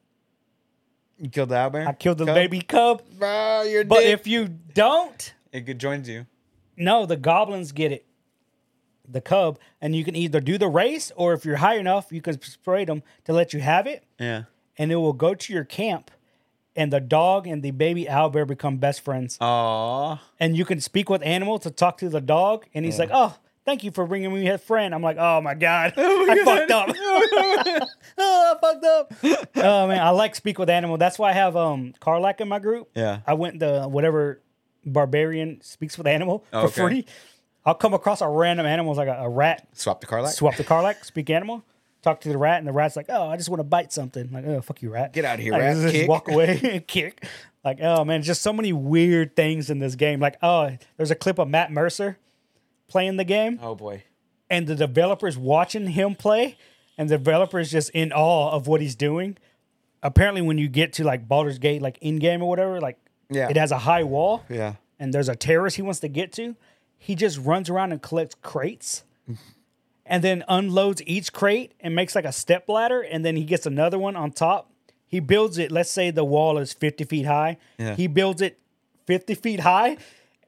[SPEAKER 1] You killed the owlbear?
[SPEAKER 2] I killed the
[SPEAKER 1] Cub?
[SPEAKER 2] baby cub.
[SPEAKER 1] Bro, you're
[SPEAKER 2] But
[SPEAKER 1] dead.
[SPEAKER 2] if you don't,
[SPEAKER 1] If, it joins you.
[SPEAKER 2] no, the goblins get it. The cub, and you can either do the race, or if you're high enough, you can persuade them to let you have it,
[SPEAKER 1] Yeah.
[SPEAKER 2] and it will go to your camp. And the dog and the baby owlbear become best friends.
[SPEAKER 1] Aw.
[SPEAKER 2] and you can speak with animal to talk to the dog. And he's like, "Oh, thank you for bringing me a friend." I'm like, "Oh my god, I fucked up. oh, I fucked up. oh man, I like speak with animal. That's why I have um Carlac in my group.
[SPEAKER 1] Yeah.
[SPEAKER 2] I went the whatever barbarian speaks with animal for
[SPEAKER 1] Oh, Okay.
[SPEAKER 2] free. I'll come across a random animal like a, a rat.
[SPEAKER 1] Swap the car light.
[SPEAKER 2] Swap the Carlac, speak animal. Talk to the rat, and the rat's like, "Oh, I just want to bite something." Like, "Oh, fuck you, rat!
[SPEAKER 1] Get outta here,
[SPEAKER 2] I
[SPEAKER 1] rat.
[SPEAKER 2] Just
[SPEAKER 1] Kick.
[SPEAKER 2] walk away, and kick. Like, oh man, just so many weird things in this game. Like, oh, there's a clip of Matt Mercer playing the game,
[SPEAKER 1] Oh, boy.
[SPEAKER 2] and the developers watching him play, and the developers just in awe of what he's doing. Apparently, when you get to like Baldur's Gate, like in game or whatever, like
[SPEAKER 1] Yeah.
[SPEAKER 2] it has a high wall,
[SPEAKER 1] Yeah.
[SPEAKER 2] and there's a terrace he wants to get to, he just runs around and collects crates and then unloads each crate and makes like a step ladder and then he gets another one on top. He builds it, let's say the wall is 50 feet high.
[SPEAKER 1] Yeah.
[SPEAKER 2] He builds it 50 feet high.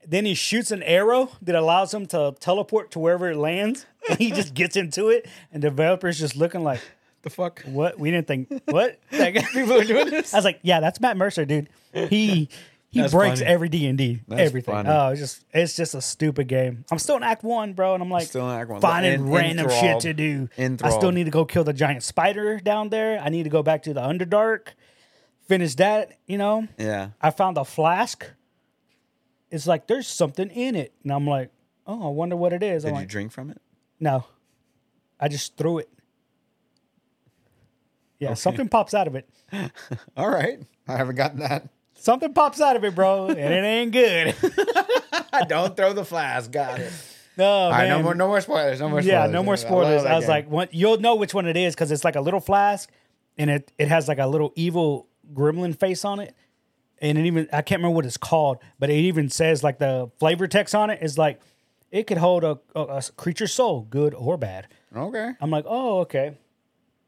[SPEAKER 2] Then he shoots an arrow that allows him to teleport to wherever it lands. And he just gets into it. And developers just looking like,
[SPEAKER 1] The fuck?
[SPEAKER 2] what? We didn't think, what? Like,
[SPEAKER 1] People are doing this?
[SPEAKER 2] I was like, yeah, that's Matt Mercer, dude. He he
[SPEAKER 1] That's
[SPEAKER 2] breaks
[SPEAKER 1] funny.
[SPEAKER 2] every D and D,
[SPEAKER 1] That's
[SPEAKER 2] everything.
[SPEAKER 1] funny.
[SPEAKER 2] Oh, it's just it's just a stupid game. I'm still in Act One, bro, and I'm like
[SPEAKER 1] Still in Act One.
[SPEAKER 2] finding
[SPEAKER 1] En-
[SPEAKER 2] random shit
[SPEAKER 1] enthralled.
[SPEAKER 2] to do. I still
[SPEAKER 1] Enthralled.
[SPEAKER 2] need to go kill the giant spider down there. I need to go back to the Underdark, finish that. You know,
[SPEAKER 1] Yeah.
[SPEAKER 2] I found a flask. It's like there's something in it, and I'm like, oh, I wonder what it is. I'm
[SPEAKER 1] Did you
[SPEAKER 2] like,
[SPEAKER 1] drink from it?
[SPEAKER 2] no, I just threw it. Yeah, something pops out of it.
[SPEAKER 1] All right. I haven't gotten that.
[SPEAKER 2] Something pops out of it, bro, and it ain't good.
[SPEAKER 1] I don't throw the flask. Got it.
[SPEAKER 2] No,
[SPEAKER 1] All right,
[SPEAKER 2] man.
[SPEAKER 1] no more, no more spoilers. No more spoilers.
[SPEAKER 2] yeah, no more
[SPEAKER 1] I love
[SPEAKER 2] spoilers.
[SPEAKER 1] that
[SPEAKER 2] I, was
[SPEAKER 1] game.
[SPEAKER 2] like, what, you'll know which one it is because it's like a little flask, and it it has like a little evil gremlin face on it, and it even I can't remember what it's called, but it even says like the flavor text on it is like it could hold a, a, a creature's soul, good or bad.
[SPEAKER 1] okay.
[SPEAKER 2] I'm like, oh, okay.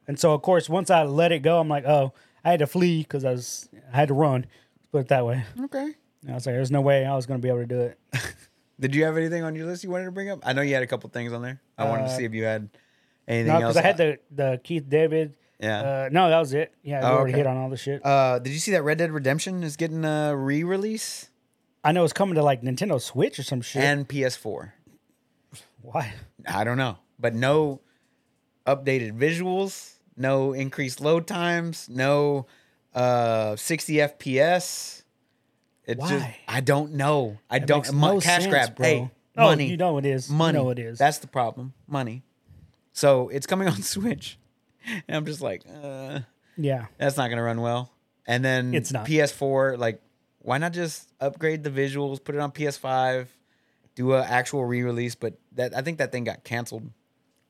[SPEAKER 2] And so, of course, once I let it go, I'm like, oh, I had to flee because I was I had to run. Put it that way.
[SPEAKER 1] Okay.
[SPEAKER 2] And I was like, there's no way I was gonna be able to do it.
[SPEAKER 1] Did you have anything on your list you wanted to bring up? I know you had a couple things on there. I wanted to see if you had anything
[SPEAKER 2] Uh, No,
[SPEAKER 1] else.
[SPEAKER 2] because I had the the Keith David.
[SPEAKER 1] Yeah.
[SPEAKER 2] Uh, no, that was it. Yeah, we
[SPEAKER 1] Oh,
[SPEAKER 2] already
[SPEAKER 1] okay.
[SPEAKER 2] hit on all the shit.
[SPEAKER 1] Uh, did you see that Red Dead Redemption is getting a re-release
[SPEAKER 2] I know it's coming to like Nintendo Switch or some shit.
[SPEAKER 1] and PS4?
[SPEAKER 2] Why?
[SPEAKER 1] I don't know, but no updated visuals, no increased load times, no uh 60 FPS. It just
[SPEAKER 2] Why?
[SPEAKER 1] I don't know. I
[SPEAKER 2] That
[SPEAKER 1] don't
[SPEAKER 2] makes
[SPEAKER 1] mo-
[SPEAKER 2] no
[SPEAKER 1] cash
[SPEAKER 2] sense,
[SPEAKER 1] grab.
[SPEAKER 2] bro.
[SPEAKER 1] Hey,
[SPEAKER 2] Oh,
[SPEAKER 1] money.
[SPEAKER 2] you know it is. You
[SPEAKER 1] Money.
[SPEAKER 2] know it is.
[SPEAKER 1] That's the problem. Money. So it's coming on Switch, and I'm just like, uh,
[SPEAKER 2] Yeah.
[SPEAKER 1] that's not gonna run well. And then
[SPEAKER 2] It's not.
[SPEAKER 1] PS4. Like, why not just upgrade the visuals, put it on PS5, do an actual re-release? But that I think that thing got canceled.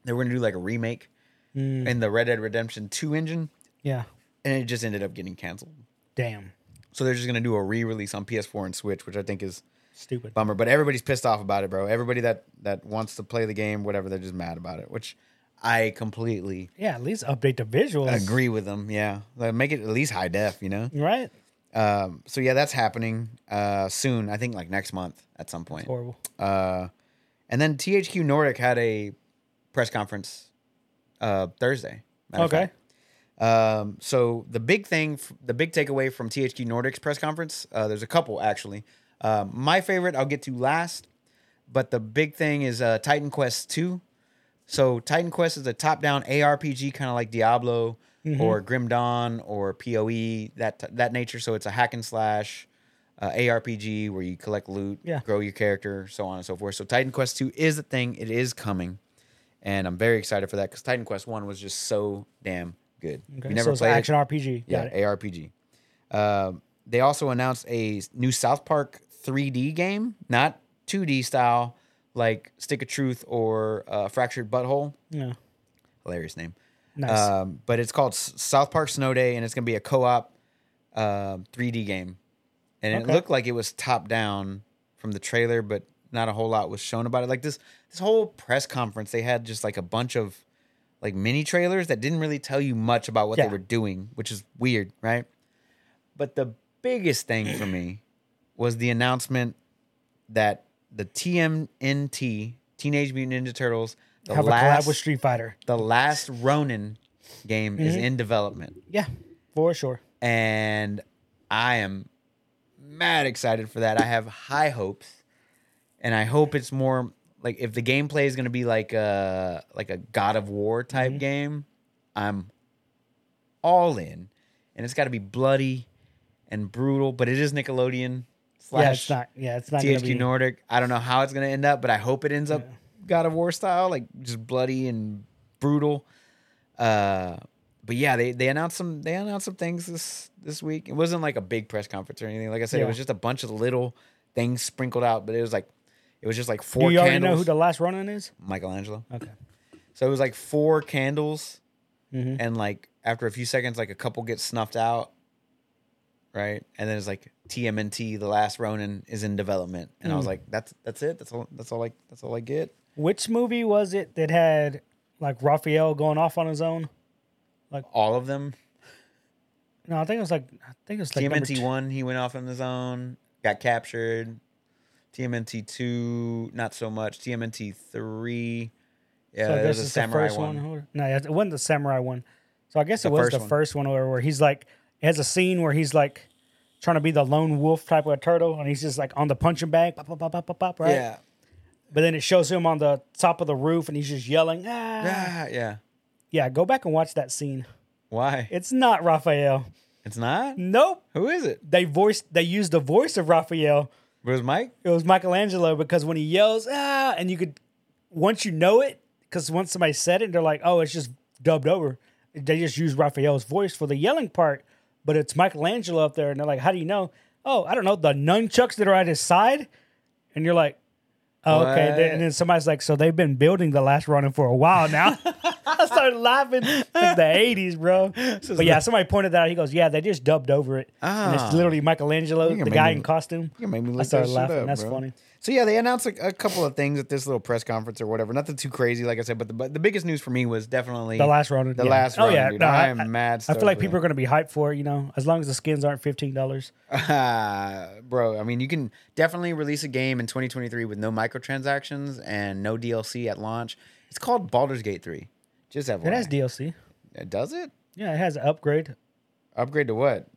[SPEAKER 1] They were gonna do like a remake
[SPEAKER 2] Hmm.
[SPEAKER 1] in the Red Dead Redemption 2 engine,
[SPEAKER 2] Yeah.
[SPEAKER 1] and it just ended up getting canceled.
[SPEAKER 2] Damn.
[SPEAKER 1] So they're just gonna do a re-release on PS4 and Switch, which I think is
[SPEAKER 2] Stupid.
[SPEAKER 1] bummer. But everybody's pissed off about it, bro. Everybody that that wants to play the game, whatever, they're just mad about it, which I completely
[SPEAKER 2] Yeah. At least update the visuals.
[SPEAKER 1] agree with them. Yeah, like, make it at least high def, you know.
[SPEAKER 2] Right.
[SPEAKER 1] Um, so yeah, that's happening uh, soon. I think like next month at some point.
[SPEAKER 2] Horrible.
[SPEAKER 1] Uh, and then THQ Nordic had a press conference uh, Thursday. matter of
[SPEAKER 2] Okay.
[SPEAKER 1] fact. Um, so the big thing, f- the big takeaway from THQ Nordic's press conference, uh, there's a couple actually. Um, my favorite I'll get to last, but the big thing is uh, Titan Quest 2. So Titan Quest is a top-down ARPG, kind of like Diablo
[SPEAKER 2] Mm-hmm.
[SPEAKER 1] E, or Grim Dawn or POE that that nature. So it's a hack and slash uh, ARPG where you collect loot,
[SPEAKER 2] Yeah.
[SPEAKER 1] grow your character, so on and so forth. So Titan Quest 2 is a thing. It is coming. And I'm very excited for that because Titan Quest 1 was just so damn good.
[SPEAKER 2] Okay.
[SPEAKER 1] You never
[SPEAKER 2] so it's an
[SPEAKER 1] played it?
[SPEAKER 2] action RPG.
[SPEAKER 1] Yeah,
[SPEAKER 2] Got it.
[SPEAKER 1] ARPG. Um, they also announced a s- new South Park 3D game, not 2D style, like Stick of Truth or uh, Fractured Butthole.
[SPEAKER 2] Yeah.
[SPEAKER 1] Hilarious name.
[SPEAKER 2] Nice.
[SPEAKER 1] Um, but it's called S- South Park Snow Day, and it's going to be a co-op um 3D game. And
[SPEAKER 2] Okay.
[SPEAKER 1] it looked like it was top down from the trailer, but not a whole lot was shown about it. Like this, this whole press conference, they had just like a bunch of like mini trailers that didn't really tell you much about what
[SPEAKER 2] Yeah.
[SPEAKER 1] they were doing, which is weird, right? But the biggest thing for me was the announcement that the TMNT, Teenage Mutant Ninja Turtles, the
[SPEAKER 2] Have a collab
[SPEAKER 1] last
[SPEAKER 2] with Street Fighter.
[SPEAKER 1] the last Ronin game is
[SPEAKER 2] Mm-hmm.
[SPEAKER 1] in development,
[SPEAKER 2] Yeah, for sure.
[SPEAKER 1] and I am mad excited for that. I have high hopes, and I hope it's more like if the gameplay is going to be like a like a God of War
[SPEAKER 2] Mm-hmm.
[SPEAKER 1] type game, I'm all in, and it's got to be bloody and brutal, but it is Nickelodeon slash
[SPEAKER 2] yeah, it's not. Yeah, it's not. Gonna
[SPEAKER 1] THQ
[SPEAKER 2] be,
[SPEAKER 1] Nordic. I don't know how it's going to end up, but I hope it ends up God of War style, like just bloody and brutal. Uh, but yeah, they they announced some they announced some things this this week. It wasn't like a big press conference or anything. Like I said,
[SPEAKER 2] Yeah.
[SPEAKER 1] it was just a bunch of little things sprinkled out. But it was like it was just like
[SPEAKER 2] Do
[SPEAKER 1] four
[SPEAKER 2] you already know
[SPEAKER 1] candles.
[SPEAKER 2] who the last Ronin is?
[SPEAKER 1] Michelangelo.
[SPEAKER 2] Okay.
[SPEAKER 1] So it was like four candles,
[SPEAKER 2] Mhm.
[SPEAKER 1] and like after a few seconds, like a couple gets snuffed out, right? And then it's like TMNT, the last Ronin is in development, and I
[SPEAKER 2] Mm.
[SPEAKER 1] was like, that's that's it. That's all. That's all. I that's all I get.
[SPEAKER 2] Which movie was it that had like Raphael going off on his own?
[SPEAKER 1] All of them.
[SPEAKER 2] No, I think it was like I think it was like number
[SPEAKER 1] TMNT
[SPEAKER 2] two-
[SPEAKER 1] one, he went off on his own, got captured. TMNT two, not so much. TMNT three, yeah,
[SPEAKER 2] So I
[SPEAKER 1] there
[SPEAKER 2] guess
[SPEAKER 1] was a
[SPEAKER 2] it's the
[SPEAKER 1] samurai
[SPEAKER 2] first
[SPEAKER 1] one.
[SPEAKER 2] one. or- No, it wasn't the samurai one. So I guess
[SPEAKER 1] The
[SPEAKER 2] it was
[SPEAKER 1] first
[SPEAKER 2] the
[SPEAKER 1] one.
[SPEAKER 2] first one where, where he's like it has a scene where he's like trying to be the lone wolf type of turtle, and he's just like on the punching bag, pop, pop, pop, pop, pop, pop, right?
[SPEAKER 1] Yeah,
[SPEAKER 2] But then it shows him on the top of the roof, and he's just yelling, ah.
[SPEAKER 1] yeah, yeah.
[SPEAKER 2] Yeah, go back and watch that scene.
[SPEAKER 1] Why?
[SPEAKER 2] It's not Raphael.
[SPEAKER 1] It's not.
[SPEAKER 2] Nope.
[SPEAKER 1] Who is it?
[SPEAKER 2] They voiced. They used the voice of Raphael.
[SPEAKER 1] Where's Mike?
[SPEAKER 2] It was Michelangelo because when he yells, ah, and you could once you know it, because once somebody said it, they're like, oh, it's just dubbed over. They just use Raphael's voice for the yelling part, but it's Michelangelo up there, and they're like, how do you know? Oh, I don't know. The nunchucks that are at his side, and you're like. Oh, okay.
[SPEAKER 1] What?
[SPEAKER 2] Then- and then somebody's like, so they've been building the last running for a while now. I started laughing. It's like the 80s, bro. But yeah, somebody pointed that out. He goes, yeah, they just dubbed over it. And
[SPEAKER 1] Ah.
[SPEAKER 2] it's literally Michelangelo,
[SPEAKER 1] You can
[SPEAKER 2] the
[SPEAKER 1] make
[SPEAKER 2] guy
[SPEAKER 1] me-
[SPEAKER 2] in costume.
[SPEAKER 1] You made me look
[SPEAKER 2] I started
[SPEAKER 1] that shit
[SPEAKER 2] laughing.
[SPEAKER 1] up,
[SPEAKER 2] That's
[SPEAKER 1] bro.
[SPEAKER 2] funny.
[SPEAKER 1] So yeah, they announced a, a couple of things at this little press conference or whatever. Nothing too crazy, like I said. But the, but the biggest news for me was definitely
[SPEAKER 2] The last round.
[SPEAKER 1] The last
[SPEAKER 2] Oh
[SPEAKER 1] Ronin,
[SPEAKER 2] yeah,
[SPEAKER 1] dude.
[SPEAKER 2] no,
[SPEAKER 1] I, am mad.
[SPEAKER 2] I feel like people are
[SPEAKER 1] are
[SPEAKER 2] going to be hyped for it. You know, as long as the skins aren't fifteen dollars.
[SPEAKER 1] bro. I mean, you can definitely release a game in 2023 with no microtransactions and no DLC at launch. It's called Baldur's Gate 3. Just have
[SPEAKER 2] It has DLC.
[SPEAKER 1] Does it
[SPEAKER 2] Yeah, it has an upgrade.
[SPEAKER 1] upgrade to what?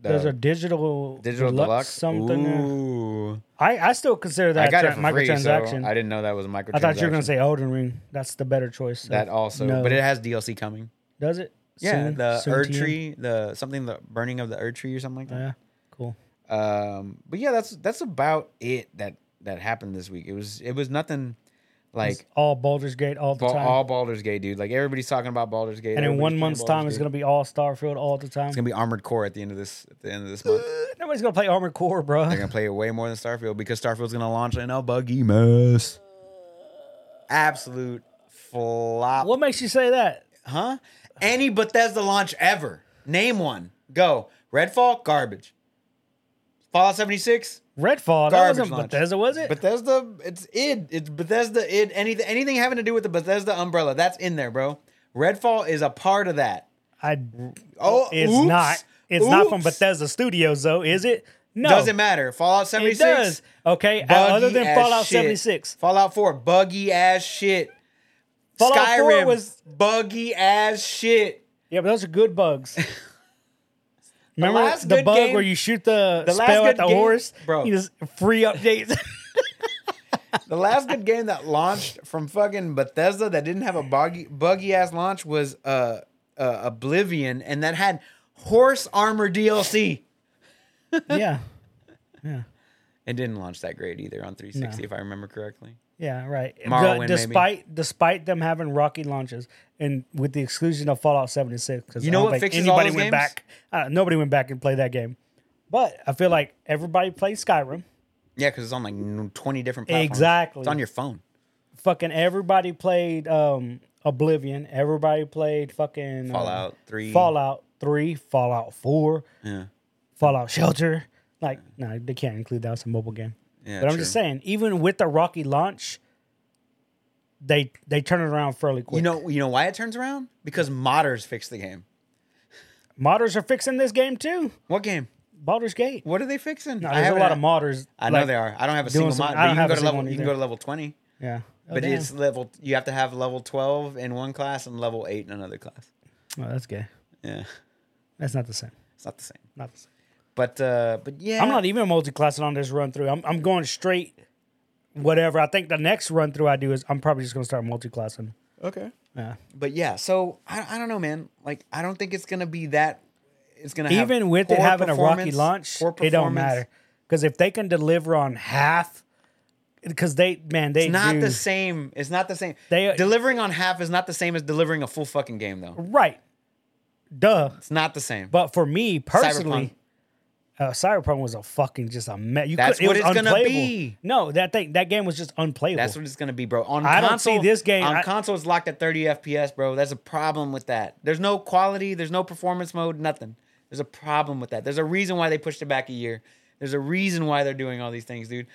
[SPEAKER 1] The
[SPEAKER 2] There's a digital
[SPEAKER 1] Oh. digital deluxe.
[SPEAKER 2] something.
[SPEAKER 1] Ooh,
[SPEAKER 2] I, I still consider that
[SPEAKER 1] I got
[SPEAKER 2] tra-
[SPEAKER 1] it for free. So I
[SPEAKER 2] microtransaction. I,
[SPEAKER 1] didn't know that was a microtransaction.
[SPEAKER 2] thought you were going to say Elden Ring. That's the better choice.
[SPEAKER 1] that also,
[SPEAKER 2] No.
[SPEAKER 1] but it has DLC coming.
[SPEAKER 2] does it.
[SPEAKER 1] Yeah,
[SPEAKER 2] Soon-
[SPEAKER 1] the
[SPEAKER 2] soon
[SPEAKER 1] Erd
[SPEAKER 2] TM?
[SPEAKER 1] tree, the something, the burning of the Erd tree or something like
[SPEAKER 2] Yeah,
[SPEAKER 1] that.
[SPEAKER 2] cool.
[SPEAKER 1] Um, but yeah, that's that's about it that that happened this week. It was it was nothing
[SPEAKER 2] It's
[SPEAKER 1] like
[SPEAKER 2] all Baldur's Gate all the
[SPEAKER 1] ba-
[SPEAKER 2] time.
[SPEAKER 1] all Baldur's Gate, dude. Like everybody's talking about Baldur's Gate,
[SPEAKER 2] and in
[SPEAKER 1] everybody's
[SPEAKER 2] one
[SPEAKER 1] playing
[SPEAKER 2] month's
[SPEAKER 1] Baldur's
[SPEAKER 2] time, it's
[SPEAKER 1] Gate.
[SPEAKER 2] going to be all Starfield all the time.
[SPEAKER 1] it's gonna be Armored Core at the end of this at the end of this month.
[SPEAKER 2] Nobody's going to play Armored Core, bro.
[SPEAKER 1] They're gonna play it way more than Starfield because Starfield's gonna launch in a buggy mess. Absolute flop,
[SPEAKER 2] What makes you say that?
[SPEAKER 1] huh? Any Bethesda launch ever? Name one. Go. Redfall, garbage. Fallout seventy six,
[SPEAKER 2] Redfall. That
[SPEAKER 1] Garbage
[SPEAKER 2] wasn't
[SPEAKER 1] launch.
[SPEAKER 2] Bethesda, was it?
[SPEAKER 1] Bethesda, it's id. It's Bethesda id. Anything anything having to do with the Bethesda umbrella, that's in there, bro. Redfall is a part of that.
[SPEAKER 2] I
[SPEAKER 1] Oh,
[SPEAKER 2] it's
[SPEAKER 1] oops.
[SPEAKER 2] not. It's not from
[SPEAKER 1] Oops.
[SPEAKER 2] Bethesda Studios, though, is it? No,
[SPEAKER 1] Doesn't matter. Fallout
[SPEAKER 2] It
[SPEAKER 1] 76.
[SPEAKER 2] does. Okay,
[SPEAKER 1] buggy
[SPEAKER 2] other than
[SPEAKER 1] as
[SPEAKER 2] Fallout
[SPEAKER 1] shit.
[SPEAKER 2] seventy six,
[SPEAKER 1] Fallout 4, buggy ass shit.
[SPEAKER 2] Fallout 4
[SPEAKER 1] Skyrim
[SPEAKER 2] was-
[SPEAKER 1] buggy ass shit.
[SPEAKER 2] yeah, but those are good bugs. Remember
[SPEAKER 1] last
[SPEAKER 2] the,
[SPEAKER 1] good
[SPEAKER 2] bug
[SPEAKER 1] game-
[SPEAKER 2] where you shoot the,
[SPEAKER 1] the last
[SPEAKER 2] spell at
[SPEAKER 1] good
[SPEAKER 2] the
[SPEAKER 1] game-
[SPEAKER 2] horse,
[SPEAKER 1] Bro.
[SPEAKER 2] You just free updates.
[SPEAKER 1] The last good game that launched from fucking Bethesda that didn't have a buggy buggy ass launch was uh, uh Oblivion, and that had horse armor DLC.
[SPEAKER 2] yeah, Yeah.
[SPEAKER 1] It didn't launch that great either on 360,
[SPEAKER 2] No.
[SPEAKER 1] if I remember correctly.
[SPEAKER 2] Yeah, right.
[SPEAKER 1] Morrowind, maybe.
[SPEAKER 2] The- despite despite them having rocky launches, and with the exclusion of Fallout seventy six, because
[SPEAKER 1] You know what fixes all
[SPEAKER 2] anybody
[SPEAKER 1] those
[SPEAKER 2] went
[SPEAKER 1] games?
[SPEAKER 2] back. Uh, nobody went back and played that game, but I feel like everybody plays Skyrim.
[SPEAKER 1] Yeah, because it's on like n- 20 different platforms.
[SPEAKER 2] Exactly.
[SPEAKER 1] It's on your phone.
[SPEAKER 2] Fucking everybody played um, Oblivion. Everybody played fucking uh,
[SPEAKER 1] Fallout 3.
[SPEAKER 2] Fallout three, Fallout four,
[SPEAKER 1] Yeah.
[SPEAKER 2] Fallout Shelter. Like, no, they can't include that. It's a mobile game.
[SPEAKER 1] Yeah,
[SPEAKER 2] but I'm just
[SPEAKER 1] true.
[SPEAKER 2] saying, even with the rocky launch, they they turn it around fairly quick.
[SPEAKER 1] You know, you know why it turns around? Because modders fixed the game.
[SPEAKER 2] modders are fixing this game too.
[SPEAKER 1] What game?
[SPEAKER 2] Baldur's Gate.
[SPEAKER 1] What are they fixing?
[SPEAKER 2] No,
[SPEAKER 1] I
[SPEAKER 2] there's a
[SPEAKER 1] haven't-
[SPEAKER 2] lot of modders.
[SPEAKER 1] I know
[SPEAKER 2] like-
[SPEAKER 1] they are. I don't have a
[SPEAKER 2] doing
[SPEAKER 1] single
[SPEAKER 2] some-
[SPEAKER 1] mod. But
[SPEAKER 2] I don't
[SPEAKER 1] you can
[SPEAKER 2] have
[SPEAKER 1] go
[SPEAKER 2] a
[SPEAKER 1] to
[SPEAKER 2] single
[SPEAKER 1] level.
[SPEAKER 2] one
[SPEAKER 1] You can
[SPEAKER 2] either.
[SPEAKER 1] go to level 20.
[SPEAKER 2] Yeah, Oh,
[SPEAKER 1] But
[SPEAKER 2] damn.
[SPEAKER 1] it's level. You have to have level 12 in one class and level 8 in another class.
[SPEAKER 2] Oh, that's gay.
[SPEAKER 1] Yeah.
[SPEAKER 2] That's not the same.
[SPEAKER 1] It's not the same.
[SPEAKER 2] Not the same.
[SPEAKER 1] But uh but yeah.
[SPEAKER 2] I'm not even multi-classing on this run through. I'm I'm going straight. Whatever. I think the next run through I do is I'm probably just gonna start multi-classing.
[SPEAKER 1] Okay.
[SPEAKER 2] e- Yeah.
[SPEAKER 1] But yeah, so I, I don't know, man. Like I don't think it's gonna be that. It's gonna have
[SPEAKER 2] Even with it
[SPEAKER 1] poor
[SPEAKER 2] having a rocky
[SPEAKER 1] performance,
[SPEAKER 2] launch,
[SPEAKER 1] poor
[SPEAKER 2] it don't
[SPEAKER 1] performance.
[SPEAKER 2] matter because if they can deliver on half, because they man they
[SPEAKER 1] It's not
[SPEAKER 2] do,
[SPEAKER 1] the same. It's not the same.
[SPEAKER 2] They-
[SPEAKER 1] delivering on half is not the same as delivering a full fucking game, though.
[SPEAKER 2] right. Duh.
[SPEAKER 1] It's not the same.
[SPEAKER 2] But for me personally, uh, Cyberpunk was a fucking just a mess. You
[SPEAKER 1] That's
[SPEAKER 2] could, it
[SPEAKER 1] what
[SPEAKER 2] was
[SPEAKER 1] it's gonna
[SPEAKER 2] unplayable.
[SPEAKER 1] be.
[SPEAKER 2] No, that thing that game was just unplayable.
[SPEAKER 1] that's what it's gonna be, bro. On
[SPEAKER 2] I don't
[SPEAKER 1] console,
[SPEAKER 2] see this game-
[SPEAKER 1] on
[SPEAKER 2] I-
[SPEAKER 1] console. It's locked at 30 FPS, bro. That's a problem with that. There's no quality. There's no performance mode. Nothing. There's a problem with that. There's a reason why they pushed it back a year. There's a reason why they're doing all these things, dude.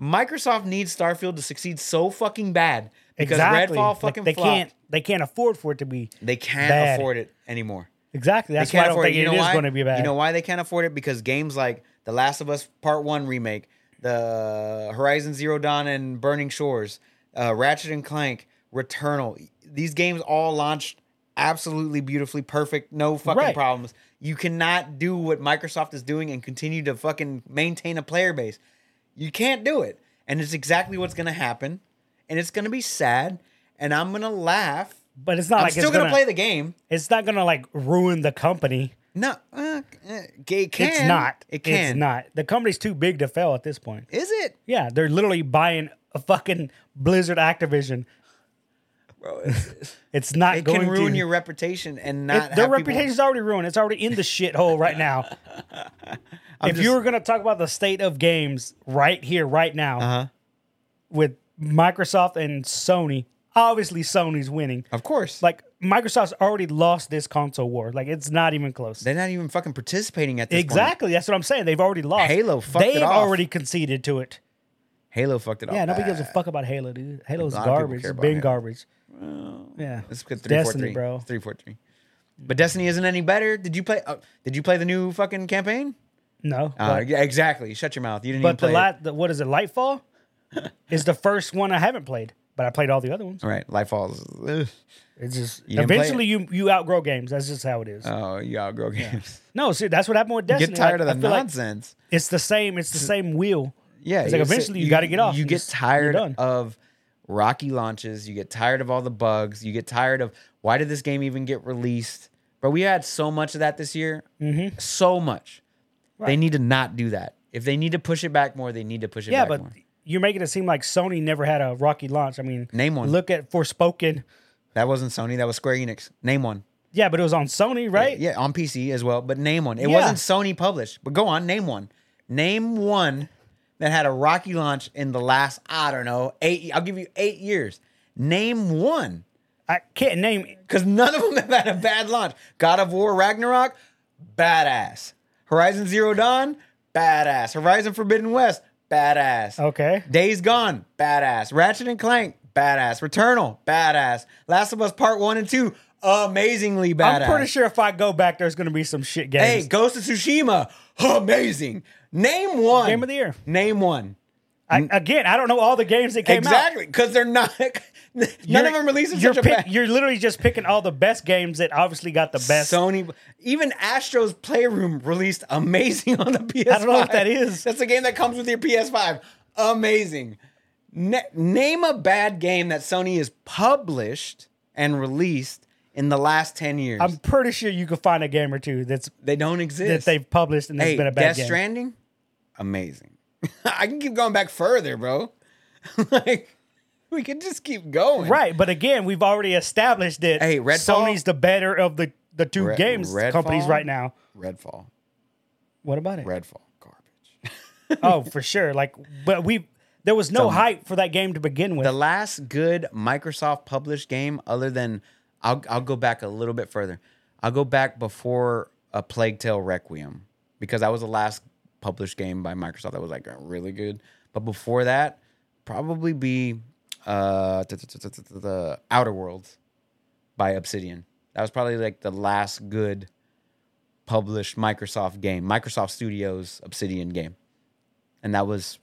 [SPEAKER 1] Microsoft needs Starfield to succeed so fucking bad because
[SPEAKER 2] exactly.
[SPEAKER 1] Redfall
[SPEAKER 2] Like,
[SPEAKER 1] fucking
[SPEAKER 2] they
[SPEAKER 1] flopped.
[SPEAKER 2] can't they can't afford for it to be
[SPEAKER 1] They can't
[SPEAKER 2] bad.
[SPEAKER 1] afford it anymore.
[SPEAKER 2] exactly.
[SPEAKER 1] They
[SPEAKER 2] That's why I
[SPEAKER 1] can't
[SPEAKER 2] don't
[SPEAKER 1] afford
[SPEAKER 2] think
[SPEAKER 1] it. You
[SPEAKER 2] it
[SPEAKER 1] know
[SPEAKER 2] is
[SPEAKER 1] why?
[SPEAKER 2] going to be bad.
[SPEAKER 1] You know why they can't afford it? Because games like The Last of Us Part One remake, the Horizon Zero Dawn and Burning Shores, uh, Ratchet and Clank, Returnal. These games all launched absolutely beautifully, perfect, no fucking
[SPEAKER 2] Right.
[SPEAKER 1] problems. You cannot do what Microsoft is doing and continue to fucking maintain a player base. You can't do it. And it's exactly what's gonna happen. And it's gonna be sad. And I'm gonna laugh.
[SPEAKER 2] But it's not
[SPEAKER 1] I'm
[SPEAKER 2] like
[SPEAKER 1] still
[SPEAKER 2] it's gonna,
[SPEAKER 1] gonna play the game.
[SPEAKER 2] It's not gonna like ruin the company.
[SPEAKER 1] No, uh, uh, it can.
[SPEAKER 2] It's not.
[SPEAKER 1] It can.
[SPEAKER 2] It's not. The company's too big to fail at this point.
[SPEAKER 1] Is it?
[SPEAKER 2] Yeah, they're literally buying a fucking Blizzard Activision.
[SPEAKER 1] Bro, it's-
[SPEAKER 2] It's not
[SPEAKER 1] it
[SPEAKER 2] going
[SPEAKER 1] can ruin
[SPEAKER 2] to.
[SPEAKER 1] your reputation and
[SPEAKER 2] It-
[SPEAKER 1] not
[SPEAKER 2] their
[SPEAKER 1] have people-
[SPEAKER 2] reputation's already ruined. It's already in the shithole right now. if you were going to talk about the state of games right here, right now,
[SPEAKER 1] Uh-huh.
[SPEAKER 2] with Microsoft and Sony, obviously Sony's winning.
[SPEAKER 1] Of course. Like
[SPEAKER 2] Like Microsoft's already lost this console war. Like it's not even close.
[SPEAKER 1] they're not even fucking participating at this point.
[SPEAKER 2] exactly. That's what I'm saying. They've already lost.
[SPEAKER 1] Halo fucked it
[SPEAKER 2] They've
[SPEAKER 1] off.
[SPEAKER 2] already conceded to it.
[SPEAKER 1] Halo fucked it up.
[SPEAKER 2] Yeah, nobody gives a fuck about Halo, dude. Halo's
[SPEAKER 1] lot of people
[SPEAKER 2] garbage.
[SPEAKER 1] care
[SPEAKER 2] It's
[SPEAKER 1] about
[SPEAKER 2] been
[SPEAKER 1] Halo.
[SPEAKER 2] garbage. yeah,
[SPEAKER 1] Let's get three, four,
[SPEAKER 2] Destiny,
[SPEAKER 1] three,
[SPEAKER 2] bro.
[SPEAKER 1] Three, four, three. But Destiny isn't any better. Did you play? Uh, did you play the new fucking campaign?
[SPEAKER 2] No,
[SPEAKER 1] Uh, yeah, exactly. Shut your mouth. You didn't even
[SPEAKER 2] But the
[SPEAKER 1] play. it.
[SPEAKER 2] last, the, what is it? Lightfall is the first one I haven't played, but I played all the other ones.
[SPEAKER 1] All right, Life Falls. Ugh.
[SPEAKER 2] It's just
[SPEAKER 1] didn't play
[SPEAKER 2] eventually you you outgrow games. That's just how it is.
[SPEAKER 1] Oh, you outgrow games.
[SPEAKER 2] no, see, that's what happened with Destiny.
[SPEAKER 1] Get tired
[SPEAKER 2] Like,
[SPEAKER 1] of the
[SPEAKER 2] I feel like
[SPEAKER 1] nonsense.
[SPEAKER 2] it's the same. It's the same wheel.
[SPEAKER 1] Yeah,
[SPEAKER 2] It's like
[SPEAKER 1] you sit-
[SPEAKER 2] eventually you gotta get off
[SPEAKER 1] You
[SPEAKER 2] and
[SPEAKER 1] get
[SPEAKER 2] just- you're
[SPEAKER 1] tired
[SPEAKER 2] done.
[SPEAKER 1] of rocky launches. You get tired of all the bugs. You get tired of why did this game even get released? But we had so much of that this year. Mm-hmm. So much. They need to not do that. If they need to push it back more, they need to push it
[SPEAKER 2] Yeah,
[SPEAKER 1] back
[SPEAKER 2] but
[SPEAKER 1] more.
[SPEAKER 2] you're making it seem like Sony never had a rocky launch. I mean,
[SPEAKER 1] Name one.
[SPEAKER 2] Look at Forspoken.
[SPEAKER 1] That wasn't Sony. That was Square Enix. Name one.
[SPEAKER 2] Yeah, but it was on Sony, right?
[SPEAKER 1] Yeah, on PC as well. But name one. It
[SPEAKER 2] Yeah.
[SPEAKER 1] wasn't Sony published. But go on, name one. Name one that had a rocky launch in the last I don't know eight. I'll give you eight years. Name one.
[SPEAKER 2] I can't name.
[SPEAKER 1] because none of them have had a bad launch. God of War Ragnarok, badass. Horizon Zero Dawn, badass. Horizon Forbidden West, badass.
[SPEAKER 2] Okay.
[SPEAKER 1] Days Gone, badass. Ratchet and Clank, badass. Returnal, badass. Last of Us Part One and Two, amazingly badass.
[SPEAKER 2] I'm pretty sure if I go back, there's going to be some shit games.
[SPEAKER 1] Hey, Ghost of Tsushima, amazing. Name one
[SPEAKER 2] Game of the year.
[SPEAKER 1] Name one.
[SPEAKER 2] I, again, I don't know all the games that came out.
[SPEAKER 1] Exactly, because they're not. none of them releases
[SPEAKER 2] you're
[SPEAKER 1] such a
[SPEAKER 2] pick-
[SPEAKER 1] bad.
[SPEAKER 2] You're literally just picking all the best games that obviously got the best.
[SPEAKER 1] Sony, even Astro's Playroom released amazing on the PS5.
[SPEAKER 2] don't know what that is.
[SPEAKER 1] That's a game that comes with your PS5. Amazing. Na- name a bad game that Sony has published and released in the last 10 years.
[SPEAKER 2] I'm pretty sure you could find a game or two that's
[SPEAKER 1] they don't exist.
[SPEAKER 2] that they've published and it's
[SPEAKER 1] hey,
[SPEAKER 2] been a bad
[SPEAKER 1] Death
[SPEAKER 2] game.
[SPEAKER 1] Stranding? amazing. I can keep going back further, bro. like we can just keep going.
[SPEAKER 2] Right, but again, we've already established that
[SPEAKER 1] Hey, Redfall-
[SPEAKER 2] Sony's the better of the the two
[SPEAKER 1] Red-
[SPEAKER 2] games companies
[SPEAKER 1] Redfall?
[SPEAKER 2] right now.
[SPEAKER 1] Redfall.
[SPEAKER 2] What about it?
[SPEAKER 1] Redfall. Garbage.
[SPEAKER 2] Oh, for sure. Like, but we there was no hype for that game to begin with.
[SPEAKER 1] The last good Microsoft published game, other than I'll I'll go back a little bit further. I'll go back before a Plague Tale Requiem because that was the last published game by Microsoft that was like really good. But before that, probably be uh the Outer Worlds by Obsidian. That was probably like the last good published Microsoft game, Microsoft Studios Obsidian game. And that was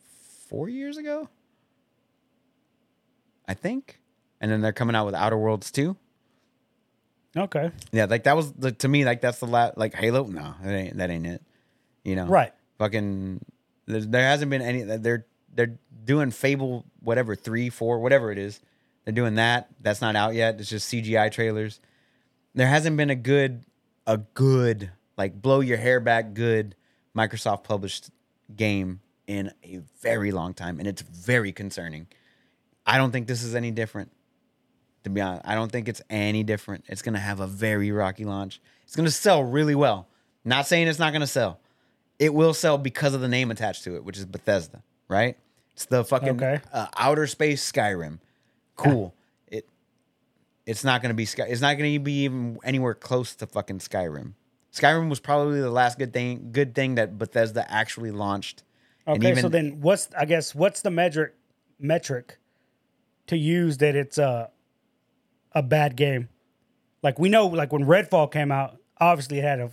[SPEAKER 1] 4 years ago. I think. And then they're coming out with Outer Worlds too.
[SPEAKER 2] okay,
[SPEAKER 1] Yeah, like that was the, to me like that's the last like Halo. No, that ain't that ain't it. You know,
[SPEAKER 2] right.
[SPEAKER 1] Fucking, there, there hasn't been any. They're they're doing Fable whatever three four whatever it is. They're doing that. That's not out yet. It's just CGI trailers. There hasn't been a good a good like blow your hair back good Microsoft published game in a very long time, and it's very concerning. I don't think this is any different. To be honest, I don't think it's any different. It's gonna have a very rocky launch. It's gonna sell really well. Not saying it's not gonna sell. It will sell because of the name attached to it, which is Bethesda, right? It's the fucking
[SPEAKER 2] Okay.
[SPEAKER 1] uh, outer space Skyrim. Cool. It it's not gonna be Sky. It's not gonna be even anywhere close to fucking Skyrim. Skyrim was probably the last good thing good thing that Bethesda actually launched.
[SPEAKER 2] Okay, so then what's I guess what's the metric metric to use that it's a a bad game? Like we know, like when Redfall came out, obviously it had a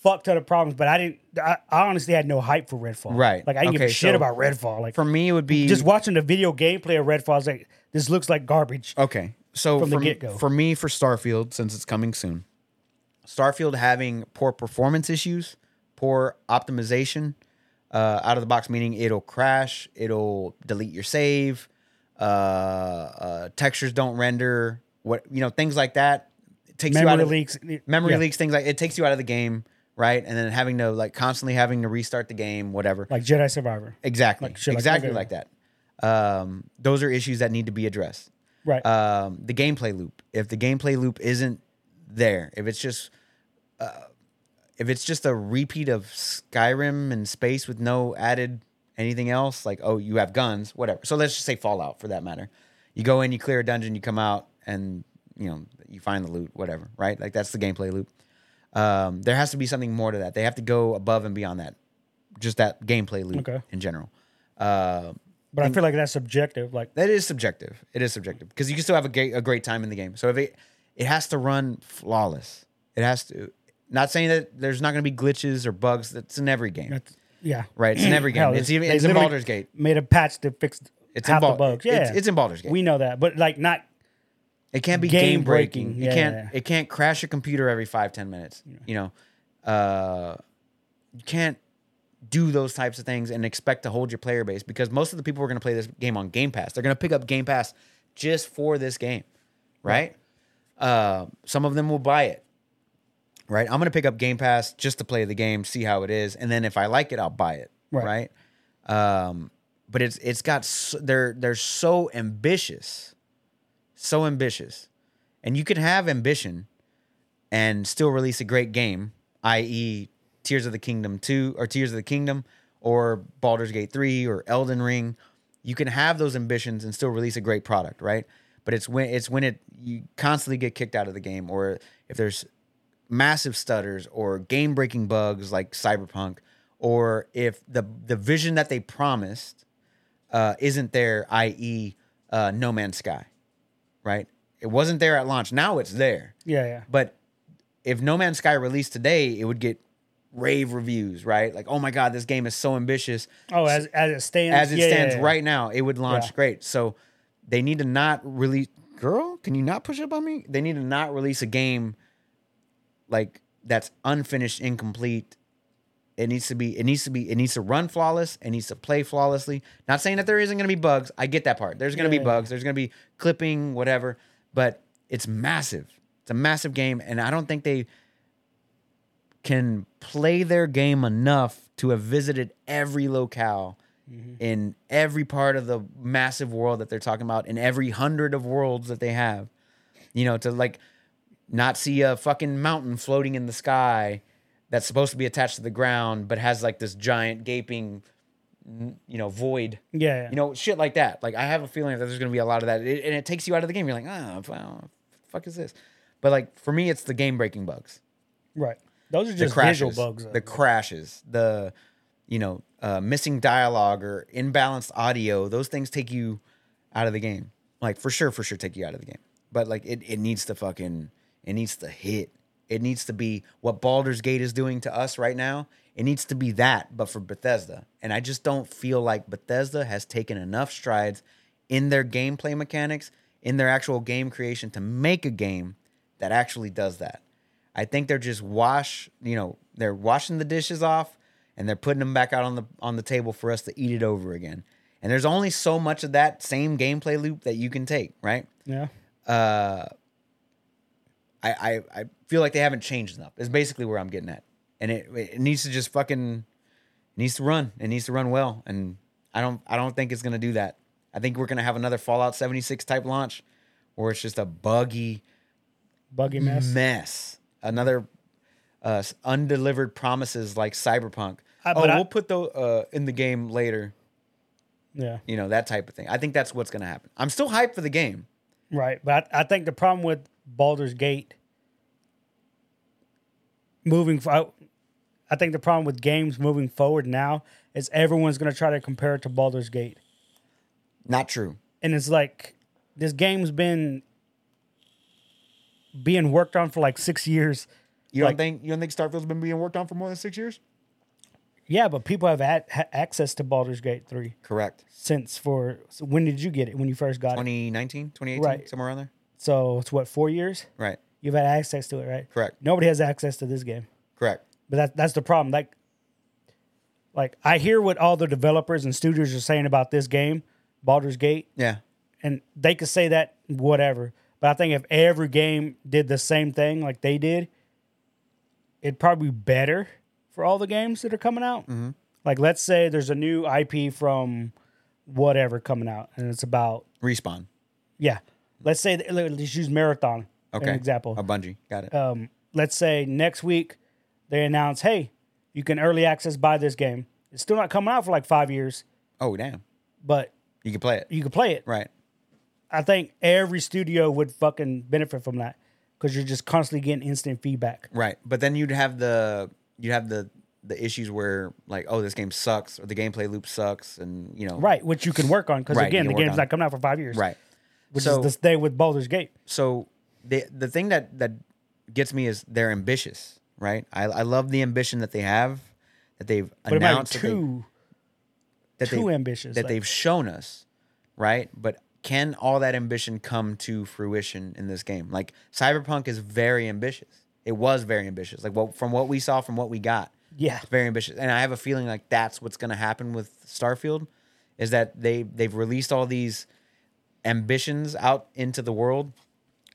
[SPEAKER 2] fuck ton of problems, but I didn't. I, I honestly had no hype for Redfall.
[SPEAKER 1] Right.
[SPEAKER 2] Like I didn't give
[SPEAKER 1] Okay,
[SPEAKER 2] a shit
[SPEAKER 1] so
[SPEAKER 2] about Redfall. Like
[SPEAKER 1] for me it would be
[SPEAKER 2] just watching the video gameplay of Redfall, I was like, this looks like garbage.
[SPEAKER 1] Okay. So
[SPEAKER 2] From the
[SPEAKER 1] for,
[SPEAKER 2] get-go.
[SPEAKER 1] for me, for Starfield, since it's coming soon, Starfield having poor performance issues, poor optimization, uh, out of the box, meaning it'll crash, it'll delete your save, uh, uh, textures don't render, what you know, things like that. It takes you out
[SPEAKER 2] Memory
[SPEAKER 1] of
[SPEAKER 2] leaks.
[SPEAKER 1] memory
[SPEAKER 2] yeah,
[SPEAKER 1] leaks, things like it takes you out of the game, right? And then having to like constantly having to restart the game, whatever.
[SPEAKER 2] Like Jedi Survivor.
[SPEAKER 1] exactly,
[SPEAKER 2] like shit like-
[SPEAKER 1] exactly
[SPEAKER 2] okay.
[SPEAKER 1] like that. Um, those are issues that need to be addressed
[SPEAKER 2] Right.
[SPEAKER 1] um, the gameplay loop. If the gameplay loop isn't there, if it's just uh, if it's just a repeat of Skyrim and space with no added anything else, like oh you have guns, whatever. So let's just say Fallout for that matter. You go in, you clear a dungeon, you come out, and you know you find the loot, whatever. Right? Like that's the gameplay loop. Um, there has to be something more to that. They have to go above and beyond that, just that gameplay loop
[SPEAKER 2] Okay.
[SPEAKER 1] in general. Uh,
[SPEAKER 2] but I feel like that's subjective. Like
[SPEAKER 1] that is subjective. It is subjective because you can still have a, ga- a great time in the game. So if it it has to run flawless. It has to. Not saying that there's not going to be glitches or bugs. That's in every game,
[SPEAKER 2] that's, yeah.
[SPEAKER 1] right? It's in every game.
[SPEAKER 2] Hell,
[SPEAKER 1] it's even
[SPEAKER 2] they
[SPEAKER 1] it's in
[SPEAKER 2] literally
[SPEAKER 1] Baldur's Gate.
[SPEAKER 2] Made a patch to fix
[SPEAKER 1] It's in
[SPEAKER 2] half
[SPEAKER 1] Bal-
[SPEAKER 2] the bugs. Yeah,
[SPEAKER 1] it's- it's in Baldur's Gate.
[SPEAKER 2] We know that, but like not.
[SPEAKER 1] It can't be game,
[SPEAKER 2] Game
[SPEAKER 1] breaking.
[SPEAKER 2] breaking,
[SPEAKER 1] It can't.
[SPEAKER 2] yeah.
[SPEAKER 1] It can't crash your computer every five ten minutes. You know, uh, you can't do those types of things and expect to hold your player base because most of the people who are going to play this game on Game Pass. They're going to pick up Game Pass just for this game, right? Uh, some of them will buy it, right? I'm going to pick up Game Pass just to play the game, see how it is, and then if I like it, I'll buy it, right?
[SPEAKER 2] Right.
[SPEAKER 1] Um, but it's it's got s they're they're so ambitious, so ambitious, and you can have ambition and still release a great game, i.e., Tears of the Kingdom 2 or Tears of the Kingdom or Baldur's Gate 3 or Elden Ring. You can have those ambitions and still release a great product, right? But it's when it's when it you constantly get kicked out of the game or if there's massive stutters or game breaking bugs like Cyberpunk or if the the vision that they promised uh, isn't there, i.e., uh, No Man's Sky, right? It wasn't there at launch. Now it's there.
[SPEAKER 2] Yeah, yeah.
[SPEAKER 1] But if No Man's Sky released today, it would get rave reviews, right? Like, oh my god, this game is so ambitious.
[SPEAKER 2] Oh, as as it stands,
[SPEAKER 1] As it
[SPEAKER 2] yeah, yeah,
[SPEAKER 1] stands
[SPEAKER 2] yeah.
[SPEAKER 1] right now, it would launch
[SPEAKER 2] Yeah.
[SPEAKER 1] great. So they need to not release. Girl, can you not push up on me? They need to not release a game like that's unfinished, incomplete. It needs to be. It needs to be. It needs to run flawless. It needs to play flawlessly. Not saying that there isn't going to be bugs. I get that part. There's going to
[SPEAKER 2] Yeah,
[SPEAKER 1] be
[SPEAKER 2] yeah.
[SPEAKER 1] bugs. There's going to be clipping, whatever. But it's massive. It's a massive game, and I don't think they can play their game enough to have visited every locale in every part of the massive world that they're talking about, in every hundred of worlds that they have. You know, to like not see a fucking mountain floating in the sky that's supposed to be attached to the ground, but has like this giant gaping, n- you know, void
[SPEAKER 2] Yeah.
[SPEAKER 1] you know, shit like that. Like I have a feeling that there's gonna be a lot of that, It- and it takes you out of the game. You're like, ah, wow, fuck is this? But like for me, it's the game breaking bugs,
[SPEAKER 2] right. Those are
[SPEAKER 1] the
[SPEAKER 2] just
[SPEAKER 1] crashes,
[SPEAKER 2] visual bugs.
[SPEAKER 1] the crashes, the you know, uh, missing dialogue or imbalanced audio. Those things take you out of the game. Like for sure, for sure, take you out of the game. But like it, it needs to fucking, it needs to hit. It needs to be what Baldur's Gate is doing to us right now. It needs to be that, but for Bethesda. And I just don't feel like Bethesda has taken enough strides in their gameplay mechanics, in their actual game creation to make a game that actually does that. I think they're just wash, you know, they're washing the dishes off and they're putting them back out on the on the table for us to eat it over again. And there's only so much of that same gameplay loop that you can take, right?
[SPEAKER 2] yeah.
[SPEAKER 1] I, I, I feel like they haven't changed enough. Is basically where I'm getting at, and it it needs to just fucking it needs to run. It needs to run well, and I don't I don't think it's gonna do that. I think we're gonna have another Fallout 76 type launch, where it's just a buggy
[SPEAKER 2] Buggy mess.
[SPEAKER 1] mess. Another uh, undelivered promises like Cyberpunk.
[SPEAKER 2] Uh,
[SPEAKER 1] oh,
[SPEAKER 2] but I-
[SPEAKER 1] we'll put those uh, in the game later.
[SPEAKER 2] Yeah.
[SPEAKER 1] You know that type of thing. I think that's what's gonna happen. I'm still hyped for the game.
[SPEAKER 2] Right. But I, I think the problem with Baldur's Gate moving forward, I think the problem with games moving forward now is everyone's going to try to compare it to Baldur's Gate.
[SPEAKER 1] Not true.
[SPEAKER 2] And it's like this game's been being worked on for like six years.
[SPEAKER 1] You don't
[SPEAKER 2] Like-
[SPEAKER 1] think you don't think Starfield's been being worked on for more than six years?
[SPEAKER 2] Yeah, but people have had, ha- access to Baldur's Gate 3
[SPEAKER 1] Correct.
[SPEAKER 2] since for so when did you get it? When you first got it?
[SPEAKER 1] 2019, 2018,
[SPEAKER 2] Right.
[SPEAKER 1] somewhere around there.
[SPEAKER 2] So it's what, four years?
[SPEAKER 1] Right.
[SPEAKER 2] You've had access to it, right?
[SPEAKER 1] Correct.
[SPEAKER 2] Nobody has access to this game.
[SPEAKER 1] Correct.
[SPEAKER 2] But that that's the problem. Like, like I hear what all the developers and studios are saying about this game, Baldur's Gate,
[SPEAKER 1] Yeah.
[SPEAKER 2] and they could say that whatever. But I think if every game did the same thing like they did, it'd probably be better for all the games that are coming out. Like, let's say there's a new IP from whatever coming out, and it's about
[SPEAKER 1] Respawn.
[SPEAKER 2] yeah. Let's say let's use Marathon as
[SPEAKER 1] Okay.
[SPEAKER 2] an example
[SPEAKER 1] A Bungie. Got it.
[SPEAKER 2] um, let's say next week they announce, hey, you can early access buy this game. It's still not coming out for like five years,
[SPEAKER 1] oh damn.
[SPEAKER 2] but
[SPEAKER 1] You can play it.
[SPEAKER 2] you can play it.
[SPEAKER 1] Right.
[SPEAKER 2] I think every studio would fucking benefit from that because you're just constantly getting instant feedback.
[SPEAKER 1] Right. But then you'd have the you'd have the the issues where like oh this game sucks or the gameplay loop sucks and you know
[SPEAKER 2] Right, which you can work on because
[SPEAKER 1] Right,
[SPEAKER 2] again,
[SPEAKER 1] you
[SPEAKER 2] the
[SPEAKER 1] work
[SPEAKER 2] game's
[SPEAKER 1] on it.
[SPEAKER 2] not coming out for five years.
[SPEAKER 1] right.
[SPEAKER 2] which
[SPEAKER 1] So-
[SPEAKER 2] is this day with Baldur's Gate.
[SPEAKER 1] so the the thing that that gets me is they're ambitious, right? I, I love the ambition that they have, that they've
[SPEAKER 2] But it might be
[SPEAKER 1] announced that they-
[SPEAKER 2] too
[SPEAKER 1] that
[SPEAKER 2] too
[SPEAKER 1] they-
[SPEAKER 2] ambitious.
[SPEAKER 1] that
[SPEAKER 2] like-
[SPEAKER 1] they've shown us, right? But can all that ambition come to fruition in this game? Like Cyberpunk is very ambitious. It was very ambitious. Like what from what we saw, from what we got.
[SPEAKER 2] Yeah.
[SPEAKER 1] It's very ambitious. And I have a feeling like that's what's gonna happen with Starfield, is that they they've released all these ambitions out into the world,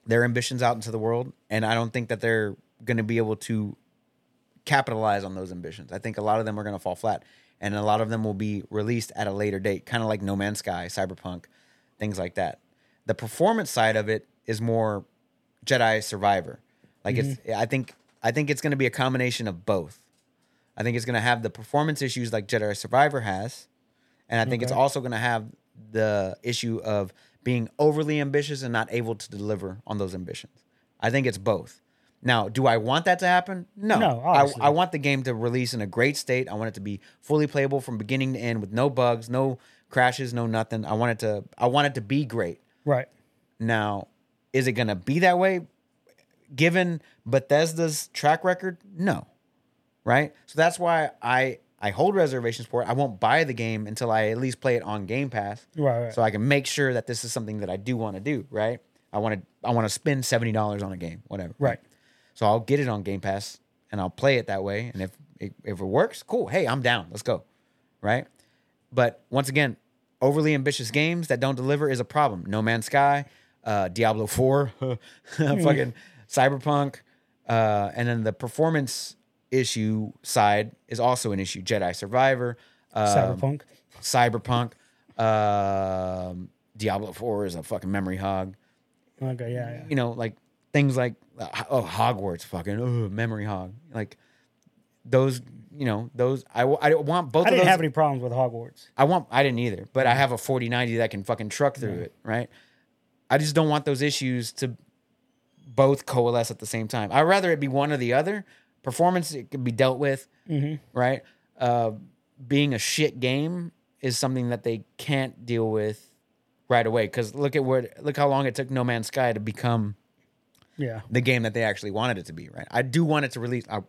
[SPEAKER 1] their ambitions out into the world, and I don't think that they're gonna be able to capitalize on those ambitions. I think a lot of them are going to fall flat, and a lot of them will be released at a later date, kind of like No Man's Sky, Cyberpunk, things like that. The performance side of it is more Jedi Survivor. Like it's, I think, I think it's going to be a combination of both. I think it's going to have the performance issues like Jedi Survivor has, and I think it's also going to have the issue of being overly ambitious and not able to deliver on those ambitions. I think it's both. Now, do I want that to happen? No.
[SPEAKER 2] No,
[SPEAKER 1] I,
[SPEAKER 2] obviously.
[SPEAKER 1] I want the game to release in a great state. I want it to be fully playable from beginning to end with no bugs, no crashes, no nothing. I want it to I want it to be great.
[SPEAKER 2] right.
[SPEAKER 1] Now, is it going to be that way given Bethesda's track record? No. Right? So that's why I I hold reservations for it. I won't buy the game until I at least play it on Game Pass.
[SPEAKER 2] Right, right.
[SPEAKER 1] So I can make sure that this is something that I do want to do, right? I want to I want to spend $70 on a game, whatever.
[SPEAKER 2] Right.
[SPEAKER 1] So I'll get it on Game Pass and I'll play it that way and if if if it works, cool. Hey, I'm down. Let's go. Right? But once again, overly ambitious games that don't deliver is a problem. No Man's Sky, uh, Diablo 4, fucking Cyberpunk, uh, and then the performance issue side is also an issue. Jedi Survivor, um,
[SPEAKER 2] Cyberpunk.
[SPEAKER 1] Cyberpunk, um, Diablo Four is a fucking memory hog.
[SPEAKER 2] Okay, yeah, yeah.
[SPEAKER 1] You know, like things like uh, ho- oh Hogwarts, fucking oh, memory hog. Like those, you know, those. I, w- I want both.
[SPEAKER 2] I
[SPEAKER 1] of
[SPEAKER 2] didn't
[SPEAKER 1] those,
[SPEAKER 2] have any Mm-hmm. problems with Hogwarts.
[SPEAKER 1] I want I didn't either, but I have a 4090 that can fucking truck through it, right? I just don't want those issues to both coalesce at the same time. I'd rather it be one or the other. Performance it can be dealt with,
[SPEAKER 2] Mm-hmm.
[SPEAKER 1] right? Uh, being a shit game is something that they can't deal with right away. Because look at what look how long it took No Man's Sky to become
[SPEAKER 2] Yeah.
[SPEAKER 1] the game that they actually wanted it to be, right? I do want it to release. I, I'm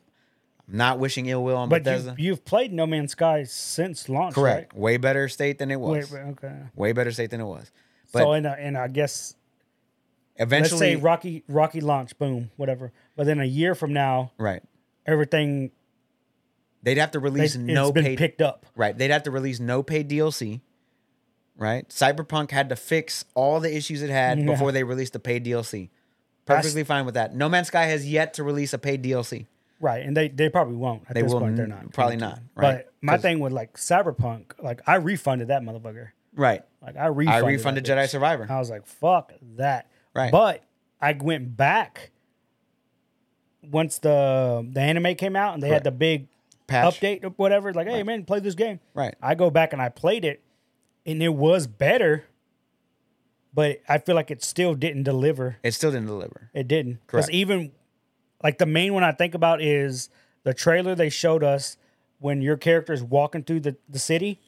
[SPEAKER 1] not wishing ill will on
[SPEAKER 2] But
[SPEAKER 1] Bethesda.
[SPEAKER 2] you, you've played No Man's Sky since launch,
[SPEAKER 1] Correct. Way better state than it
[SPEAKER 2] Right?
[SPEAKER 1] was.
[SPEAKER 2] Wait, wait, okay.
[SPEAKER 1] Way better state than it was. But
[SPEAKER 2] so and uh, and I guess let's
[SPEAKER 1] eventually
[SPEAKER 2] say Rocky Rocky launch, boom, whatever. But then a year from now,
[SPEAKER 1] right
[SPEAKER 2] everything
[SPEAKER 1] they'd have to release
[SPEAKER 2] has
[SPEAKER 1] no
[SPEAKER 2] been
[SPEAKER 1] paid
[SPEAKER 2] picked up.
[SPEAKER 1] right they'd have to release no paid dlc right cyberpunk had to fix all the issues it had
[SPEAKER 2] Yeah.
[SPEAKER 1] before they released the paid dlc
[SPEAKER 2] That's-
[SPEAKER 1] perfectly fine with that no man's sky has yet to release a paid dlc
[SPEAKER 2] Right, and they, they probably won't. At
[SPEAKER 1] They
[SPEAKER 2] this
[SPEAKER 1] will
[SPEAKER 2] point, they're
[SPEAKER 1] n-
[SPEAKER 2] not
[SPEAKER 1] probably
[SPEAKER 2] going to.
[SPEAKER 1] not, right?
[SPEAKER 2] But my thing with like Cyberpunk, like I refunded that motherfucker.
[SPEAKER 1] right
[SPEAKER 2] Like I refunded. that
[SPEAKER 1] refunded
[SPEAKER 2] bitch.
[SPEAKER 1] Jedi Survivor.
[SPEAKER 2] I was like, fuck that.
[SPEAKER 1] Right.
[SPEAKER 2] But I went back once the the anime came out and they had
[SPEAKER 1] Correct.
[SPEAKER 2] the big
[SPEAKER 1] Patch.
[SPEAKER 2] update or whatever. Like, hey man, play this game.
[SPEAKER 1] Right.
[SPEAKER 2] I go back and I played it, and it was better. But I feel like it still didn't deliver.
[SPEAKER 1] it still didn't deliver
[SPEAKER 2] It didn't. Because
[SPEAKER 1] Correct.
[SPEAKER 2] even like the main one I think about is the trailer they showed us when your character is walking through the, the city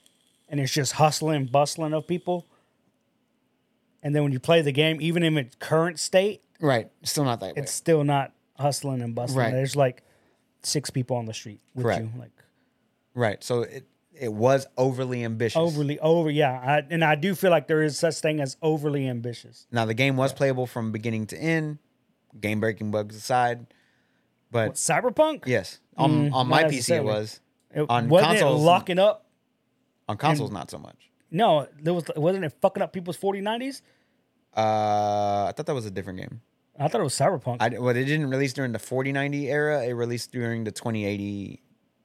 [SPEAKER 2] and it's just hustling and bustling of people. And then when you play the game, even in its current state,
[SPEAKER 1] right still not that way
[SPEAKER 2] it's still not hustling and bustling.
[SPEAKER 1] Right.
[SPEAKER 2] There's like six people on the street with
[SPEAKER 1] Correct.
[SPEAKER 2] you. Like
[SPEAKER 1] right so it it was overly ambitious
[SPEAKER 2] overly over yeah. I, and I do feel like there is such thing as overly ambitious.
[SPEAKER 1] now the game was playable from beginning to end game breaking bugs aside but
[SPEAKER 2] Cyberpunk?
[SPEAKER 1] yes on, on my
[SPEAKER 2] not
[SPEAKER 1] pc it
[SPEAKER 2] necessarily.
[SPEAKER 1] was
[SPEAKER 2] It,
[SPEAKER 1] on
[SPEAKER 2] wasn't
[SPEAKER 1] consoles
[SPEAKER 2] it locking up
[SPEAKER 1] on consoles not so much
[SPEAKER 2] No, there was wasn't it fucking up people's 4090s?
[SPEAKER 1] Uh, I thought that was a different game.
[SPEAKER 2] I thought it was Cyberpunk.
[SPEAKER 1] I well, it didn't release during the 4090 era. It released during the 2080,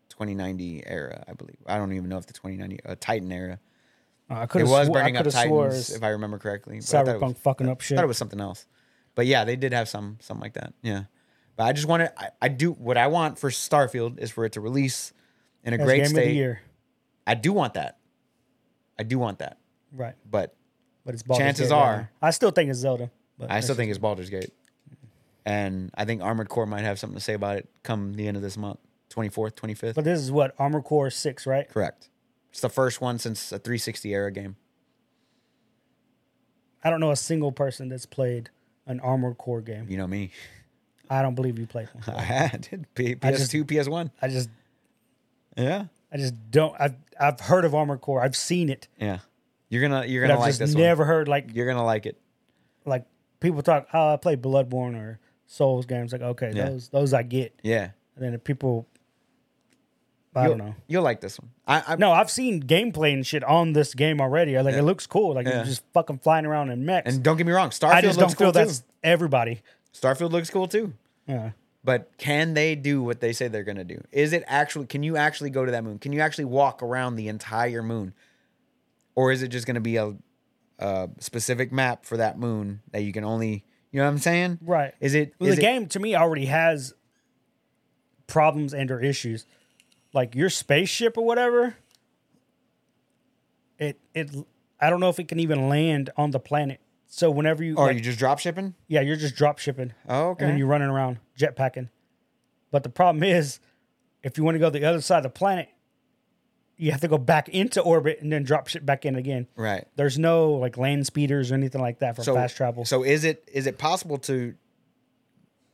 [SPEAKER 1] 2090 era, I believe. I don't even know if the 2090 uh, Titan era.
[SPEAKER 2] Uh, I could
[SPEAKER 1] It
[SPEAKER 2] have
[SPEAKER 1] was
[SPEAKER 2] swore, I
[SPEAKER 1] burning up
[SPEAKER 2] could have swore
[SPEAKER 1] Titans, if I remember correctly. but I thought it was-
[SPEAKER 2] Cyberpunk fucking up shit.
[SPEAKER 1] thought it was something else. But yeah, they did have some something like that. Yeah. But I just want to I, I do what I want for Starfield is for it to release in a
[SPEAKER 2] As
[SPEAKER 1] great
[SPEAKER 2] game of the
[SPEAKER 1] state.
[SPEAKER 2] year,
[SPEAKER 1] I do want that. I do want that.
[SPEAKER 2] right?
[SPEAKER 1] But
[SPEAKER 2] But it's Baldur's
[SPEAKER 1] Chances
[SPEAKER 2] Gate right
[SPEAKER 1] are- Uh,
[SPEAKER 2] now. I still think it's Zelda. But
[SPEAKER 1] I still think it's Baldur's Gate. And I think Armored Core might have something to say about it come the end of this month, 24th, 25th.
[SPEAKER 2] But this is what Armor Core Six, right?
[SPEAKER 1] Correct. It's the first one since a 360 era game.
[SPEAKER 2] I don't know a single person that's played an Armored Core game.
[SPEAKER 1] You know me.
[SPEAKER 2] I don't believe you played one.
[SPEAKER 1] I had P-
[SPEAKER 2] I just-
[SPEAKER 1] PS2, PS1.
[SPEAKER 2] I just,
[SPEAKER 1] Yeah.
[SPEAKER 2] I just don't. I've, I've heard of Armored Core. I've seen it.
[SPEAKER 1] Yeah. You're going to you're
[SPEAKER 2] But
[SPEAKER 1] going
[SPEAKER 2] I've
[SPEAKER 1] to like
[SPEAKER 2] just
[SPEAKER 1] this
[SPEAKER 2] never heard like
[SPEAKER 1] one. You're going to like it.
[SPEAKER 2] like people talk. Oh, I play Bloodborne or Souls games. Like okay,
[SPEAKER 1] Yeah.
[SPEAKER 2] those those I get.
[SPEAKER 1] Yeah.
[SPEAKER 2] And then if people, I
[SPEAKER 1] You'll-
[SPEAKER 2] don't know.
[SPEAKER 1] You'll like this one. I, I
[SPEAKER 2] No, I've seen gameplay and shit on this game already. Like it looks cool. Like
[SPEAKER 1] Yeah.
[SPEAKER 2] you're just fucking flying around in mechs.
[SPEAKER 1] and don't get me wrong, Starfield
[SPEAKER 2] I just
[SPEAKER 1] looks
[SPEAKER 2] don't feel
[SPEAKER 1] cool
[SPEAKER 2] that's
[SPEAKER 1] too.
[SPEAKER 2] everybody.
[SPEAKER 1] Starfield looks cool too.
[SPEAKER 2] Yeah.
[SPEAKER 1] But can they do what they say they're going to do? Is it actually, can you actually go to that moon? Can you actually walk around the entire moon? Or is it just going to be a, a specific map for that moon that you can only, you know what I'm saying?
[SPEAKER 2] Right.
[SPEAKER 1] Is it,
[SPEAKER 2] Well,
[SPEAKER 1] is
[SPEAKER 2] the
[SPEAKER 1] it-
[SPEAKER 2] game to me already has problems and or issues. Like your spaceship or whatever. It it I don't know if it can even land on the planet. So whenever you,
[SPEAKER 1] Or are
[SPEAKER 2] like,
[SPEAKER 1] you just drop shipping?
[SPEAKER 2] yeah, you're just drop shipping.
[SPEAKER 1] Oh, okay.
[SPEAKER 2] and then you're running around jetpacking. But the problem is, if you want to go to the other side of the planet, you have to go back into orbit and then drop shit back in again.
[SPEAKER 1] right.
[SPEAKER 2] There's no like land speeders or anything like that for
[SPEAKER 1] So
[SPEAKER 2] fast travel.
[SPEAKER 1] So is it, is it possible to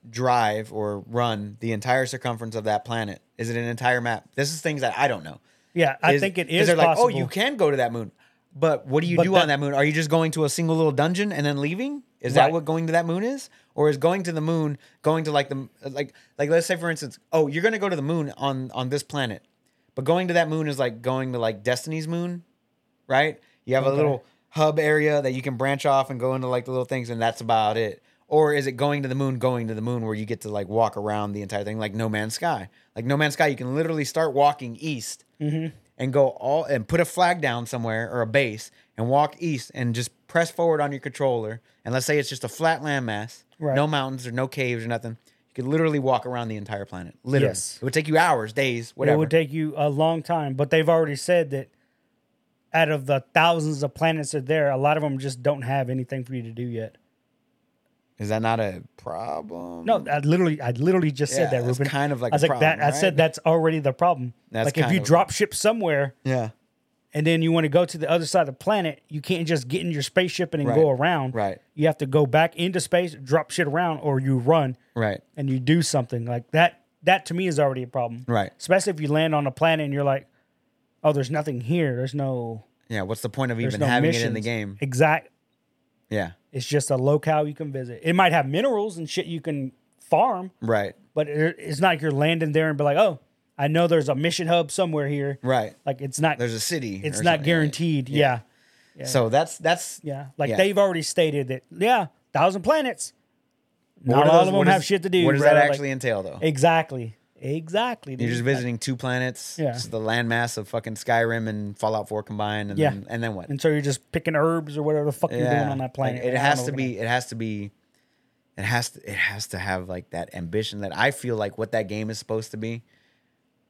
[SPEAKER 1] drive or run the entire circumference of that planet? Is it an entire map? This is things that I don't know.
[SPEAKER 2] yeah, I
[SPEAKER 1] Is-
[SPEAKER 2] think it is
[SPEAKER 1] they're
[SPEAKER 2] possible.
[SPEAKER 1] like, oh, you can go to that moon, but what do you
[SPEAKER 2] But
[SPEAKER 1] do
[SPEAKER 2] that-
[SPEAKER 1] on that moon? Are you just going to a single little dungeon and then leaving? Is
[SPEAKER 2] Right.
[SPEAKER 1] that what going to that moon is, or is going to the moon going to like the like like let's say for instance, oh, you're going to go to the moon on on this planet, but going to that moon is like going to like Destiny's moon, right? You have a little hub area that you can branch off and go into like the little things, and that's about it. Or is it going to the moon, going to the moon, where you get to like walk around the entire thing, like No Man's Sky? Like No Man's Sky, you can literally start walking east
[SPEAKER 2] Mm-hmm.
[SPEAKER 1] and go all and put a flag down somewhere or a base and walk east and just press forward on your controller. And let's say it's just a flat landmass,
[SPEAKER 2] Right.
[SPEAKER 1] no mountains or no caves or nothing. You could literally walk around the entire planet. Literally,
[SPEAKER 2] Yes.
[SPEAKER 1] it would take you hours, days, whatever.
[SPEAKER 2] It would take you a long time, but they've already said that out of the thousands of planets that are there, a lot of them just don't have anything for you to do yet.
[SPEAKER 1] Is that not a problem?
[SPEAKER 2] No, I literally, I literally just said
[SPEAKER 1] Yeah,
[SPEAKER 2] that.
[SPEAKER 1] that's
[SPEAKER 2] Ruben.
[SPEAKER 1] kind of like
[SPEAKER 2] I was
[SPEAKER 1] a
[SPEAKER 2] like that.
[SPEAKER 1] problem,
[SPEAKER 2] I
[SPEAKER 1] right?
[SPEAKER 2] said that's already the problem.
[SPEAKER 1] That's
[SPEAKER 2] like if
[SPEAKER 1] kind
[SPEAKER 2] you
[SPEAKER 1] of-
[SPEAKER 2] drop ship somewhere
[SPEAKER 1] Yeah.
[SPEAKER 2] and then you want to go to the other side of the planet, you can't just get in your spaceship and then go
[SPEAKER 1] Right,
[SPEAKER 2] around.
[SPEAKER 1] right.
[SPEAKER 2] You have to go back into space, drop shit around, or you run
[SPEAKER 1] Right.
[SPEAKER 2] and you do something like that. That to me is already a problem.
[SPEAKER 1] Right.
[SPEAKER 2] Especially if you land on a planet and you're like, oh, there's nothing here. There's no.
[SPEAKER 1] Yeah. What's the point of
[SPEAKER 2] There's
[SPEAKER 1] even
[SPEAKER 2] no
[SPEAKER 1] having
[SPEAKER 2] missions.
[SPEAKER 1] it in the game?
[SPEAKER 2] Exact.
[SPEAKER 1] Yeah.
[SPEAKER 2] It's just a locale you can visit. It might have minerals and shit you can farm,
[SPEAKER 1] Right.
[SPEAKER 2] but it- it's not like you're landing there and be like, oh, I know there's a mission hub somewhere here.
[SPEAKER 1] Right.
[SPEAKER 2] Like it's not.
[SPEAKER 1] There's a city.
[SPEAKER 2] it's
[SPEAKER 1] or
[SPEAKER 2] not
[SPEAKER 1] something.
[SPEAKER 2] guaranteed. Yeah.
[SPEAKER 1] So that's that's
[SPEAKER 2] yeah, Like
[SPEAKER 1] Yeah.
[SPEAKER 2] they've already stated that. Yeah, thousand planets.
[SPEAKER 1] What
[SPEAKER 2] Not
[SPEAKER 1] are
[SPEAKER 2] all
[SPEAKER 1] those-
[SPEAKER 2] of
[SPEAKER 1] what
[SPEAKER 2] them have
[SPEAKER 1] is-
[SPEAKER 2] shit to do.
[SPEAKER 1] What does
[SPEAKER 2] bro.
[SPEAKER 1] that
[SPEAKER 2] Like,
[SPEAKER 1] actually entail though?
[SPEAKER 2] exactly. Exactly.
[SPEAKER 1] You're
[SPEAKER 2] dude.
[SPEAKER 1] just visiting two planets,
[SPEAKER 2] Yeah.
[SPEAKER 1] just the landmass of fucking Skyrim and Fallout 4 combined, and
[SPEAKER 2] Yeah.
[SPEAKER 1] then and then what?
[SPEAKER 2] and so you're just picking herbs or whatever the fuck you're doing on that
[SPEAKER 1] Like,
[SPEAKER 2] planet.
[SPEAKER 1] it
[SPEAKER 2] I don't know
[SPEAKER 1] has to
[SPEAKER 2] what
[SPEAKER 1] be. It has to be. It has to. It has to have like that ambition that I feel like what that game is supposed to be,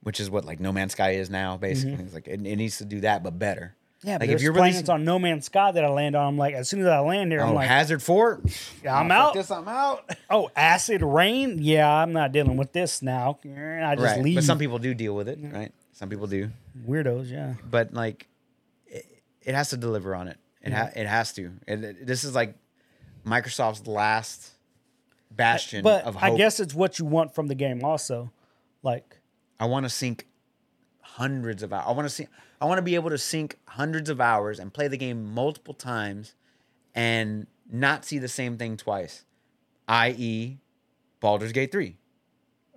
[SPEAKER 1] which is what like No Man's Sky is now. Basically, it's like it, it needs to do that, but better.
[SPEAKER 2] Mm-hmm. Yeah, but
[SPEAKER 1] like
[SPEAKER 2] there's
[SPEAKER 1] if you're
[SPEAKER 2] planets
[SPEAKER 1] releasing
[SPEAKER 2] on No Man's Sky that I land on, I'm like, as soon as I land here,
[SPEAKER 1] oh,
[SPEAKER 2] I'm like,
[SPEAKER 1] Hazard Four,
[SPEAKER 2] yeah, I'm
[SPEAKER 1] fuck
[SPEAKER 2] out.
[SPEAKER 1] This I'm out.
[SPEAKER 2] Oh, acid rain? Yeah, I'm not dealing with this now. Eh, I just
[SPEAKER 1] Right,
[SPEAKER 2] leave.
[SPEAKER 1] but some people do deal with it, right? Some people do.
[SPEAKER 2] weirdos, yeah.
[SPEAKER 1] but like it, it has to deliver on it. It ha- it has to. It, it- this is like Microsoft's last bastion
[SPEAKER 2] But
[SPEAKER 1] of hope.
[SPEAKER 2] I guess it's what you want from the game, also. Like,
[SPEAKER 1] I want to sink hundreds of hours. I want to see. I want to be able to sink hundreds of hours and play the game multiple times and not see the same thing twice. I.e., Baldur's Gate three.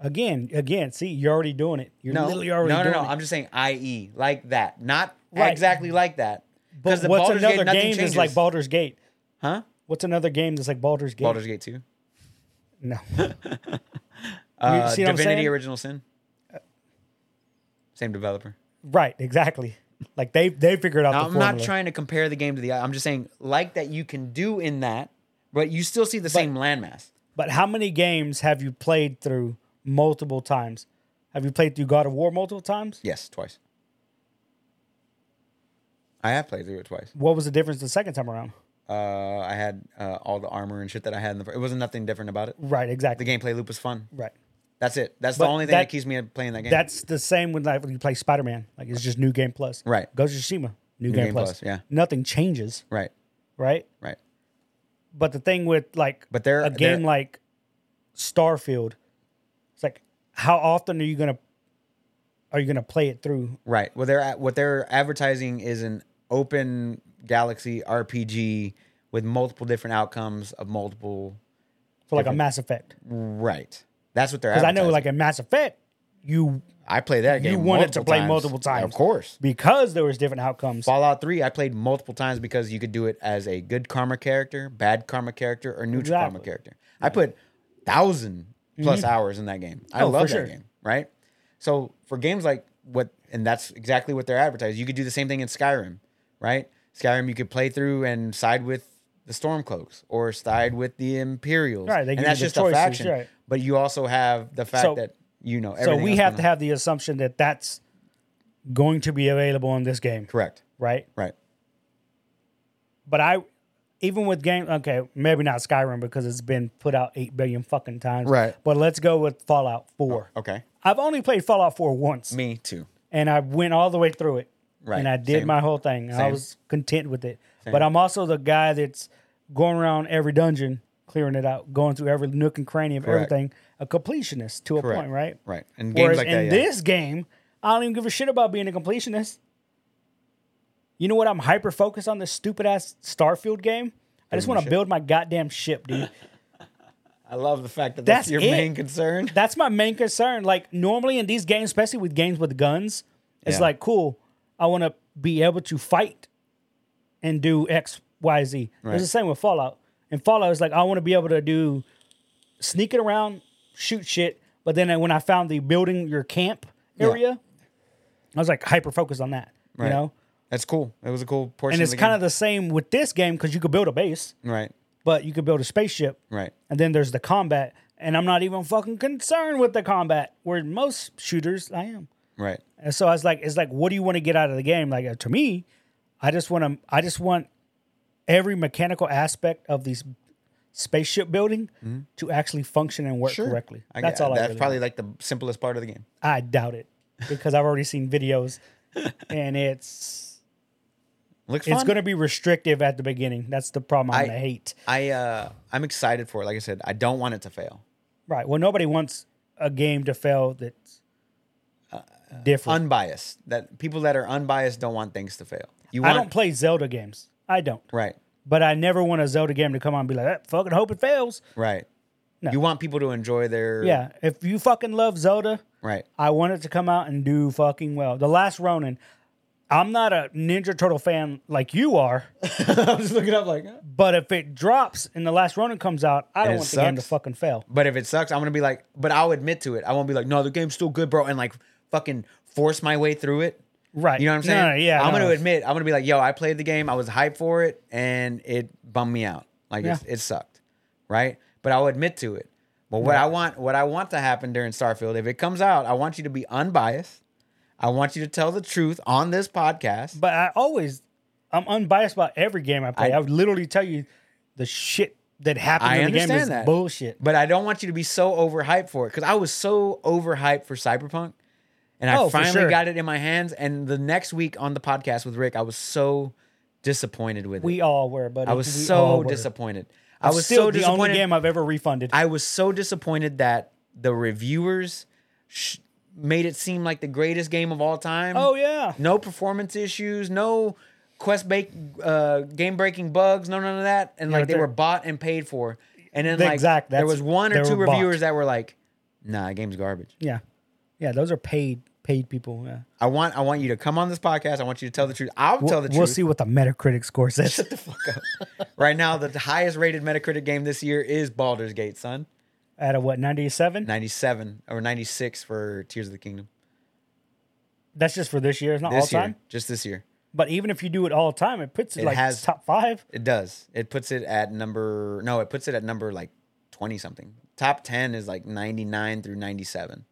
[SPEAKER 2] again, again, see, you're already doing it. You're
[SPEAKER 1] No,
[SPEAKER 2] literally already
[SPEAKER 1] no, no,
[SPEAKER 2] doing
[SPEAKER 1] no.
[SPEAKER 2] it.
[SPEAKER 1] I'm just saying, i.e., like that, not
[SPEAKER 2] Right.
[SPEAKER 1] exactly like that.
[SPEAKER 2] but
[SPEAKER 1] 'Cause the
[SPEAKER 2] what's
[SPEAKER 1] Baldur's Gate,
[SPEAKER 2] another
[SPEAKER 1] nothing
[SPEAKER 2] game that's like
[SPEAKER 1] changes.
[SPEAKER 2] Baldur's Gate?
[SPEAKER 1] huh?
[SPEAKER 2] What's another game that's like Baldur's Gate?
[SPEAKER 1] Baldur's Gate two.
[SPEAKER 2] No.
[SPEAKER 1] Uh,
[SPEAKER 2] see what I'm
[SPEAKER 1] Divinity
[SPEAKER 2] saying?
[SPEAKER 1] Original Sin. Same developer.
[SPEAKER 2] right, exactly. Like, they they figured out
[SPEAKER 1] Now,
[SPEAKER 2] the
[SPEAKER 1] I'm
[SPEAKER 2] formula.
[SPEAKER 1] not trying to compare the game to the other. I'm just saying, like that, you can do in that, but you still see the same landmass.
[SPEAKER 2] But how many games have you played through multiple times? Have you played through God of War multiple times?
[SPEAKER 1] Yes, twice. I have played through it twice.
[SPEAKER 2] What was the difference the second time around?
[SPEAKER 1] Uh, I had uh, all the armor and shit that I had in the. fir- It wasn't nothing different about it.
[SPEAKER 2] Right,
[SPEAKER 1] The
[SPEAKER 2] exactly.
[SPEAKER 1] gameplay loop was fun.
[SPEAKER 2] Right.
[SPEAKER 1] That's it. That's the
[SPEAKER 2] But
[SPEAKER 1] only thing
[SPEAKER 2] that-
[SPEAKER 1] that, keeps me playing that game.
[SPEAKER 2] That's the same when like when you play Spider Man. Like it's just new game plus.
[SPEAKER 1] Right.
[SPEAKER 2] Ghost of Tsushima, new, game,
[SPEAKER 1] Game
[SPEAKER 2] plus.
[SPEAKER 1] Plus, yeah.
[SPEAKER 2] Nothing changes,
[SPEAKER 1] right,
[SPEAKER 2] right?
[SPEAKER 1] right.
[SPEAKER 2] But the thing with like
[SPEAKER 1] But there-
[SPEAKER 2] a game
[SPEAKER 1] there-
[SPEAKER 2] like Starfield, it's like how often are you gonna are you gonna play it through?
[SPEAKER 1] Right. Well, they're at, what they're advertising is an open galaxy RPG with multiple different outcomes of multiple.
[SPEAKER 2] So like a Mass Effect.
[SPEAKER 1] Right. That's what they're.
[SPEAKER 2] Because I
[SPEAKER 1] Advertising.
[SPEAKER 2] know like in Mass Effect, you
[SPEAKER 1] I play that game.
[SPEAKER 2] you wanted to
[SPEAKER 1] multiple
[SPEAKER 2] play
[SPEAKER 1] times.
[SPEAKER 2] multiple times.
[SPEAKER 1] Of course.
[SPEAKER 2] Because there was different outcomes.
[SPEAKER 1] Fallout Three, I played multiple times because you could do it as a good karma character, bad karma character, or neutral karma
[SPEAKER 2] Exactly. Mm-hmm.
[SPEAKER 1] character. I put thousand plus hours in that game. I
[SPEAKER 2] Oh, for
[SPEAKER 1] love that
[SPEAKER 2] sure.
[SPEAKER 1] game. Right. So for games like what, and that's exactly what they're advertising. You could do the same thing in Skyrim, right? Skyrim, you could play through and side with the Stormcloaks or side with the Imperials,
[SPEAKER 2] Right, they
[SPEAKER 1] And
[SPEAKER 2] give you
[SPEAKER 1] that's
[SPEAKER 2] the
[SPEAKER 1] just
[SPEAKER 2] choices,
[SPEAKER 1] a faction.
[SPEAKER 2] right.
[SPEAKER 1] But you also have the fact
[SPEAKER 2] So-
[SPEAKER 1] that you know.
[SPEAKER 2] So
[SPEAKER 1] Everything
[SPEAKER 2] we
[SPEAKER 1] else
[SPEAKER 2] have
[SPEAKER 1] going
[SPEAKER 2] to
[SPEAKER 1] on.
[SPEAKER 2] have the assumption that that's going to be available in this game,
[SPEAKER 1] correct.
[SPEAKER 2] right?
[SPEAKER 1] Right.
[SPEAKER 2] But I, even with game, okay, maybe not Skyrim because it's been put out eight billion fucking times,
[SPEAKER 1] Right. Oh,
[SPEAKER 2] But let's go with Fallout Four.
[SPEAKER 1] Okay.
[SPEAKER 2] I've only played Fallout Four once,
[SPEAKER 1] Me too.
[SPEAKER 2] and I went all the way through it,
[SPEAKER 1] Right,
[SPEAKER 2] And I did
[SPEAKER 1] same.
[SPEAKER 2] my whole thing. and I
[SPEAKER 1] Same.
[SPEAKER 2] was content with it. But I'm also the guy that's going around every dungeon, clearing it out, going through every nook and cranny of
[SPEAKER 1] Correct.
[SPEAKER 2] everything, a completionist to a
[SPEAKER 1] Correct.
[SPEAKER 2] point, right?
[SPEAKER 1] Right. And games
[SPEAKER 2] Whereas
[SPEAKER 1] like
[SPEAKER 2] in
[SPEAKER 1] that. yeah.
[SPEAKER 2] this game, I don't even give a shit about being a completionist. You know what? I'm hyper focused on this stupid ass Starfield game. I
[SPEAKER 1] Building
[SPEAKER 2] just want
[SPEAKER 1] your
[SPEAKER 2] to
[SPEAKER 1] ship.
[SPEAKER 2] build my goddamn ship, dude.
[SPEAKER 1] I love the fact that
[SPEAKER 2] that's
[SPEAKER 1] that's,
[SPEAKER 2] your
[SPEAKER 1] your
[SPEAKER 2] it. main
[SPEAKER 1] main concern.
[SPEAKER 2] That's my main concern. Like normally in these games, especially with games with guns, it's
[SPEAKER 1] Yeah.
[SPEAKER 2] like cool. I want to be able to fight and do X, Y, Z. It's
[SPEAKER 1] Right.
[SPEAKER 2] the same with Fallout. In Fallout, it's like I want to be able to do sneaking around, shoot shit. But then when I found the building your camp area, I was like hyper focused on that.
[SPEAKER 1] Right.
[SPEAKER 2] You know,
[SPEAKER 1] That's cool. It was a cool portion.
[SPEAKER 2] and it's
[SPEAKER 1] of the
[SPEAKER 2] kind of the same with this game because you could build a base,
[SPEAKER 1] game. right,
[SPEAKER 2] but you could build a spaceship,
[SPEAKER 1] right.
[SPEAKER 2] and then there's the combat. And I'm not even fucking concerned with the combat. Where most shooters, I am.
[SPEAKER 1] Right.
[SPEAKER 2] And so I was like, it's like, what do you want to get out of the game? Like uh, to me, I just want to, I just want every mechanical aspect of these spaceship building to actually function and work correctly.
[SPEAKER 1] Mm-hmm. I
[SPEAKER 2] that's
[SPEAKER 1] get-
[SPEAKER 2] all I
[SPEAKER 1] That's
[SPEAKER 2] really
[SPEAKER 1] probably like the simplest part of the game.
[SPEAKER 2] I doubt it because I've already seen videos and it's
[SPEAKER 1] Looks
[SPEAKER 2] it's
[SPEAKER 1] fun.
[SPEAKER 2] going to be restrictive at the beginning. That's the problem I'm
[SPEAKER 1] I-
[SPEAKER 2] going to hate.
[SPEAKER 1] I uh, I'm excited for it. Like I said, I don't want it to fail.
[SPEAKER 2] Right. Well, nobody wants a game to fail that's
[SPEAKER 1] Uh,
[SPEAKER 2] different.
[SPEAKER 1] Unbiased. That people that are unbiased don't want things to fail. You
[SPEAKER 2] I
[SPEAKER 1] want
[SPEAKER 2] don't play Zelda games. I don't.
[SPEAKER 1] right,
[SPEAKER 2] But I never want a Zelda game to come on and be like, "Ah, fucking hope it fails.
[SPEAKER 1] right.
[SPEAKER 2] No.
[SPEAKER 1] You want people to enjoy their
[SPEAKER 2] Yeah, if you fucking love Zelda,
[SPEAKER 1] right.
[SPEAKER 2] I want it to come out and do fucking well. The Last Ronin. I'm not a Ninja Turtle fan like you are,
[SPEAKER 1] I'm just looking up like.
[SPEAKER 2] but if it drops and The Last Ronin comes out, I don't
[SPEAKER 1] it
[SPEAKER 2] want the game to
[SPEAKER 1] sucks.
[SPEAKER 2] fucking fail.
[SPEAKER 1] But if it sucks, I'm gonna be like, but I'll admit to it. I won't be like, no, the game's still good, bro, and like fucking force my way through it.
[SPEAKER 2] Right.
[SPEAKER 1] You know what I'm
[SPEAKER 2] No,
[SPEAKER 1] saying?
[SPEAKER 2] no, yeah.
[SPEAKER 1] I'm
[SPEAKER 2] no.
[SPEAKER 1] gonna admit, I'm gonna be like, yo, I played the game, I was hyped for it, and it bummed me out. Like it's it sucked. Right? But I'll admit to it. But what I want what I want to happen during Starfield, if it comes out, I want you to be unbiased. I want you to tell the truth on this podcast.
[SPEAKER 2] But I always, I'm unbiased about every game I play. I,
[SPEAKER 1] I-
[SPEAKER 2] would literally tell you the shit that happened
[SPEAKER 1] I
[SPEAKER 2] in the game
[SPEAKER 1] understand
[SPEAKER 2] is
[SPEAKER 1] that.
[SPEAKER 2] bullshit.
[SPEAKER 1] But I don't want you to be so overhyped for it because I was so overhyped for Cyberpunk, and I
[SPEAKER 2] Oh, for
[SPEAKER 1] finally
[SPEAKER 2] sure.
[SPEAKER 1] got it in my hands. And the next week on the podcast with Rick, I was so disappointed with it.
[SPEAKER 2] We all were, buddy.
[SPEAKER 1] I was
[SPEAKER 2] We
[SPEAKER 1] so
[SPEAKER 2] all were.
[SPEAKER 1] disappointed. I was so
[SPEAKER 2] Still the only
[SPEAKER 1] disappointed.
[SPEAKER 2] game I've ever refunded.
[SPEAKER 1] I was so disappointed that the reviewers sh- made it seem like the greatest game of all time.
[SPEAKER 2] oh yeah.
[SPEAKER 1] No performance issues, no quest ba- uh, game breaking bugs, no none of that. And like
[SPEAKER 2] but
[SPEAKER 1] they
[SPEAKER 2] they're-
[SPEAKER 1] were bought and paid for. And then
[SPEAKER 2] The
[SPEAKER 1] like
[SPEAKER 2] exact-
[SPEAKER 1] there
[SPEAKER 2] that's-
[SPEAKER 1] was one
[SPEAKER 2] they
[SPEAKER 1] or two
[SPEAKER 2] were bought.
[SPEAKER 1] reviewers that were like, "Nah, game's garbage."
[SPEAKER 2] Yeah. Yeah, those are paid paid people. Yeah.
[SPEAKER 1] I want I want you to come on this podcast. I want you to tell the truth. I'll tell the truth.
[SPEAKER 2] We'll see what the Metacritic score says.
[SPEAKER 1] Right now, the highest rated Metacritic game this year is Baldur's Gate, son.
[SPEAKER 2] Out of what, 97?
[SPEAKER 1] 97 or 96 for Tears of the Kingdom.
[SPEAKER 2] That's just for this year. It's not all
[SPEAKER 1] This year,
[SPEAKER 2] time.
[SPEAKER 1] just this year.
[SPEAKER 2] But even if you do it all time, it puts it,
[SPEAKER 1] It
[SPEAKER 2] like
[SPEAKER 1] has-
[SPEAKER 2] top five.
[SPEAKER 1] It does. It puts it at number no, it puts it at number like 20 something. Top 10 is like 99 through 97.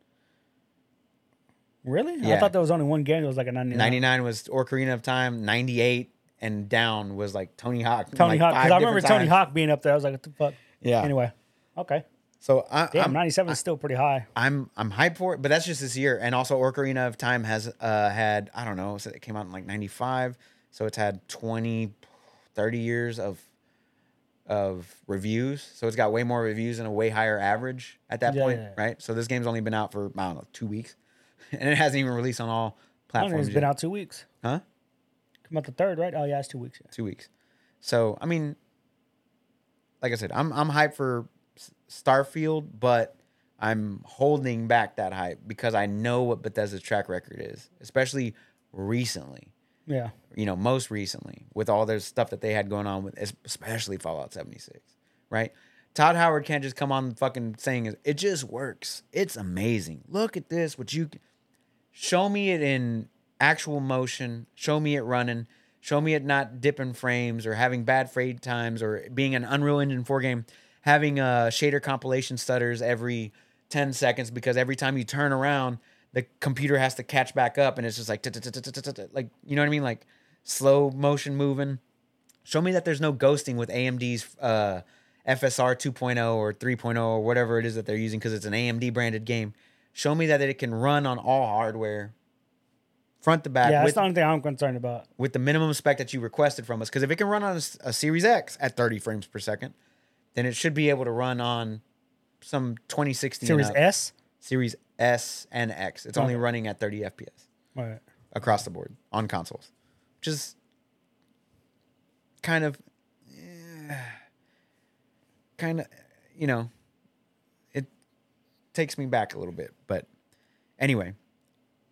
[SPEAKER 2] Really? I
[SPEAKER 1] Yeah.
[SPEAKER 2] thought there was only one game that was like a 99.
[SPEAKER 1] 99 was Ocarina of Time, 98 and down was like Tony Hawk.
[SPEAKER 2] Tony
[SPEAKER 1] like
[SPEAKER 2] Hawk.
[SPEAKER 1] five
[SPEAKER 2] Because I remember
[SPEAKER 1] different
[SPEAKER 2] Tony
[SPEAKER 1] times.
[SPEAKER 2] Hawk being up there. I was like, what the fuck?
[SPEAKER 1] Yeah.
[SPEAKER 2] Anyway, okay.
[SPEAKER 1] So I,
[SPEAKER 2] Damn,
[SPEAKER 1] I'm,
[SPEAKER 2] 97 is still pretty high.
[SPEAKER 1] I'm I'm hyped for it, but that's just this year. And also Ocarina of Time has uh had I don't know, so it came out in like 95, so it's had 20 30 years of of reviews. So it's got way more reviews and a way higher average at that
[SPEAKER 2] Yeah,
[SPEAKER 1] point,
[SPEAKER 2] yeah, yeah.
[SPEAKER 1] right? So this game's only been out for I don't know, 2 weeks. And it hasn't even released on all
[SPEAKER 2] I don't know.
[SPEAKER 1] platforms.
[SPEAKER 2] It's
[SPEAKER 1] yet.
[SPEAKER 2] been out two weeks.
[SPEAKER 1] Huh?
[SPEAKER 2] Come out the third, right? Oh, yeah, it's two weeks. yeah.
[SPEAKER 1] 2 weeks. So, I mean like I said, I'm I'm hyped for S- Starfield, but I'm holding back that hype because I know what Bethesda's track record is, especially recently.
[SPEAKER 2] Yeah.
[SPEAKER 1] You know, most recently with all their stuff that they had going on with, es- especially Fallout 76, right? Todd Howard can't just come on fucking saying it "It just works. It's amazing. Look at this. What you c- show me it in actual motion. Show me it running. Show me it not dipping frames or having bad frame times or being an Unreal Engine 4 game, having uh, shader compilation stutters every 10 seconds because every time you turn around, the computer has to catch back up and it's just like, tut-tut-tut-tut-tut-tut, like, you know what I mean? Like slow motion moving. Show me that there's no ghosting with AMD's uh, FSR 2.0 or 3.0 or whatever it is that they're using because it's an AMD branded game. Show me that it can run on all hardware, front to back,
[SPEAKER 2] Yeah, that's
[SPEAKER 1] with,
[SPEAKER 2] the only thing I'm concerned about.
[SPEAKER 1] with the minimum spec that you requested from us. Because if it can run on a, s- a Series X at 30 frames per second, then it should be able to run on some 2060 and
[SPEAKER 2] Series
[SPEAKER 1] up.
[SPEAKER 2] S?
[SPEAKER 1] Series S and X. It's only running at 30 FPS
[SPEAKER 2] All right.
[SPEAKER 1] across the board on consoles, which is kind of, eh, kind of, you know, it takes me back a little bit. But anyway,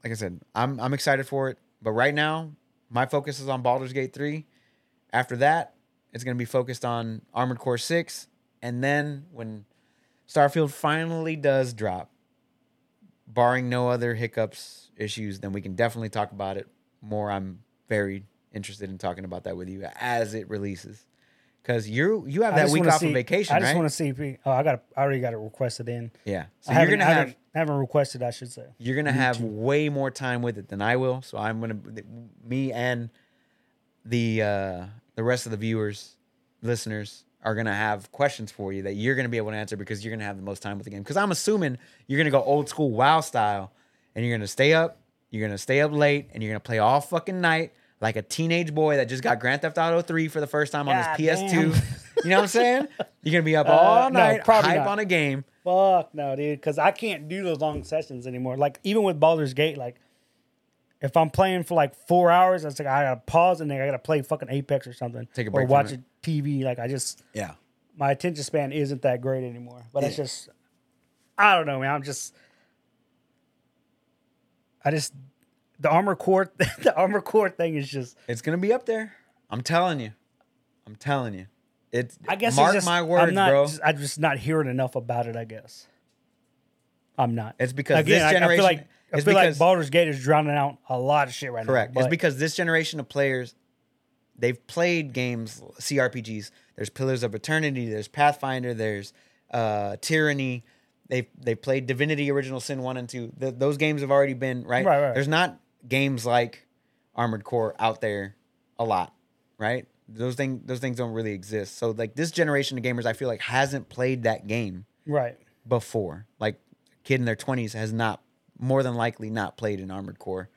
[SPEAKER 1] like I said, I'm I'm excited for it. But right now, my focus is on Baldur's Gate three. After that, It's going to be focused on Armored Core 6. And then when Starfield finally does drop, barring no other hiccups, issues, then we can definitely talk about it more. I'm very interested in talking about that with you as it releases. Because you you have
[SPEAKER 2] I
[SPEAKER 1] that
[SPEAKER 2] just
[SPEAKER 1] week
[SPEAKER 2] wanna
[SPEAKER 1] off
[SPEAKER 2] see-
[SPEAKER 1] of vacation,
[SPEAKER 2] I just
[SPEAKER 1] right?
[SPEAKER 2] want to see. If he, oh, I got. I already got it requested in.
[SPEAKER 1] yeah. So
[SPEAKER 2] I
[SPEAKER 1] you're
[SPEAKER 2] haven't,
[SPEAKER 1] gonna
[SPEAKER 2] I
[SPEAKER 1] have
[SPEAKER 2] haven't, I haven't requested. I should say.
[SPEAKER 1] you're gonna have way more time with it than I will. So I'm gonna me and the uh, the rest of the viewers, listeners are gonna have questions for you that you're gonna be able to answer because you're gonna have the most time with the game. Because I'm assuming you're gonna go old school WoW style, and you're gonna stay up, you're gonna stay up late, and you're gonna play all fucking night like a teenage boy that just got Grand Theft Auto 3 for the first time on
[SPEAKER 2] God
[SPEAKER 1] his PS2.
[SPEAKER 2] damn. Uh,
[SPEAKER 1] You know what I'm saying? You're gonna be up all
[SPEAKER 2] no,
[SPEAKER 1] night,
[SPEAKER 2] probably
[SPEAKER 1] hype
[SPEAKER 2] not.
[SPEAKER 1] on a game.
[SPEAKER 2] Fuck no, dude. Because I can't do those long sessions anymore. Like even with Baldur's Gate, like if I'm playing for like four hours, it's like I gotta pause and then I gotta play fucking Apex or something.
[SPEAKER 1] Take a
[SPEAKER 2] or
[SPEAKER 1] break from
[SPEAKER 2] watch
[SPEAKER 1] it.
[SPEAKER 2] a TV. Like I just
[SPEAKER 1] Yeah.
[SPEAKER 2] my attention span isn't that great anymore. But it's just I don't know, man. I'm just I just the armor core the armor core thing is just
[SPEAKER 1] It's gonna be up there. I'm telling you. I'm telling you. It's
[SPEAKER 2] I guess it's
[SPEAKER 1] mark
[SPEAKER 2] just-
[SPEAKER 1] my words,
[SPEAKER 2] I'm not,
[SPEAKER 1] bro.
[SPEAKER 2] just- I'm just not hearing enough about it. I guess I'm not.
[SPEAKER 1] It's because
[SPEAKER 2] Again,
[SPEAKER 1] this
[SPEAKER 2] I- I,
[SPEAKER 1] generation-
[SPEAKER 2] feel like I
[SPEAKER 1] it's
[SPEAKER 2] feel like
[SPEAKER 1] because-
[SPEAKER 2] Baldur's Gate is drowning out a lot of shit right
[SPEAKER 1] Correct.
[SPEAKER 2] now.
[SPEAKER 1] It's
[SPEAKER 2] but
[SPEAKER 1] because this generation of players, they've played games, CRPGs. There's Pillars of Eternity. There's Pathfinder. There's uh, Tyranny. They they played Divinity: Original Sin one and two. Th those games have already been right.
[SPEAKER 2] Right, right.
[SPEAKER 1] There's not games like Armored Core out there a lot, right? Those thing those things don't really exist. So like this generation of gamers, I feel like hasn't played that game.
[SPEAKER 2] right,
[SPEAKER 1] before. Like a kid in their twenties has not more than likely not played an Armored Core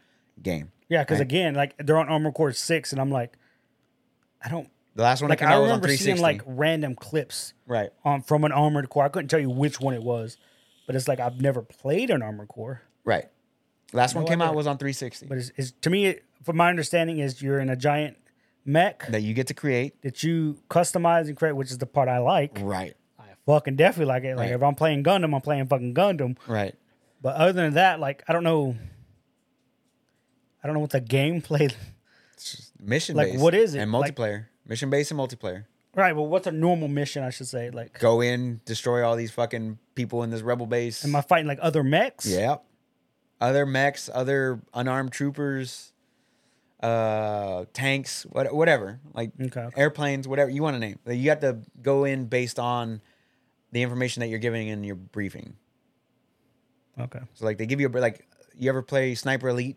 [SPEAKER 1] game.
[SPEAKER 2] yeah, because
[SPEAKER 1] Right.
[SPEAKER 2] again, like they're on Armor Core six, and I'm like, I don't
[SPEAKER 1] The last one
[SPEAKER 2] like.
[SPEAKER 1] I came
[SPEAKER 2] I
[SPEAKER 1] out was on
[SPEAKER 2] remember
[SPEAKER 1] three
[SPEAKER 2] seeing
[SPEAKER 1] sixty.
[SPEAKER 2] like random clips
[SPEAKER 1] right.
[SPEAKER 2] on from an Armored Core. I couldn't tell you which one it was, but it's like I've never played an Armored Core.
[SPEAKER 1] Right. Last one came out
[SPEAKER 2] idea.
[SPEAKER 1] was on three sixty.
[SPEAKER 2] But it's, it's to me, it, from my understanding, is you're in a giant mech.
[SPEAKER 1] That you get to create.
[SPEAKER 2] that you customize and create, which is the part I like.
[SPEAKER 1] Right.
[SPEAKER 2] I fucking definitely like it. Like
[SPEAKER 1] Right.
[SPEAKER 2] if I'm playing Gundam, I'm playing fucking Gundam.
[SPEAKER 1] Right.
[SPEAKER 2] But other than that, like I don't know, I don't know what the gameplay.
[SPEAKER 1] Mission
[SPEAKER 2] Like,
[SPEAKER 1] based.
[SPEAKER 2] what is it?
[SPEAKER 1] And
[SPEAKER 2] Like-
[SPEAKER 1] multiplayer. Mission based and multiplayer.
[SPEAKER 2] Right, but what's a normal mission? I should say like,
[SPEAKER 1] Go in, destroy all these fucking people in this rebel base.
[SPEAKER 2] am I fighting like other mechs?
[SPEAKER 1] Yep. Other mechs, other unarmed troopers, uh, tanks, what, whatever, like
[SPEAKER 2] Okay, okay.
[SPEAKER 1] airplanes, whatever you want to name. You have to go in based on the information that you're giving in your briefing.
[SPEAKER 2] Okay.
[SPEAKER 1] So, like, they give you a br- like. You ever play Sniper Elite?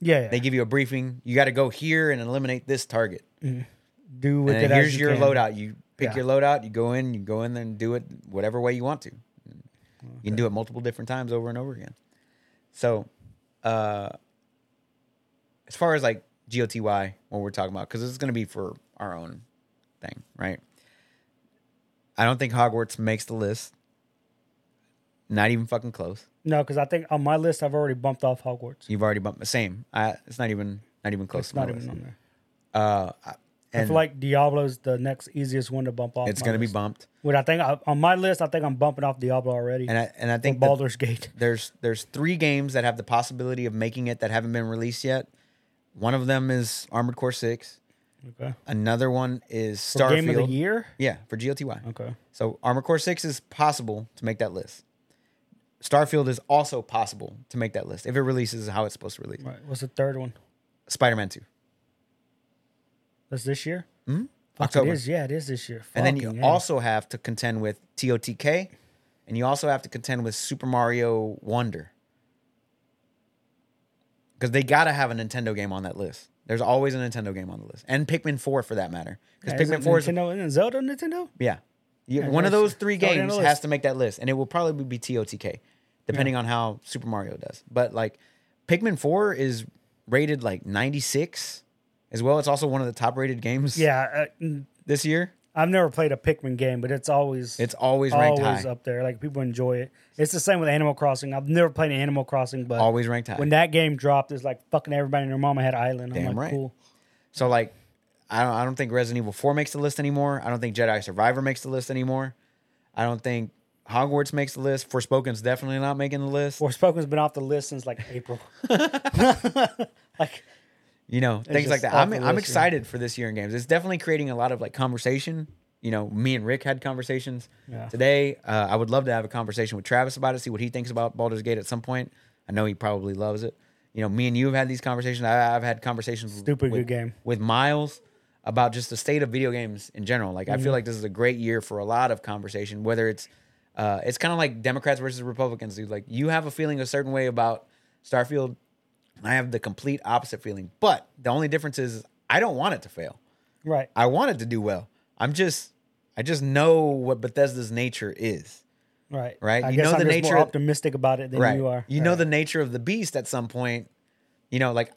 [SPEAKER 2] Yeah. yeah.
[SPEAKER 1] They give you a briefing. You got to go here and eliminate this target.
[SPEAKER 2] do with
[SPEAKER 1] And
[SPEAKER 2] it.
[SPEAKER 1] then
[SPEAKER 2] as
[SPEAKER 1] here's
[SPEAKER 2] you
[SPEAKER 1] your
[SPEAKER 2] can.
[SPEAKER 1] loadout. You pick
[SPEAKER 2] Yeah.
[SPEAKER 1] your loadout. You go in. You go in there and do it whatever way you want to. You can do it multiple different times over and over again. So, uh, as far as like GOTY, what we're talking about, because this is going to be for our own thing, right? I don't think Hogwarts makes the list. Not even fucking close.
[SPEAKER 2] No, because I think on my list I've already bumped off Hogwarts.
[SPEAKER 1] You've already bumped the same. I, it's not even not even close.
[SPEAKER 2] It's
[SPEAKER 1] to my
[SPEAKER 2] not even
[SPEAKER 1] list.
[SPEAKER 2] on there.
[SPEAKER 1] Uh, I-
[SPEAKER 2] I
[SPEAKER 1] and
[SPEAKER 2] feel like Diablo's the next easiest one to bump off.
[SPEAKER 1] it's
[SPEAKER 2] my
[SPEAKER 1] going to be
[SPEAKER 2] list.
[SPEAKER 1] bumped.
[SPEAKER 2] Which I think I, on my list, I think I'm bumping off Diablo already.
[SPEAKER 1] And I and I think
[SPEAKER 2] or
[SPEAKER 1] the-
[SPEAKER 2] Baldur's Gate.
[SPEAKER 1] there's there's three games that have the possibility of making it that haven't been released yet. One of them is Armored Core Six.
[SPEAKER 2] Okay.
[SPEAKER 1] Another one is
[SPEAKER 2] For
[SPEAKER 1] Starfield.
[SPEAKER 2] Game of the year.
[SPEAKER 1] Yeah, for GLTY.
[SPEAKER 2] Okay.
[SPEAKER 1] So Armored Core Six is possible to make that list. Starfield is also possible to make that list if it releases how it's supposed to release.
[SPEAKER 2] Right. What's the third one?
[SPEAKER 1] Spider-Man Two,
[SPEAKER 2] That's this year. Fuck,
[SPEAKER 1] October,
[SPEAKER 2] It is. Yeah, it is this year.
[SPEAKER 1] and then you
[SPEAKER 2] Fucking
[SPEAKER 1] also have to contend with TOTK, and you also have to contend with Super Mario Wonder. Because they gotta have a Nintendo game on that list. There's always a Nintendo game on the list, and Pikmin Four for that matter.
[SPEAKER 2] yeah.
[SPEAKER 1] Because
[SPEAKER 2] Isn't
[SPEAKER 1] Pikmin Four is
[SPEAKER 2] Nintendo and Zelda Nintendo.
[SPEAKER 1] yeah, You- one of
[SPEAKER 2] there's-
[SPEAKER 1] those three
[SPEAKER 2] throw it in
[SPEAKER 1] games
[SPEAKER 2] the
[SPEAKER 1] has
[SPEAKER 2] list.
[SPEAKER 1] to make that list, and it will probably be TOTK, depending on how Super Mario does. But like, Pikmin Four is rated like 96 as well. It's also one of the top rated games
[SPEAKER 2] Yeah, uh, mm,
[SPEAKER 1] this year.
[SPEAKER 2] I've never played a Pikmin game, but it's always
[SPEAKER 1] It's always ranked
[SPEAKER 2] always
[SPEAKER 1] high.
[SPEAKER 2] up there. Like people enjoy it. It's the same with Animal Crossing. I've never played Animal Crossing, but
[SPEAKER 1] Always ranked high.
[SPEAKER 2] when that game dropped, it's like fucking everybody and their mama had Island. I'm
[SPEAKER 1] Damn
[SPEAKER 2] like,
[SPEAKER 1] right.
[SPEAKER 2] cool.
[SPEAKER 1] So like, I don't, I don't think Resident Evil Four makes the list anymore. I don't think Jedi Survivor makes the list anymore. I don't think Hogwarts makes the list. Forspoken's definitely not making the list.
[SPEAKER 2] Forspoken's been off the list since like April. like
[SPEAKER 1] you know things like
[SPEAKER 2] just
[SPEAKER 1] that. I'm
[SPEAKER 2] awful
[SPEAKER 1] I'm
[SPEAKER 2] listening.
[SPEAKER 1] excited for this year in games. It's definitely creating a lot of like conversation. You know, me and Rick had conversations
[SPEAKER 2] Yeah.
[SPEAKER 1] today. Uh, I would love to have a conversation with Travis about it, see what he thinks about Baldur's Gate at some point. I know he probably loves it. You know, me and you have had these conversations. I, I've had conversations
[SPEAKER 2] Stupid
[SPEAKER 1] with,
[SPEAKER 2] good game.
[SPEAKER 1] with Miles about just the state of video games in general. Like,
[SPEAKER 2] Mhm.
[SPEAKER 1] I feel like this is a great year for a lot of conversation. Whether it's uh, it's kind of like Democrats versus Republicans, dude. Like, you have a feeling a certain way about Starfield. I have the complete opposite feeling. But the only difference is I don't want it to fail.
[SPEAKER 2] Right.
[SPEAKER 1] I want it to do well. I'm just I just know what Bethesda's nature is.
[SPEAKER 2] Right.
[SPEAKER 1] Right,
[SPEAKER 2] I
[SPEAKER 1] you
[SPEAKER 2] guess
[SPEAKER 1] know
[SPEAKER 2] I'm
[SPEAKER 1] the
[SPEAKER 2] just
[SPEAKER 1] nature
[SPEAKER 2] more
[SPEAKER 1] of-
[SPEAKER 2] optimistic about it than
[SPEAKER 1] right.
[SPEAKER 2] you are.
[SPEAKER 1] know
[SPEAKER 2] Right.
[SPEAKER 1] the nature of the beast at some point. You know, like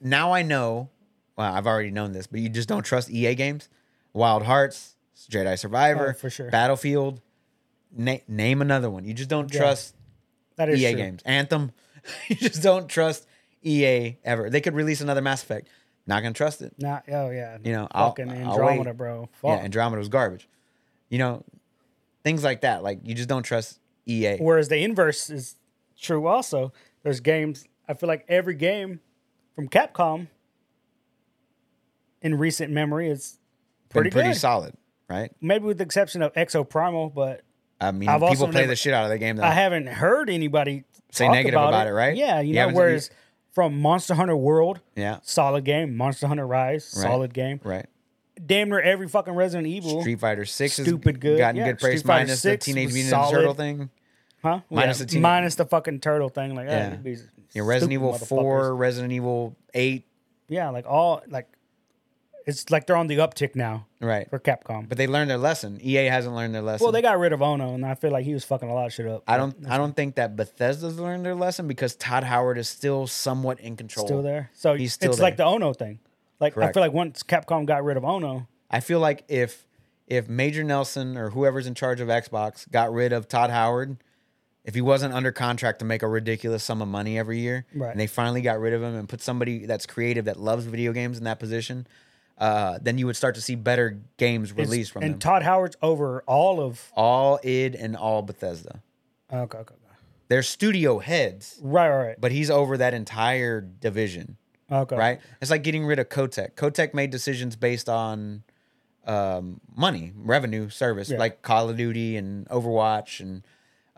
[SPEAKER 1] now I know. Well, I've already known this, but you just don't trust EA games. Wild Hearts, Jedi Survivor,
[SPEAKER 2] Oh, for sure.
[SPEAKER 1] Battlefield. Na- name another one. You just don't
[SPEAKER 2] Yeah.
[SPEAKER 1] trust
[SPEAKER 2] that is
[SPEAKER 1] EA
[SPEAKER 2] true.
[SPEAKER 1] games. Anthem. you just don't trust EA ever. They could release another Mass Effect. Not gonna trust it.
[SPEAKER 2] Not, oh yeah.
[SPEAKER 1] You know, I'll-
[SPEAKER 2] fucking
[SPEAKER 1] I'll wait.
[SPEAKER 2] Andromeda, bro. Fuck.
[SPEAKER 1] Yeah, Andromeda was garbage. You know, things like that. Like you just don't trust E EA.
[SPEAKER 2] Whereas the inverse is true also. There's games, I feel like every game from Capcom in recent memory is
[SPEAKER 1] Been
[SPEAKER 2] pretty,
[SPEAKER 1] pretty
[SPEAKER 2] good.
[SPEAKER 1] solid, right?
[SPEAKER 2] Maybe with the exception of Exo Primal, but
[SPEAKER 1] I mean,
[SPEAKER 2] I've
[SPEAKER 1] people
[SPEAKER 2] also
[SPEAKER 1] play
[SPEAKER 2] never-
[SPEAKER 1] the shit out of that game. Though.
[SPEAKER 2] I haven't heard anybody
[SPEAKER 1] Say
[SPEAKER 2] talk
[SPEAKER 1] negative about it, right?
[SPEAKER 2] Yeah, you,
[SPEAKER 1] You
[SPEAKER 2] know,
[SPEAKER 1] haven't-
[SPEAKER 2] whereas from Monster Hunter World,
[SPEAKER 1] Yeah.
[SPEAKER 2] solid game. Monster Hunter Rise, solid game.
[SPEAKER 1] Right.
[SPEAKER 2] Damn near every fucking Resident Evil,
[SPEAKER 1] Street Fighter Six has
[SPEAKER 2] Stupid good.
[SPEAKER 1] gotten
[SPEAKER 2] Yeah,
[SPEAKER 1] good praise
[SPEAKER 2] Street Fighter
[SPEAKER 1] minus the
[SPEAKER 2] 6
[SPEAKER 1] Teenage
[SPEAKER 2] was
[SPEAKER 1] Mutant Ninja
[SPEAKER 2] solid.
[SPEAKER 1] Turtle thing.
[SPEAKER 2] huh?
[SPEAKER 1] Minus
[SPEAKER 2] Yeah,
[SPEAKER 1] the teen-
[SPEAKER 2] minus the fucking turtle thing, like
[SPEAKER 1] Yeah.
[SPEAKER 2] yeah, these
[SPEAKER 1] You know, Resident
[SPEAKER 2] stupid
[SPEAKER 1] Evil Four, Resident Evil Eight.
[SPEAKER 2] motherfuckers. yeah, like all like it's like they're on the uptick now
[SPEAKER 1] Right.
[SPEAKER 2] for Capcom.
[SPEAKER 1] But they learned their lesson. EA hasn't learned their lesson.
[SPEAKER 2] well, they got rid of Ono, and I feel like he was fucking a lot of shit up.
[SPEAKER 1] I don't. I don't think that Bethesda's learned their lesson because Todd Howard is still somewhat in control.
[SPEAKER 2] still there, so
[SPEAKER 1] He's still
[SPEAKER 2] it's like the Ono thing. Like I
[SPEAKER 1] Correct.
[SPEAKER 2] feel like once Capcom got rid of Ono,
[SPEAKER 1] I feel like if if Major Nelson or whoever's in charge of Xbox got rid of Todd Howard, if he wasn't under contract to make a ridiculous sum of money every year,
[SPEAKER 2] Right.
[SPEAKER 1] and they finally got rid of him and put somebody that's creative that loves video games in that position, uh, then you would start to see better games
[SPEAKER 2] it's-
[SPEAKER 1] released from
[SPEAKER 2] and
[SPEAKER 1] them.
[SPEAKER 2] Todd Howard's over all of
[SPEAKER 1] all id and all Bethesda.
[SPEAKER 2] okay, okay, okay.
[SPEAKER 1] They're studio heads,
[SPEAKER 2] right, right,
[SPEAKER 1] but he's over that entire division.
[SPEAKER 2] right. okay,
[SPEAKER 1] right? It's like getting rid of Kotek. Kotek made decisions based on um, money, revenue, service,
[SPEAKER 2] Yeah.
[SPEAKER 1] like Call of Duty and Overwatch and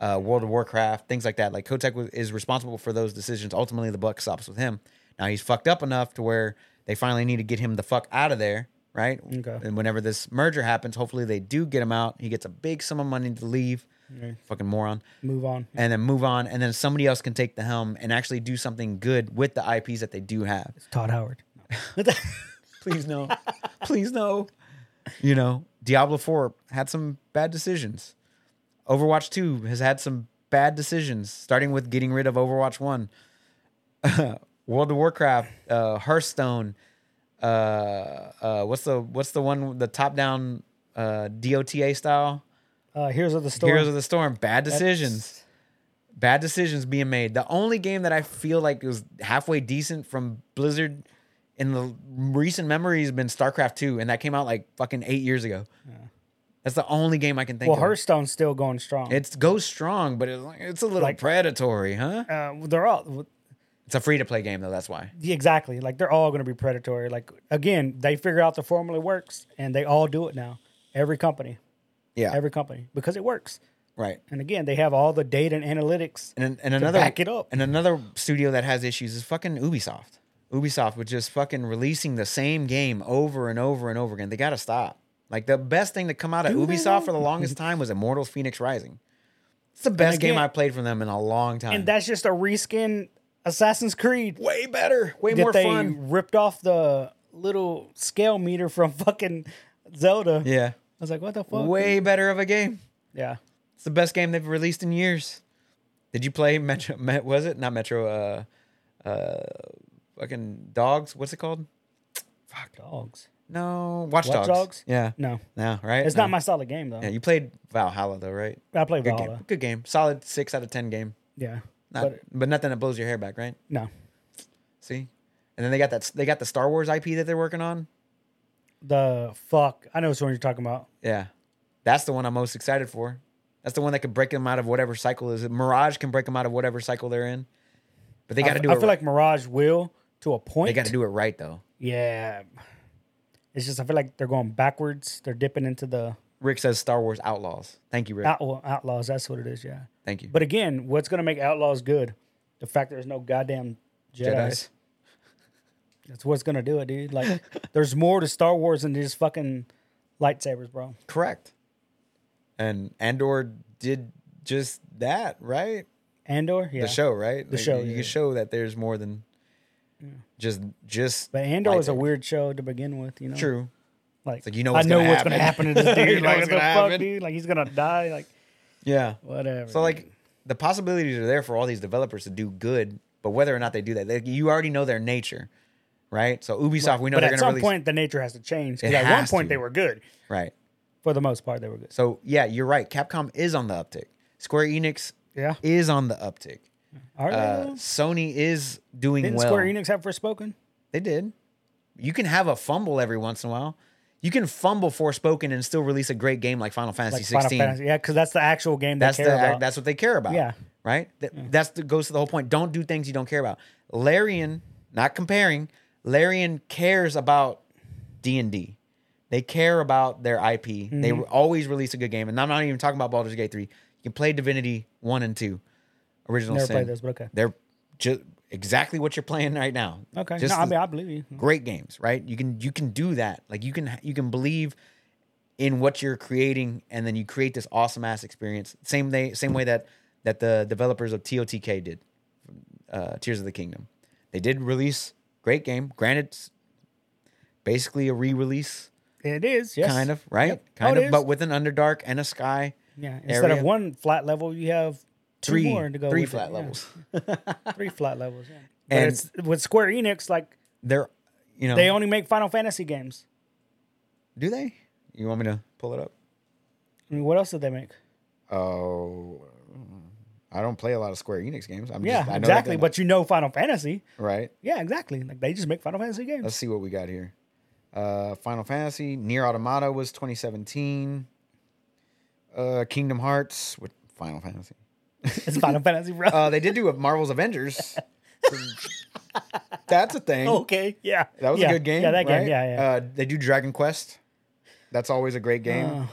[SPEAKER 1] uh, World of Warcraft, things like that. Like Kotek was, is responsible for those decisions. Ultimately, the buck stops with him. Now he's fucked up enough to where they finally need to get him the fuck out of there, right?
[SPEAKER 2] Okay.
[SPEAKER 1] And whenever this merger happens, hopefully they do get him out. He gets a big sum of money to leave. Fucking moron
[SPEAKER 2] Move on.
[SPEAKER 1] and then move on, and then somebody else can take the helm and actually do something good with the IPs that they do have.
[SPEAKER 2] Todd Howard.
[SPEAKER 1] Please no, please no. You know, Diablo Four had some bad decisions. Overwatch Two has had some bad decisions, starting with getting rid of Overwatch One. World of Warcraft, uh, Hearthstone. Uh, uh, what's the what's the one the top down uh, DOTA style?
[SPEAKER 2] Uh, Heroes of the Storm.
[SPEAKER 1] Heroes of the Storm, bad decisions. Bad decisions being made. The only game that I feel like was halfway decent from Blizzard in the recent memory has been StarCraft 2, and that came out like fucking eight years ago. That's the only game I can think
[SPEAKER 2] well,
[SPEAKER 1] of.
[SPEAKER 2] Hearthstone's still going strong.
[SPEAKER 1] it goes strong, but it's, like- it's a little
[SPEAKER 2] Like-
[SPEAKER 1] predatory, huh?
[SPEAKER 2] uh, they're all
[SPEAKER 1] It's a free to play game, though, that's why.
[SPEAKER 2] yeah, exactly like they're all going to be predatory. Like again, they figure out the formula works, and they all do it now. Every company,
[SPEAKER 1] Yeah.
[SPEAKER 2] every company, because it works.
[SPEAKER 1] right.
[SPEAKER 2] And again, they have all the data and analytics.
[SPEAKER 1] And, and another
[SPEAKER 2] back it up.
[SPEAKER 1] And another studio that has issues is fucking Ubisoft. Ubisoft with just fucking releasing the same game over and over and over again. They gotta stop. Like the best thing to come out of Ubisoft for the longest time was Immortals Phoenix Rising. It's the best game
[SPEAKER 2] again-
[SPEAKER 1] I played from them in a long time.
[SPEAKER 2] And that's just a reskin Assassin's Creed
[SPEAKER 1] way better, way
[SPEAKER 2] that
[SPEAKER 1] more
[SPEAKER 2] they
[SPEAKER 1] fun.
[SPEAKER 2] ripped off the little scale meter from fucking Zelda. I
[SPEAKER 1] Yeah.
[SPEAKER 2] was like, what the fuck?
[SPEAKER 1] Way better of a game.
[SPEAKER 2] Yeah.
[SPEAKER 1] It's the best game they've released in years. Did you play Metro? Met, was it not Metro? Uh, uh, fucking dogs. What's it called?
[SPEAKER 2] Dogs.
[SPEAKER 1] No, Watch,
[SPEAKER 2] Watch
[SPEAKER 1] Dogs.
[SPEAKER 2] Dogs?
[SPEAKER 1] Yeah.
[SPEAKER 2] No.
[SPEAKER 1] No, right?
[SPEAKER 2] It's
[SPEAKER 1] No.
[SPEAKER 2] not my solid game though.
[SPEAKER 1] Yeah, you played Valhalla though, right?
[SPEAKER 2] I play
[SPEAKER 1] Good
[SPEAKER 2] Valhalla.
[SPEAKER 1] game. Good game. Solid six out of ten game.
[SPEAKER 2] Yeah.
[SPEAKER 1] Not,
[SPEAKER 2] But
[SPEAKER 1] but, nothing that blows your hair back, right?
[SPEAKER 2] no.
[SPEAKER 1] See, and then they got that they got the Star Wars IP that they're working on.
[SPEAKER 2] The fuck. I know which one you're talking about.
[SPEAKER 1] Yeah, that's the one I'm most excited for. That's the one that could break them out of whatever cycle is. Mirage can break them out of whatever cycle they're in, but they
[SPEAKER 2] I
[SPEAKER 1] got to
[SPEAKER 2] f-
[SPEAKER 1] do
[SPEAKER 2] I
[SPEAKER 1] it.
[SPEAKER 2] feel like Mirage will to a point.
[SPEAKER 1] They got to do it right though.
[SPEAKER 2] Yeah. It's just I feel like they're going backwards. They're dipping into the
[SPEAKER 1] Rick says Star Wars Outlaws. Thank you, Rick.
[SPEAKER 2] outlaw, outlaws. That's what it is. Yeah.
[SPEAKER 1] Thank you.
[SPEAKER 2] But again, what's gonna make outlaws good? The fact there's no goddamn Jedi's.
[SPEAKER 1] Jedi's.
[SPEAKER 2] That's what's gonna do it, dude. Like, there's more to Star Wars than just fucking lightsabers, bro.
[SPEAKER 1] Correct. And Andor did just that, right?
[SPEAKER 2] Andor, yeah.
[SPEAKER 1] The show, right?
[SPEAKER 2] The show,
[SPEAKER 1] You
[SPEAKER 2] yeah.
[SPEAKER 1] can show that there's more than just just.
[SPEAKER 2] But Andor is a
[SPEAKER 1] lightsaber.
[SPEAKER 2] weird show to begin with, you know.
[SPEAKER 1] True.
[SPEAKER 2] Like,
[SPEAKER 1] like, you know
[SPEAKER 2] I
[SPEAKER 1] what's
[SPEAKER 2] know
[SPEAKER 1] gonna
[SPEAKER 2] what's gonna happen
[SPEAKER 1] happen.
[SPEAKER 2] to this dude.
[SPEAKER 1] You know
[SPEAKER 2] like,
[SPEAKER 1] what's
[SPEAKER 2] what the
[SPEAKER 1] gonna
[SPEAKER 2] fuck,
[SPEAKER 1] happen.
[SPEAKER 2] dude? Like, he's gonna die. Like,
[SPEAKER 1] Yeah.
[SPEAKER 2] whatever.
[SPEAKER 1] So like the possibilities are there for all these developers to do good, but whether or not they do that, they, you already know their nature, right? So Ubisoft, we know
[SPEAKER 2] but
[SPEAKER 1] they're going
[SPEAKER 2] at some
[SPEAKER 1] to release
[SPEAKER 2] point, the nature has to change. 'cause
[SPEAKER 1] It
[SPEAKER 2] at one
[SPEAKER 1] has
[SPEAKER 2] point,
[SPEAKER 1] to.
[SPEAKER 2] they were good.
[SPEAKER 1] right.
[SPEAKER 2] For the most part, they were good.
[SPEAKER 1] So yeah, you're right. Capcom is on the uptick. Square Enix
[SPEAKER 2] Yeah.
[SPEAKER 1] is on the uptick.
[SPEAKER 2] Are they,
[SPEAKER 1] Uh,
[SPEAKER 2] though?
[SPEAKER 1] Sony is doing
[SPEAKER 2] Didn't
[SPEAKER 1] well.
[SPEAKER 2] Square Enix have Forspoken?
[SPEAKER 1] They did. You can have a fumble every once in a while. You can fumble Forspoken and still release a great game like Final Fantasy
[SPEAKER 2] Like
[SPEAKER 1] 16.
[SPEAKER 2] Final Fantasy. Yeah, because that's the actual game
[SPEAKER 1] That's
[SPEAKER 2] they care
[SPEAKER 1] the
[SPEAKER 2] about.
[SPEAKER 1] that's what they care about.
[SPEAKER 2] Yeah.
[SPEAKER 1] Right. That, That's the goes to the whole point. Don't do things you don't care about. Larian, not comparing. Larian cares about D and D. They care about their IP. They
[SPEAKER 2] Mm-hmm.
[SPEAKER 1] re- always release a good game, and I'm not even talking about Baldur's Gate three. You can play Divinity one and two, original
[SPEAKER 2] Never
[SPEAKER 1] sin.
[SPEAKER 2] played those, but okay.
[SPEAKER 1] They're just exactly what you're playing right now.
[SPEAKER 2] Okay.
[SPEAKER 1] Just
[SPEAKER 2] no, I
[SPEAKER 1] the-
[SPEAKER 2] mean, I believe you.
[SPEAKER 1] great games, right? You can you can do that. Like you can you can believe in what you're creating, and then you create this awesome ass experience. Same day, same way that that the developers of TOTK did, uh, Tears of the Kingdom. They did release great game. Granted, it's basically a re-release,
[SPEAKER 2] It is, yes.
[SPEAKER 1] kind of right,
[SPEAKER 2] Yep.
[SPEAKER 1] kind
[SPEAKER 2] Oh, it
[SPEAKER 1] of,
[SPEAKER 2] is.
[SPEAKER 1] but with an underdark and a sky.
[SPEAKER 2] Yeah. Instead
[SPEAKER 1] area.
[SPEAKER 2] of one flat level, you have two
[SPEAKER 1] Three,
[SPEAKER 2] more to go.
[SPEAKER 1] three
[SPEAKER 2] with it,
[SPEAKER 1] flat
[SPEAKER 2] yeah.
[SPEAKER 1] levels.
[SPEAKER 2] Three flat levels. Yeah. But
[SPEAKER 1] And-
[SPEAKER 2] it's, with Square Enix, like
[SPEAKER 1] They're, you know,
[SPEAKER 2] they only make Final Fantasy games.
[SPEAKER 1] do they? You want me to pull it up?
[SPEAKER 2] I mean, what else did they make?
[SPEAKER 1] Oh, I don't play a lot of Square Enix games. I'm
[SPEAKER 2] Yeah,
[SPEAKER 1] just, I know that
[SPEAKER 2] exactly.
[SPEAKER 1] they're-
[SPEAKER 2] But you know Final Fantasy.
[SPEAKER 1] right.
[SPEAKER 2] Yeah, exactly. Like they just make Final Fantasy games.
[SPEAKER 1] Let's see what we got here. Uh, Final Fantasy, Near Automata was 2017. Uh, Kingdom Hearts with Final Fantasy.
[SPEAKER 2] It's Final Fantasy, bro.
[SPEAKER 1] Uh, they did do a Marvel's Avengers. That's a thing.
[SPEAKER 2] okay. Yeah.
[SPEAKER 1] that was
[SPEAKER 2] Yeah,
[SPEAKER 1] a good game.
[SPEAKER 2] Yeah, that
[SPEAKER 1] right?
[SPEAKER 2] game. Yeah, yeah.
[SPEAKER 1] Uh, they do Dragon Quest. That's always a great game.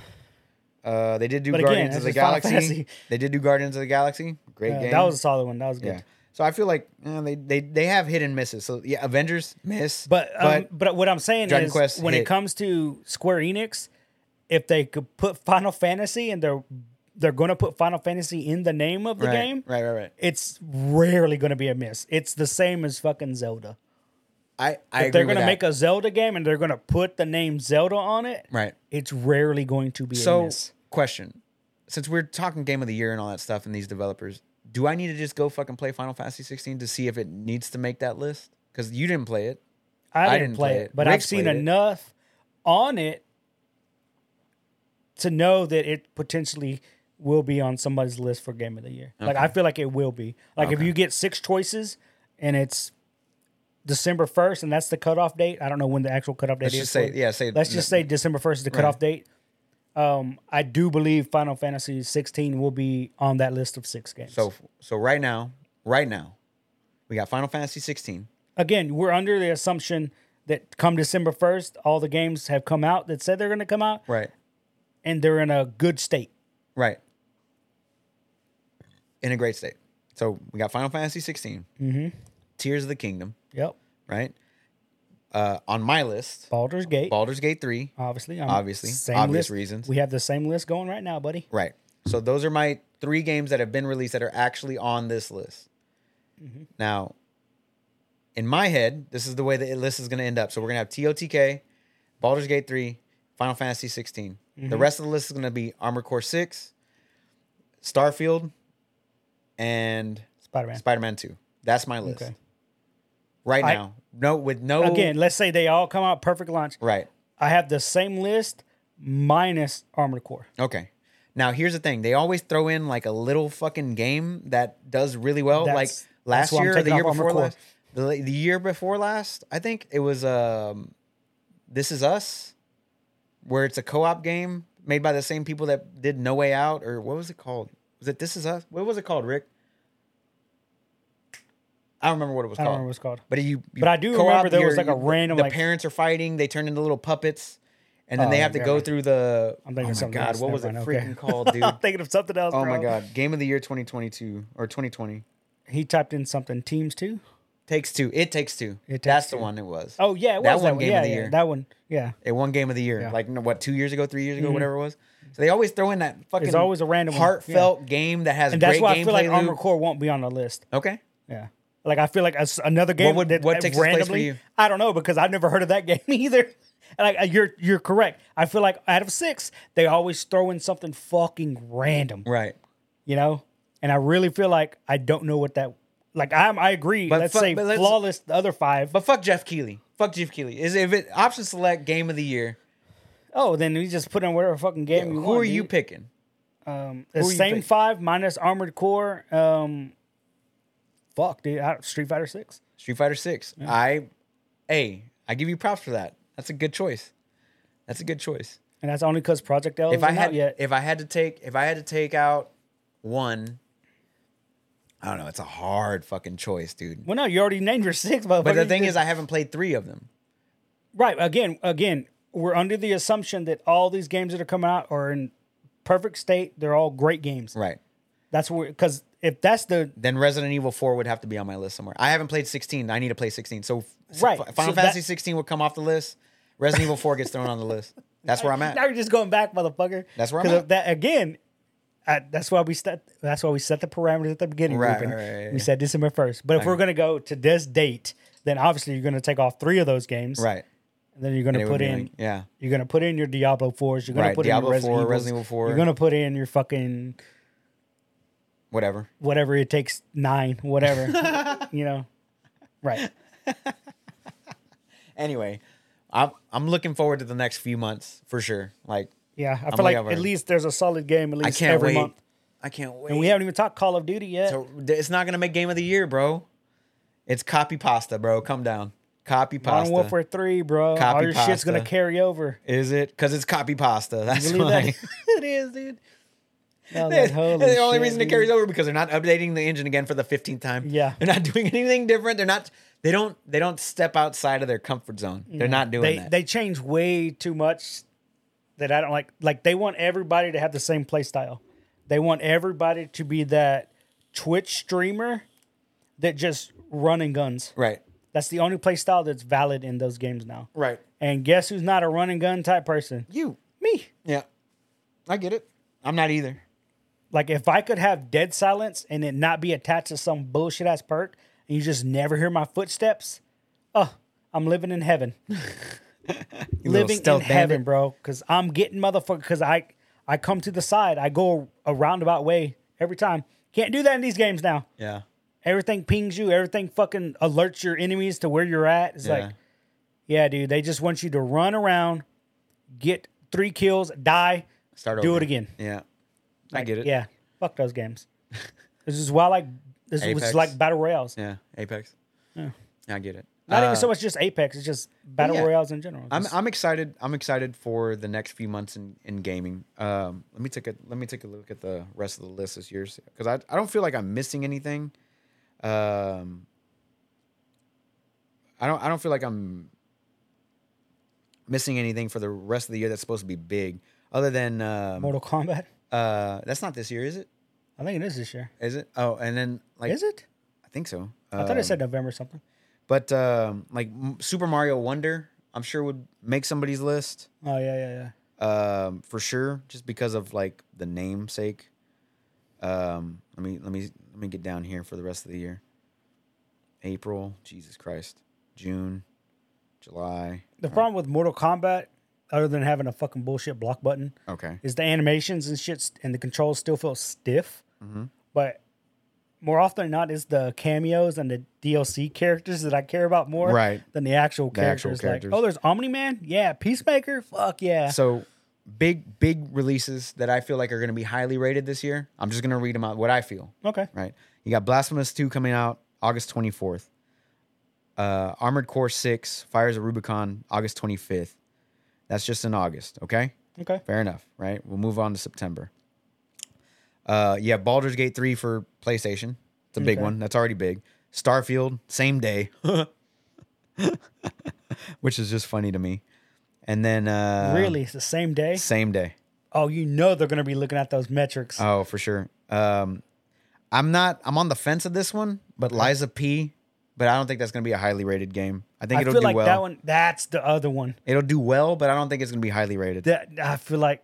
[SPEAKER 1] Uh, they did do
[SPEAKER 2] But again,
[SPEAKER 1] Guardians of
[SPEAKER 2] that's
[SPEAKER 1] the
[SPEAKER 2] just Final
[SPEAKER 1] Galaxy.
[SPEAKER 2] Fantasy.
[SPEAKER 1] They did do Guardians of the Galaxy. Great
[SPEAKER 2] Uh,
[SPEAKER 1] game.
[SPEAKER 2] that was a solid one. That was good.
[SPEAKER 1] yeah. So I feel like eh, they, they they have hit and misses. So yeah, Avengers miss,
[SPEAKER 2] But um, but, what I'm saying
[SPEAKER 1] Dragon
[SPEAKER 2] is,
[SPEAKER 1] Quest
[SPEAKER 2] when
[SPEAKER 1] hit.
[SPEAKER 2] it comes to Square Enix, if they could put Final Fantasy and they're they're going to put Final Fantasy in the name of the
[SPEAKER 1] right,
[SPEAKER 2] game,
[SPEAKER 1] right, right, right.
[SPEAKER 2] it's rarely going to be a miss. It's the same as fucking Zelda.
[SPEAKER 1] I I
[SPEAKER 2] If they're
[SPEAKER 1] agree
[SPEAKER 2] going to
[SPEAKER 1] with
[SPEAKER 2] make
[SPEAKER 1] that.
[SPEAKER 2] a Zelda game and they're going to put the name Zelda on it,
[SPEAKER 1] right.
[SPEAKER 2] it's rarely going to be a
[SPEAKER 1] So,
[SPEAKER 2] miss.
[SPEAKER 1] question: Since we're talking game of the year and all that stuff, and these developers, do I need to just go fucking play Final Fantasy 16 to see if it needs to make that list? Because you didn't play it.
[SPEAKER 2] I didn't,
[SPEAKER 1] didn't
[SPEAKER 2] play
[SPEAKER 1] play
[SPEAKER 2] it,
[SPEAKER 1] it.
[SPEAKER 2] but
[SPEAKER 1] Rick
[SPEAKER 2] I've seen
[SPEAKER 1] played it.
[SPEAKER 2] enough on it to know that it potentially will be on somebody's list for game of the year. Like I feel like it will be. Like if you get six choices and it's December first, and that's the cutoff date. I don't know when the actual cutoff date
[SPEAKER 1] Let's
[SPEAKER 2] is.
[SPEAKER 1] just say,
[SPEAKER 2] for-
[SPEAKER 1] yeah, say.
[SPEAKER 2] Let's just say December first is the cutoff date. Um, I do believe Final Fantasy 16 will be on that list of six games.
[SPEAKER 1] So, so right now, right now, we got Final Fantasy 16.
[SPEAKER 2] again, we're under the assumption that come December 1st, all the games have come out that said they're going to come out
[SPEAKER 1] Right.
[SPEAKER 2] and they're in a good state.
[SPEAKER 1] Right. In a great state. So we got Final Fantasy 16, mm-hmm. Tears of the Kingdom,
[SPEAKER 2] Yep.
[SPEAKER 1] right? Uh, on my list,
[SPEAKER 2] Baldur's Gate.
[SPEAKER 1] Baldur's Gate 3.
[SPEAKER 2] obviously. I'm-
[SPEAKER 1] Obviously. Obvious
[SPEAKER 2] list.
[SPEAKER 1] reasons.
[SPEAKER 2] We have the same list going right now, buddy.
[SPEAKER 1] Right. So those are my three games that have been released that are actually on this list.
[SPEAKER 2] Mm-hmm.
[SPEAKER 1] Now, in my head, this is the way the list is going to end up. So we're going to have TOTK, Baldur's Gate 3, Final Fantasy 16.
[SPEAKER 2] Mm-hmm.
[SPEAKER 1] The rest of the list is going to be Armor Core 6, Starfield, and
[SPEAKER 2] Spider Man.
[SPEAKER 1] Spider Man 2. That's my list.
[SPEAKER 2] Okay.
[SPEAKER 1] Right
[SPEAKER 2] I-
[SPEAKER 1] now. No, with no.
[SPEAKER 2] Again, let's say they all come out perfect launch.
[SPEAKER 1] Right.
[SPEAKER 2] I have the same list minus Armored Core.
[SPEAKER 1] Okay. Now here's the thing: they always throw in like a little fucking game that does really well.
[SPEAKER 2] That's-
[SPEAKER 1] like last
[SPEAKER 2] that's why I'm
[SPEAKER 1] year, or the
[SPEAKER 2] taking
[SPEAKER 1] year
[SPEAKER 2] off Armored
[SPEAKER 1] before
[SPEAKER 2] Core.
[SPEAKER 1] last, the, the year before last, I think it was um, "This Is Us," where it's a co-op game made by the same people that did "No Way Out" or what was it called? Was it "This Is Us"? What was it called, Rick? I don't remember what it was
[SPEAKER 2] I don't
[SPEAKER 1] called.
[SPEAKER 2] remember what it's called.
[SPEAKER 1] But you, you
[SPEAKER 2] But I do
[SPEAKER 1] co-op
[SPEAKER 2] remember there was,
[SPEAKER 1] your-
[SPEAKER 2] like, a random,
[SPEAKER 1] The
[SPEAKER 2] like-
[SPEAKER 1] parents are fighting. They turn into little puppets, and then
[SPEAKER 2] Oh,
[SPEAKER 1] they have to
[SPEAKER 2] never
[SPEAKER 1] go
[SPEAKER 2] mind.
[SPEAKER 1] through the.
[SPEAKER 2] I'm
[SPEAKER 1] oh
[SPEAKER 2] thinking of
[SPEAKER 1] my
[SPEAKER 2] something
[SPEAKER 1] god,
[SPEAKER 2] else.
[SPEAKER 1] what was it
[SPEAKER 2] Never mind. Okay.
[SPEAKER 1] freaking called, dude?
[SPEAKER 2] I'm thinking of something else.
[SPEAKER 1] oh my
[SPEAKER 2] bro.
[SPEAKER 1] god, game of the year 2022 or 2020
[SPEAKER 2] He typed in something. Teams too.
[SPEAKER 1] takes two. It takes two.
[SPEAKER 2] Takes
[SPEAKER 1] That's
[SPEAKER 2] Two.
[SPEAKER 1] the one it was.
[SPEAKER 2] Oh yeah, it
[SPEAKER 1] That
[SPEAKER 2] was
[SPEAKER 1] one
[SPEAKER 2] that one.
[SPEAKER 1] game of
[SPEAKER 2] Yeah,
[SPEAKER 1] the
[SPEAKER 2] yeah,
[SPEAKER 1] year.
[SPEAKER 2] that one. Yeah,
[SPEAKER 1] It won game of the year,
[SPEAKER 2] Yeah. Mm-hmm.
[SPEAKER 1] like no, what two years ago, three years ago, whatever it was. So they always throw in that fucking.
[SPEAKER 2] always a random one. Yeah.
[SPEAKER 1] heartfelt game that has
[SPEAKER 2] and that's
[SPEAKER 1] great
[SPEAKER 2] why I feel
[SPEAKER 1] gameplay
[SPEAKER 2] like
[SPEAKER 1] loop.
[SPEAKER 2] Armor Core won't be on the list.
[SPEAKER 1] Okay,
[SPEAKER 2] Yeah, like I feel like as- another game.
[SPEAKER 1] would-
[SPEAKER 2] that,
[SPEAKER 1] what
[SPEAKER 2] that
[SPEAKER 1] takes its place for
[SPEAKER 2] randomly,
[SPEAKER 1] you?
[SPEAKER 2] I don't know because I've never heard of that game either. And Like uh, you're you're correct. I feel like out of six, they always throw in something fucking random.
[SPEAKER 1] right.
[SPEAKER 2] you know. And I really feel like I don't know what that. Like I'm, I agree.
[SPEAKER 1] But
[SPEAKER 2] let's
[SPEAKER 1] fu-
[SPEAKER 2] say
[SPEAKER 1] but let's-
[SPEAKER 2] flawless. The other five.
[SPEAKER 1] But fuck Jeff Keeley. Fuck Jeff Keeley. Is if it option select game of the year,
[SPEAKER 2] oh, then you just put in whatever fucking game you
[SPEAKER 1] who
[SPEAKER 2] want.
[SPEAKER 1] are you
[SPEAKER 2] dude.
[SPEAKER 1] picking?
[SPEAKER 2] Um, the
[SPEAKER 1] Who you
[SPEAKER 2] same
[SPEAKER 1] pick?
[SPEAKER 2] five minus Armored Core. Um, fuck, dude. I, Street Fighter Six.
[SPEAKER 1] Street Fighter Six. I, hey, I give you props for that. That's a good choice. That's a good choice.
[SPEAKER 2] And that's only because Project L
[SPEAKER 1] If
[SPEAKER 2] isn't
[SPEAKER 1] I had,
[SPEAKER 2] out Oh, yet.
[SPEAKER 1] if I had to take, if I had to take out one, I don't know. It's a hard fucking choice, dude.
[SPEAKER 2] well, no, you already named your six, motherfucker.
[SPEAKER 1] But the
[SPEAKER 2] You
[SPEAKER 1] thing
[SPEAKER 2] did-
[SPEAKER 1] is, I haven't played three of them.
[SPEAKER 2] right again, again, we're under the assumption that all these games that are coming out are in perfect state. They're all great games.
[SPEAKER 1] Right.
[SPEAKER 2] That's where because if that's the
[SPEAKER 1] Then Resident Evil Four would have to be on my list somewhere. I haven't played sixteen. I need to play sixteen. So f-
[SPEAKER 2] Right.
[SPEAKER 1] Final
[SPEAKER 2] So that-
[SPEAKER 1] Fantasy sixteen would come off the list. Resident Evil Four gets thrown on the list. That's where I'm at.
[SPEAKER 2] Now you're just going back, motherfucker.
[SPEAKER 1] That's where I'm
[SPEAKER 2] 'Cause
[SPEAKER 1] at.
[SPEAKER 2] of That again. I, that's why we set. That's why we set the parameters at the beginning.
[SPEAKER 1] Right,
[SPEAKER 2] Ruben.
[SPEAKER 1] right, right.
[SPEAKER 2] We said December first. But if we're gonna go to this date, then obviously you're gonna take off three of those games.
[SPEAKER 1] Right.
[SPEAKER 2] And then you're
[SPEAKER 1] And
[SPEAKER 2] gonna
[SPEAKER 1] it would
[SPEAKER 2] put
[SPEAKER 1] be
[SPEAKER 2] in.
[SPEAKER 1] like- yeah.
[SPEAKER 2] You're gonna put in your Diablo fours. You're gonna
[SPEAKER 1] Right,
[SPEAKER 2] put
[SPEAKER 1] Diablo
[SPEAKER 2] in your
[SPEAKER 1] 4,
[SPEAKER 2] Resident,
[SPEAKER 1] Resident Evil
[SPEAKER 2] Evils,
[SPEAKER 1] 4.
[SPEAKER 2] You're gonna put in your fucking
[SPEAKER 1] Whatever.
[SPEAKER 2] whatever it takes nine, whatever. you know. Right.
[SPEAKER 1] anyway, I'm I'm looking forward to the next few months for sure. Like
[SPEAKER 2] Yeah. I
[SPEAKER 1] I'm
[SPEAKER 2] feel like
[SPEAKER 1] over
[SPEAKER 2] at
[SPEAKER 1] it.
[SPEAKER 2] least there's a solid game at
[SPEAKER 1] I
[SPEAKER 2] least
[SPEAKER 1] can't
[SPEAKER 2] every
[SPEAKER 1] wait.
[SPEAKER 2] month.
[SPEAKER 1] I can't wait.
[SPEAKER 2] And we haven't even talked Call of Duty yet.
[SPEAKER 1] So, th- it's not gonna make game of the year, bro. It's copy pasta, bro. Come down. Copy
[SPEAKER 2] Modern
[SPEAKER 1] pasta.
[SPEAKER 2] Warfare Three, bro. All
[SPEAKER 1] Copy
[SPEAKER 2] your shit's gonna
[SPEAKER 1] pasta.
[SPEAKER 2] carry over.
[SPEAKER 1] Is it? Because it's copy pasta. That's
[SPEAKER 2] Believe that?
[SPEAKER 1] why.
[SPEAKER 2] it is, dude. I was like,
[SPEAKER 1] That's
[SPEAKER 2] holy
[SPEAKER 1] the only
[SPEAKER 2] shit,
[SPEAKER 1] reason it
[SPEAKER 2] dude.
[SPEAKER 1] carries over because they're not updating the engine again for the 15th time.
[SPEAKER 2] Yeah.
[SPEAKER 1] They're not doing anything different. They're not. They don't. They don't step outside of their comfort zone. They're not doing
[SPEAKER 2] They
[SPEAKER 1] that.
[SPEAKER 2] they change way too much that I don't like. Like they want everybody to have the same play style. They want everybody to be that Twitch streamer that just running guns.
[SPEAKER 1] right.
[SPEAKER 2] That's the only play style that's valid in those games now.
[SPEAKER 1] Right.
[SPEAKER 2] And guess who's not a run and gun type person?
[SPEAKER 1] You.
[SPEAKER 2] Me.
[SPEAKER 1] Yeah. I get it. I'm not either.
[SPEAKER 2] Like if I could have dead silence and it not be attached to some bullshit ass perk, and you just never hear my footsteps, oh, I'm living in heaven.
[SPEAKER 1] little
[SPEAKER 2] living in
[SPEAKER 1] stealth
[SPEAKER 2] heaven,
[SPEAKER 1] bandit.
[SPEAKER 2] bro. Because I'm getting motherfucker. Because I I come to the side. I go a roundabout way every time. Can't do that in these games now.
[SPEAKER 1] Yeah.
[SPEAKER 2] Everything pings you. Everything fucking alerts your enemies to where you're at. It's
[SPEAKER 1] Yeah.
[SPEAKER 2] like, yeah, dude. They just want you to run around, get three kills, die,
[SPEAKER 1] Start
[SPEAKER 2] do
[SPEAKER 1] over.
[SPEAKER 2] it again.
[SPEAKER 1] Yeah. I get it.
[SPEAKER 2] Yeah, fuck those games. this is why I like this was
[SPEAKER 1] Apex.
[SPEAKER 2] like battle royales.
[SPEAKER 1] Yeah. Apex. I get it.
[SPEAKER 2] Not
[SPEAKER 1] Uh,
[SPEAKER 2] even so much just Apex. It's just battle
[SPEAKER 1] yeah.
[SPEAKER 2] royales in general.
[SPEAKER 1] I'm
[SPEAKER 2] Just-
[SPEAKER 1] I'm excited. I'm excited for the next few months in, in gaming. Um, let me take a let me take a look at the rest of the list this year because I, I don't feel like I'm missing anything. Um, I don't I don't feel like I'm missing anything for the rest of the year that's supposed to be big. Other than um,
[SPEAKER 2] Mortal Kombat.
[SPEAKER 1] uh, that's not this year, is it?
[SPEAKER 2] I think it is this year.
[SPEAKER 1] Is it? Oh, and then like
[SPEAKER 2] Is it?
[SPEAKER 1] I think so. Um,
[SPEAKER 2] I thought it said November something.
[SPEAKER 1] But um, like M- Super Mario Wonder, I'm sure would make somebody's list
[SPEAKER 2] Oh yeah, yeah, yeah.
[SPEAKER 1] um, for sure, just because of like the namesake. Um, let me let me let me get down here for the rest of the year. April, Jesus Christ, June, July.
[SPEAKER 2] The problem with Mortal Kombat, other than having a fucking bullshit block button,
[SPEAKER 1] Okay,
[SPEAKER 2] is the animations and shit st- and the controls still feel stiff.
[SPEAKER 1] Mm-hmm.
[SPEAKER 2] But more often than not, it's the cameos and the DLC characters that I care about more
[SPEAKER 1] Right.
[SPEAKER 2] than the actual characters.
[SPEAKER 1] actual characters.
[SPEAKER 2] Like, oh, there's Omni Man. Yeah, Peacemaker. Fuck yeah.
[SPEAKER 1] so big big releases that I feel like are going to be highly rated this year. I'm just going to read them out. What I feel.
[SPEAKER 2] okay.
[SPEAKER 1] right? You got Blasphemous 2 coming out August 24th. Uh, Armored Core 6, Fires of Rubicon, August 25th. That's just in August, okay?
[SPEAKER 2] Okay.
[SPEAKER 1] Fair enough, right? We'll move on to September. Uh, you have Baldur's Gate 3 for PlayStation. It's a big one. That's already big. Starfield, same day, which is just funny to me. And then uh,
[SPEAKER 2] really, it's the same day.
[SPEAKER 1] same day.
[SPEAKER 2] Oh, you know they're gonna be looking at those metrics.
[SPEAKER 1] Oh, for sure. Um, I'm not. I'm on the fence of this one, but Liza P. But I don't think that's going to be a highly rated game. I think
[SPEAKER 2] I
[SPEAKER 1] it'll
[SPEAKER 2] feel
[SPEAKER 1] do
[SPEAKER 2] like
[SPEAKER 1] well.
[SPEAKER 2] that one. That's the other one.
[SPEAKER 1] It'll do well, but I don't think it's going to be highly rated.
[SPEAKER 2] That I feel like.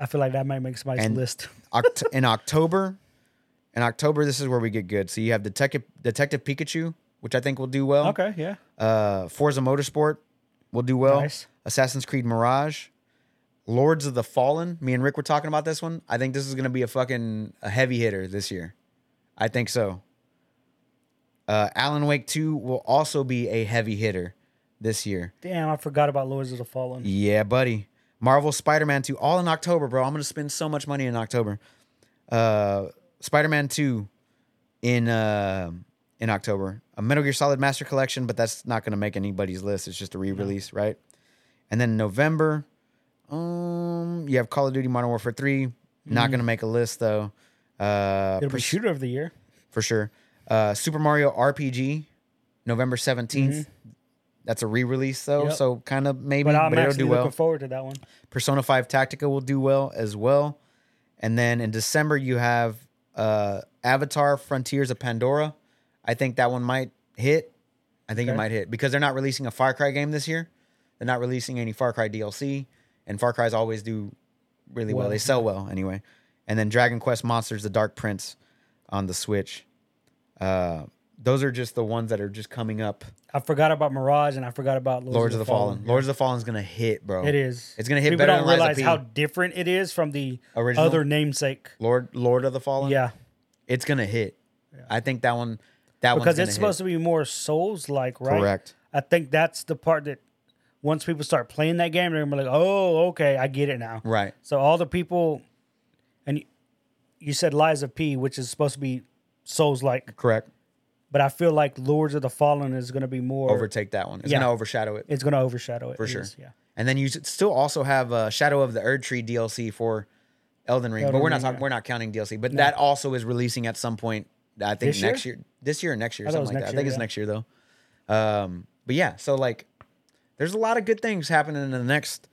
[SPEAKER 2] I feel like that might make somebody's
[SPEAKER 1] And-
[SPEAKER 2] list.
[SPEAKER 1] Oct- in October, in October, this is where we get good. So you have Detective Detective Pikachu, which I think will do well.
[SPEAKER 2] Okay, yeah.
[SPEAKER 1] Uh, Forza Motorsport will do well.
[SPEAKER 2] Nice.
[SPEAKER 1] Assassin's Creed Mirage, Lords of the Fallen. Me and Rick were talking about this one. I think this is going to be a fucking a heavy hitter this year. I think so. Uh, Alan Wake Two will also be a heavy hitter this year.
[SPEAKER 2] Damn, I forgot about Lords of the Fallen.
[SPEAKER 1] Yeah, buddy. Marvel Spider Man 2, all in October, bro. I'm going to spend so much money in October. Uh, Spider Man 2 in uh, in October. A Metal Gear Solid Master Collection, but that's not going to make anybody's list. It's just a re release, right? And then November, um, you have Call of Duty Modern Warfare 3. Not going to make a list, though. Uh,
[SPEAKER 2] Mm-hmm. It'll be
[SPEAKER 1] pers-
[SPEAKER 2] Shooter of the Year.
[SPEAKER 1] for sure. Uh, Super Mario RPG, November 17th. That's a re release, though.
[SPEAKER 2] Mm-hmm. Yep.
[SPEAKER 1] So kind of maybe,
[SPEAKER 2] But I'm
[SPEAKER 1] but it'll
[SPEAKER 2] actually
[SPEAKER 1] do
[SPEAKER 2] looking
[SPEAKER 1] well.
[SPEAKER 2] forward to that one.
[SPEAKER 1] Persona 5 Tactica will do well as well. And then in December, you have uh, Avatar Frontiers of Pandora. I think that one might hit. I think it
[SPEAKER 2] Okay.
[SPEAKER 1] might hit because they're not releasing a Far Cry game this year. They're not releasing any Far Cry DLC. And Far Cries always do really well.
[SPEAKER 2] Well.
[SPEAKER 1] They sell well anyway. And then Dragon Quest Monsters, The Dark Prince on the Switch. Uh, those are just the ones that are just coming up.
[SPEAKER 2] I forgot about Mirage and I forgot about Lords,
[SPEAKER 1] Lords of the Fallen. Lords of the Fallen is going to hit, bro.
[SPEAKER 2] It is.
[SPEAKER 1] It's gonna hit
[SPEAKER 2] People
[SPEAKER 1] better
[SPEAKER 2] don't
[SPEAKER 1] than Liza
[SPEAKER 2] realize
[SPEAKER 1] P.
[SPEAKER 2] how different it is from the
[SPEAKER 1] Original?
[SPEAKER 2] other namesake.
[SPEAKER 1] Lord Lord of the Fallen.
[SPEAKER 2] Yeah,
[SPEAKER 1] it's gonna hit. I think that one. That
[SPEAKER 2] because
[SPEAKER 1] one's
[SPEAKER 2] it's supposed to be more Souls like, right?
[SPEAKER 1] Correct.
[SPEAKER 2] I think that's the part that once people start playing that game, they're gonna be like, "Oh, okay, I get it now."
[SPEAKER 1] right.
[SPEAKER 2] So all the people, and you- you said Liza P, which is supposed to be Souls like,
[SPEAKER 1] Correct.
[SPEAKER 2] but I feel like Lords of the Fallen is gonna be more.
[SPEAKER 1] Overtake that one. It's
[SPEAKER 2] Yeah.
[SPEAKER 1] gonna overshadow it.
[SPEAKER 2] it's gonna overshadow it
[SPEAKER 1] For
[SPEAKER 2] It
[SPEAKER 1] sure.
[SPEAKER 2] is, yeah.
[SPEAKER 1] And then you s- still also have uh, Shadow of the Erd Tree DLC for Elden Ring, but
[SPEAKER 2] Elden
[SPEAKER 1] we're not
[SPEAKER 2] Ring,
[SPEAKER 1] talking.
[SPEAKER 2] yeah.
[SPEAKER 1] We're not counting DLC, but that also is releasing at some point. I think
[SPEAKER 2] This
[SPEAKER 1] next year? this year or next year,
[SPEAKER 2] thought it
[SPEAKER 1] something
[SPEAKER 2] was
[SPEAKER 1] like that.
[SPEAKER 2] next
[SPEAKER 1] I think
[SPEAKER 2] year,
[SPEAKER 1] it's
[SPEAKER 2] yeah.
[SPEAKER 1] next year though. Um, but yeah, so like, there's a lot of good things happening in the next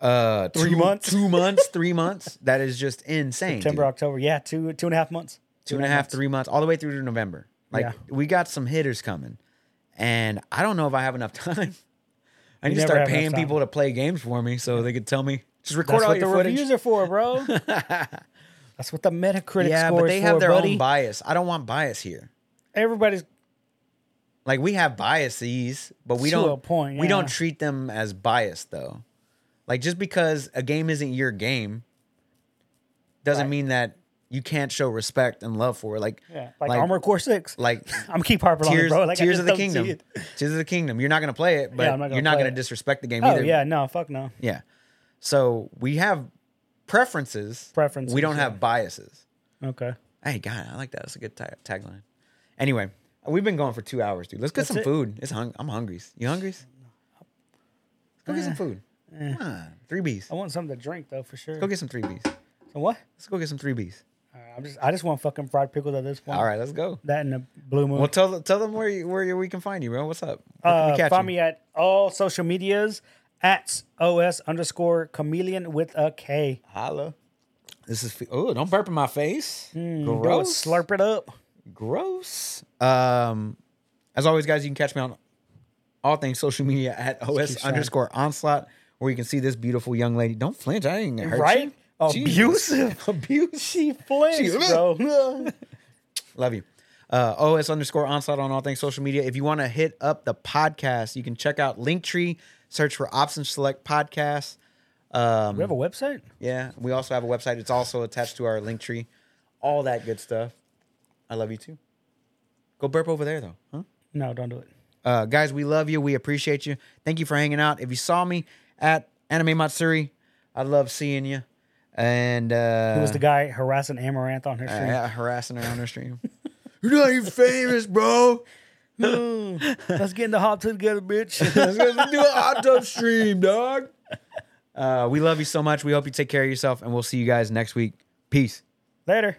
[SPEAKER 1] uh,
[SPEAKER 2] Three
[SPEAKER 1] two-
[SPEAKER 2] months?
[SPEAKER 1] two months, three months. That is just insane.
[SPEAKER 2] September,
[SPEAKER 1] dude.
[SPEAKER 2] October, yeah, two two and a half months.
[SPEAKER 1] two and a half, three months, all the way through to November. Like
[SPEAKER 2] Yeah.
[SPEAKER 1] we got some hitters coming, and I don't know if I have enough time. I need to
[SPEAKER 2] never
[SPEAKER 1] start
[SPEAKER 2] have enough
[SPEAKER 1] paying
[SPEAKER 2] time.
[SPEAKER 1] people to play games for me so they could tell me just record
[SPEAKER 2] That's
[SPEAKER 1] all
[SPEAKER 2] what the
[SPEAKER 1] your footage.
[SPEAKER 2] reviews are for, bro. That's what the Metacritic
[SPEAKER 1] yeah,
[SPEAKER 2] score
[SPEAKER 1] but
[SPEAKER 2] is
[SPEAKER 1] they have
[SPEAKER 2] for,
[SPEAKER 1] their
[SPEAKER 2] buddy.
[SPEAKER 1] own bias. I don't want bias here.
[SPEAKER 2] Everybody's
[SPEAKER 1] Like we have biases, but we
[SPEAKER 2] To
[SPEAKER 1] don't
[SPEAKER 2] a point,
[SPEAKER 1] we
[SPEAKER 2] yeah.
[SPEAKER 1] don't treat them as biased though. Like just because a game isn't your game doesn't
[SPEAKER 2] Right.
[SPEAKER 1] mean that you can't show respect and love for it. Like
[SPEAKER 2] yeah, like, Armor Core Six.
[SPEAKER 1] like
[SPEAKER 2] I'm gonna keep harping
[SPEAKER 1] Tears,
[SPEAKER 2] on it, bro. Like, I
[SPEAKER 1] Tears
[SPEAKER 2] just
[SPEAKER 1] of the
[SPEAKER 2] don't see
[SPEAKER 1] Kingdom.
[SPEAKER 2] it.
[SPEAKER 1] Tears of the Kingdom. You're not gonna play it, but
[SPEAKER 2] Yeah, I'm not gonna
[SPEAKER 1] you're not
[SPEAKER 2] play
[SPEAKER 1] gonna
[SPEAKER 2] it.
[SPEAKER 1] disrespect the game
[SPEAKER 2] Oh
[SPEAKER 1] either.
[SPEAKER 2] yeah, no, fuck no.
[SPEAKER 1] Yeah. So we have preferences.
[SPEAKER 2] Preferences,
[SPEAKER 1] We don't
[SPEAKER 2] yeah.
[SPEAKER 1] have biases.
[SPEAKER 2] Okay,
[SPEAKER 1] Hey, God, I like that. That's a good tag tagline. Anyway, we've been going for two hours, dude. Let's get some
[SPEAKER 2] it.
[SPEAKER 1] food. It's hung- I'm hungry. You hungry? Let's go get some food. Come on, three Bs.
[SPEAKER 2] Eh. I want something to drink though for sure.
[SPEAKER 1] Go get some three Bs.
[SPEAKER 2] So what?
[SPEAKER 1] Let's go get some three Bs.
[SPEAKER 2] All right, I'm just I just want fucking fried pickles at this point.
[SPEAKER 1] All right, let's go.
[SPEAKER 2] That and a blue moon.
[SPEAKER 1] Well, tell tell them where you, where you- we can find you, bro. What's up? Where can we
[SPEAKER 2] uh,
[SPEAKER 1] catch
[SPEAKER 2] find
[SPEAKER 1] you?
[SPEAKER 2] me at all social medias at os underscore chameleon with a K.
[SPEAKER 1] Holla. This is oh, don't burp in my face.
[SPEAKER 2] Go
[SPEAKER 1] Gross.
[SPEAKER 2] Slurp it up.
[SPEAKER 1] Gross. Um, as always, guys, you can catch me on all things social media at os
[SPEAKER 2] trying.
[SPEAKER 1] underscore onslaught, where you can see this beautiful young lady. Don't flinch. I ain't gonna hurt
[SPEAKER 2] Right?
[SPEAKER 1] you.
[SPEAKER 2] Abusive.
[SPEAKER 1] Abuse.
[SPEAKER 2] She flinched, bro.
[SPEAKER 1] Love you. Uh, OS underscore onslaught on all things social media. If you want to hit up the podcast, you can check out Linktree, search for Option Select Podcast. Um,
[SPEAKER 2] we have a website.
[SPEAKER 1] Yeah, we also have a website. It's also attached to our link tree. All that good stuff. I love you too. Go burp over there though, huh?
[SPEAKER 2] No, don't do it.
[SPEAKER 1] Uh, guys, we love you. We appreciate you. Thank you for hanging out. If you saw me at Anime Matsuri, I love seeing you. And uh,
[SPEAKER 2] It was the guy harassing Amaranth on her
[SPEAKER 1] uh,
[SPEAKER 2] stream.
[SPEAKER 1] yeah, harassing her on her stream. You're not even famous, bro.
[SPEAKER 2] Let's get in the hot tub together, bitch.
[SPEAKER 1] Let's go do a hot tub stream, dog. Uh, we love you so much. We hope you take care of yourself, and we'll see you guys next week. Peace.
[SPEAKER 2] Later.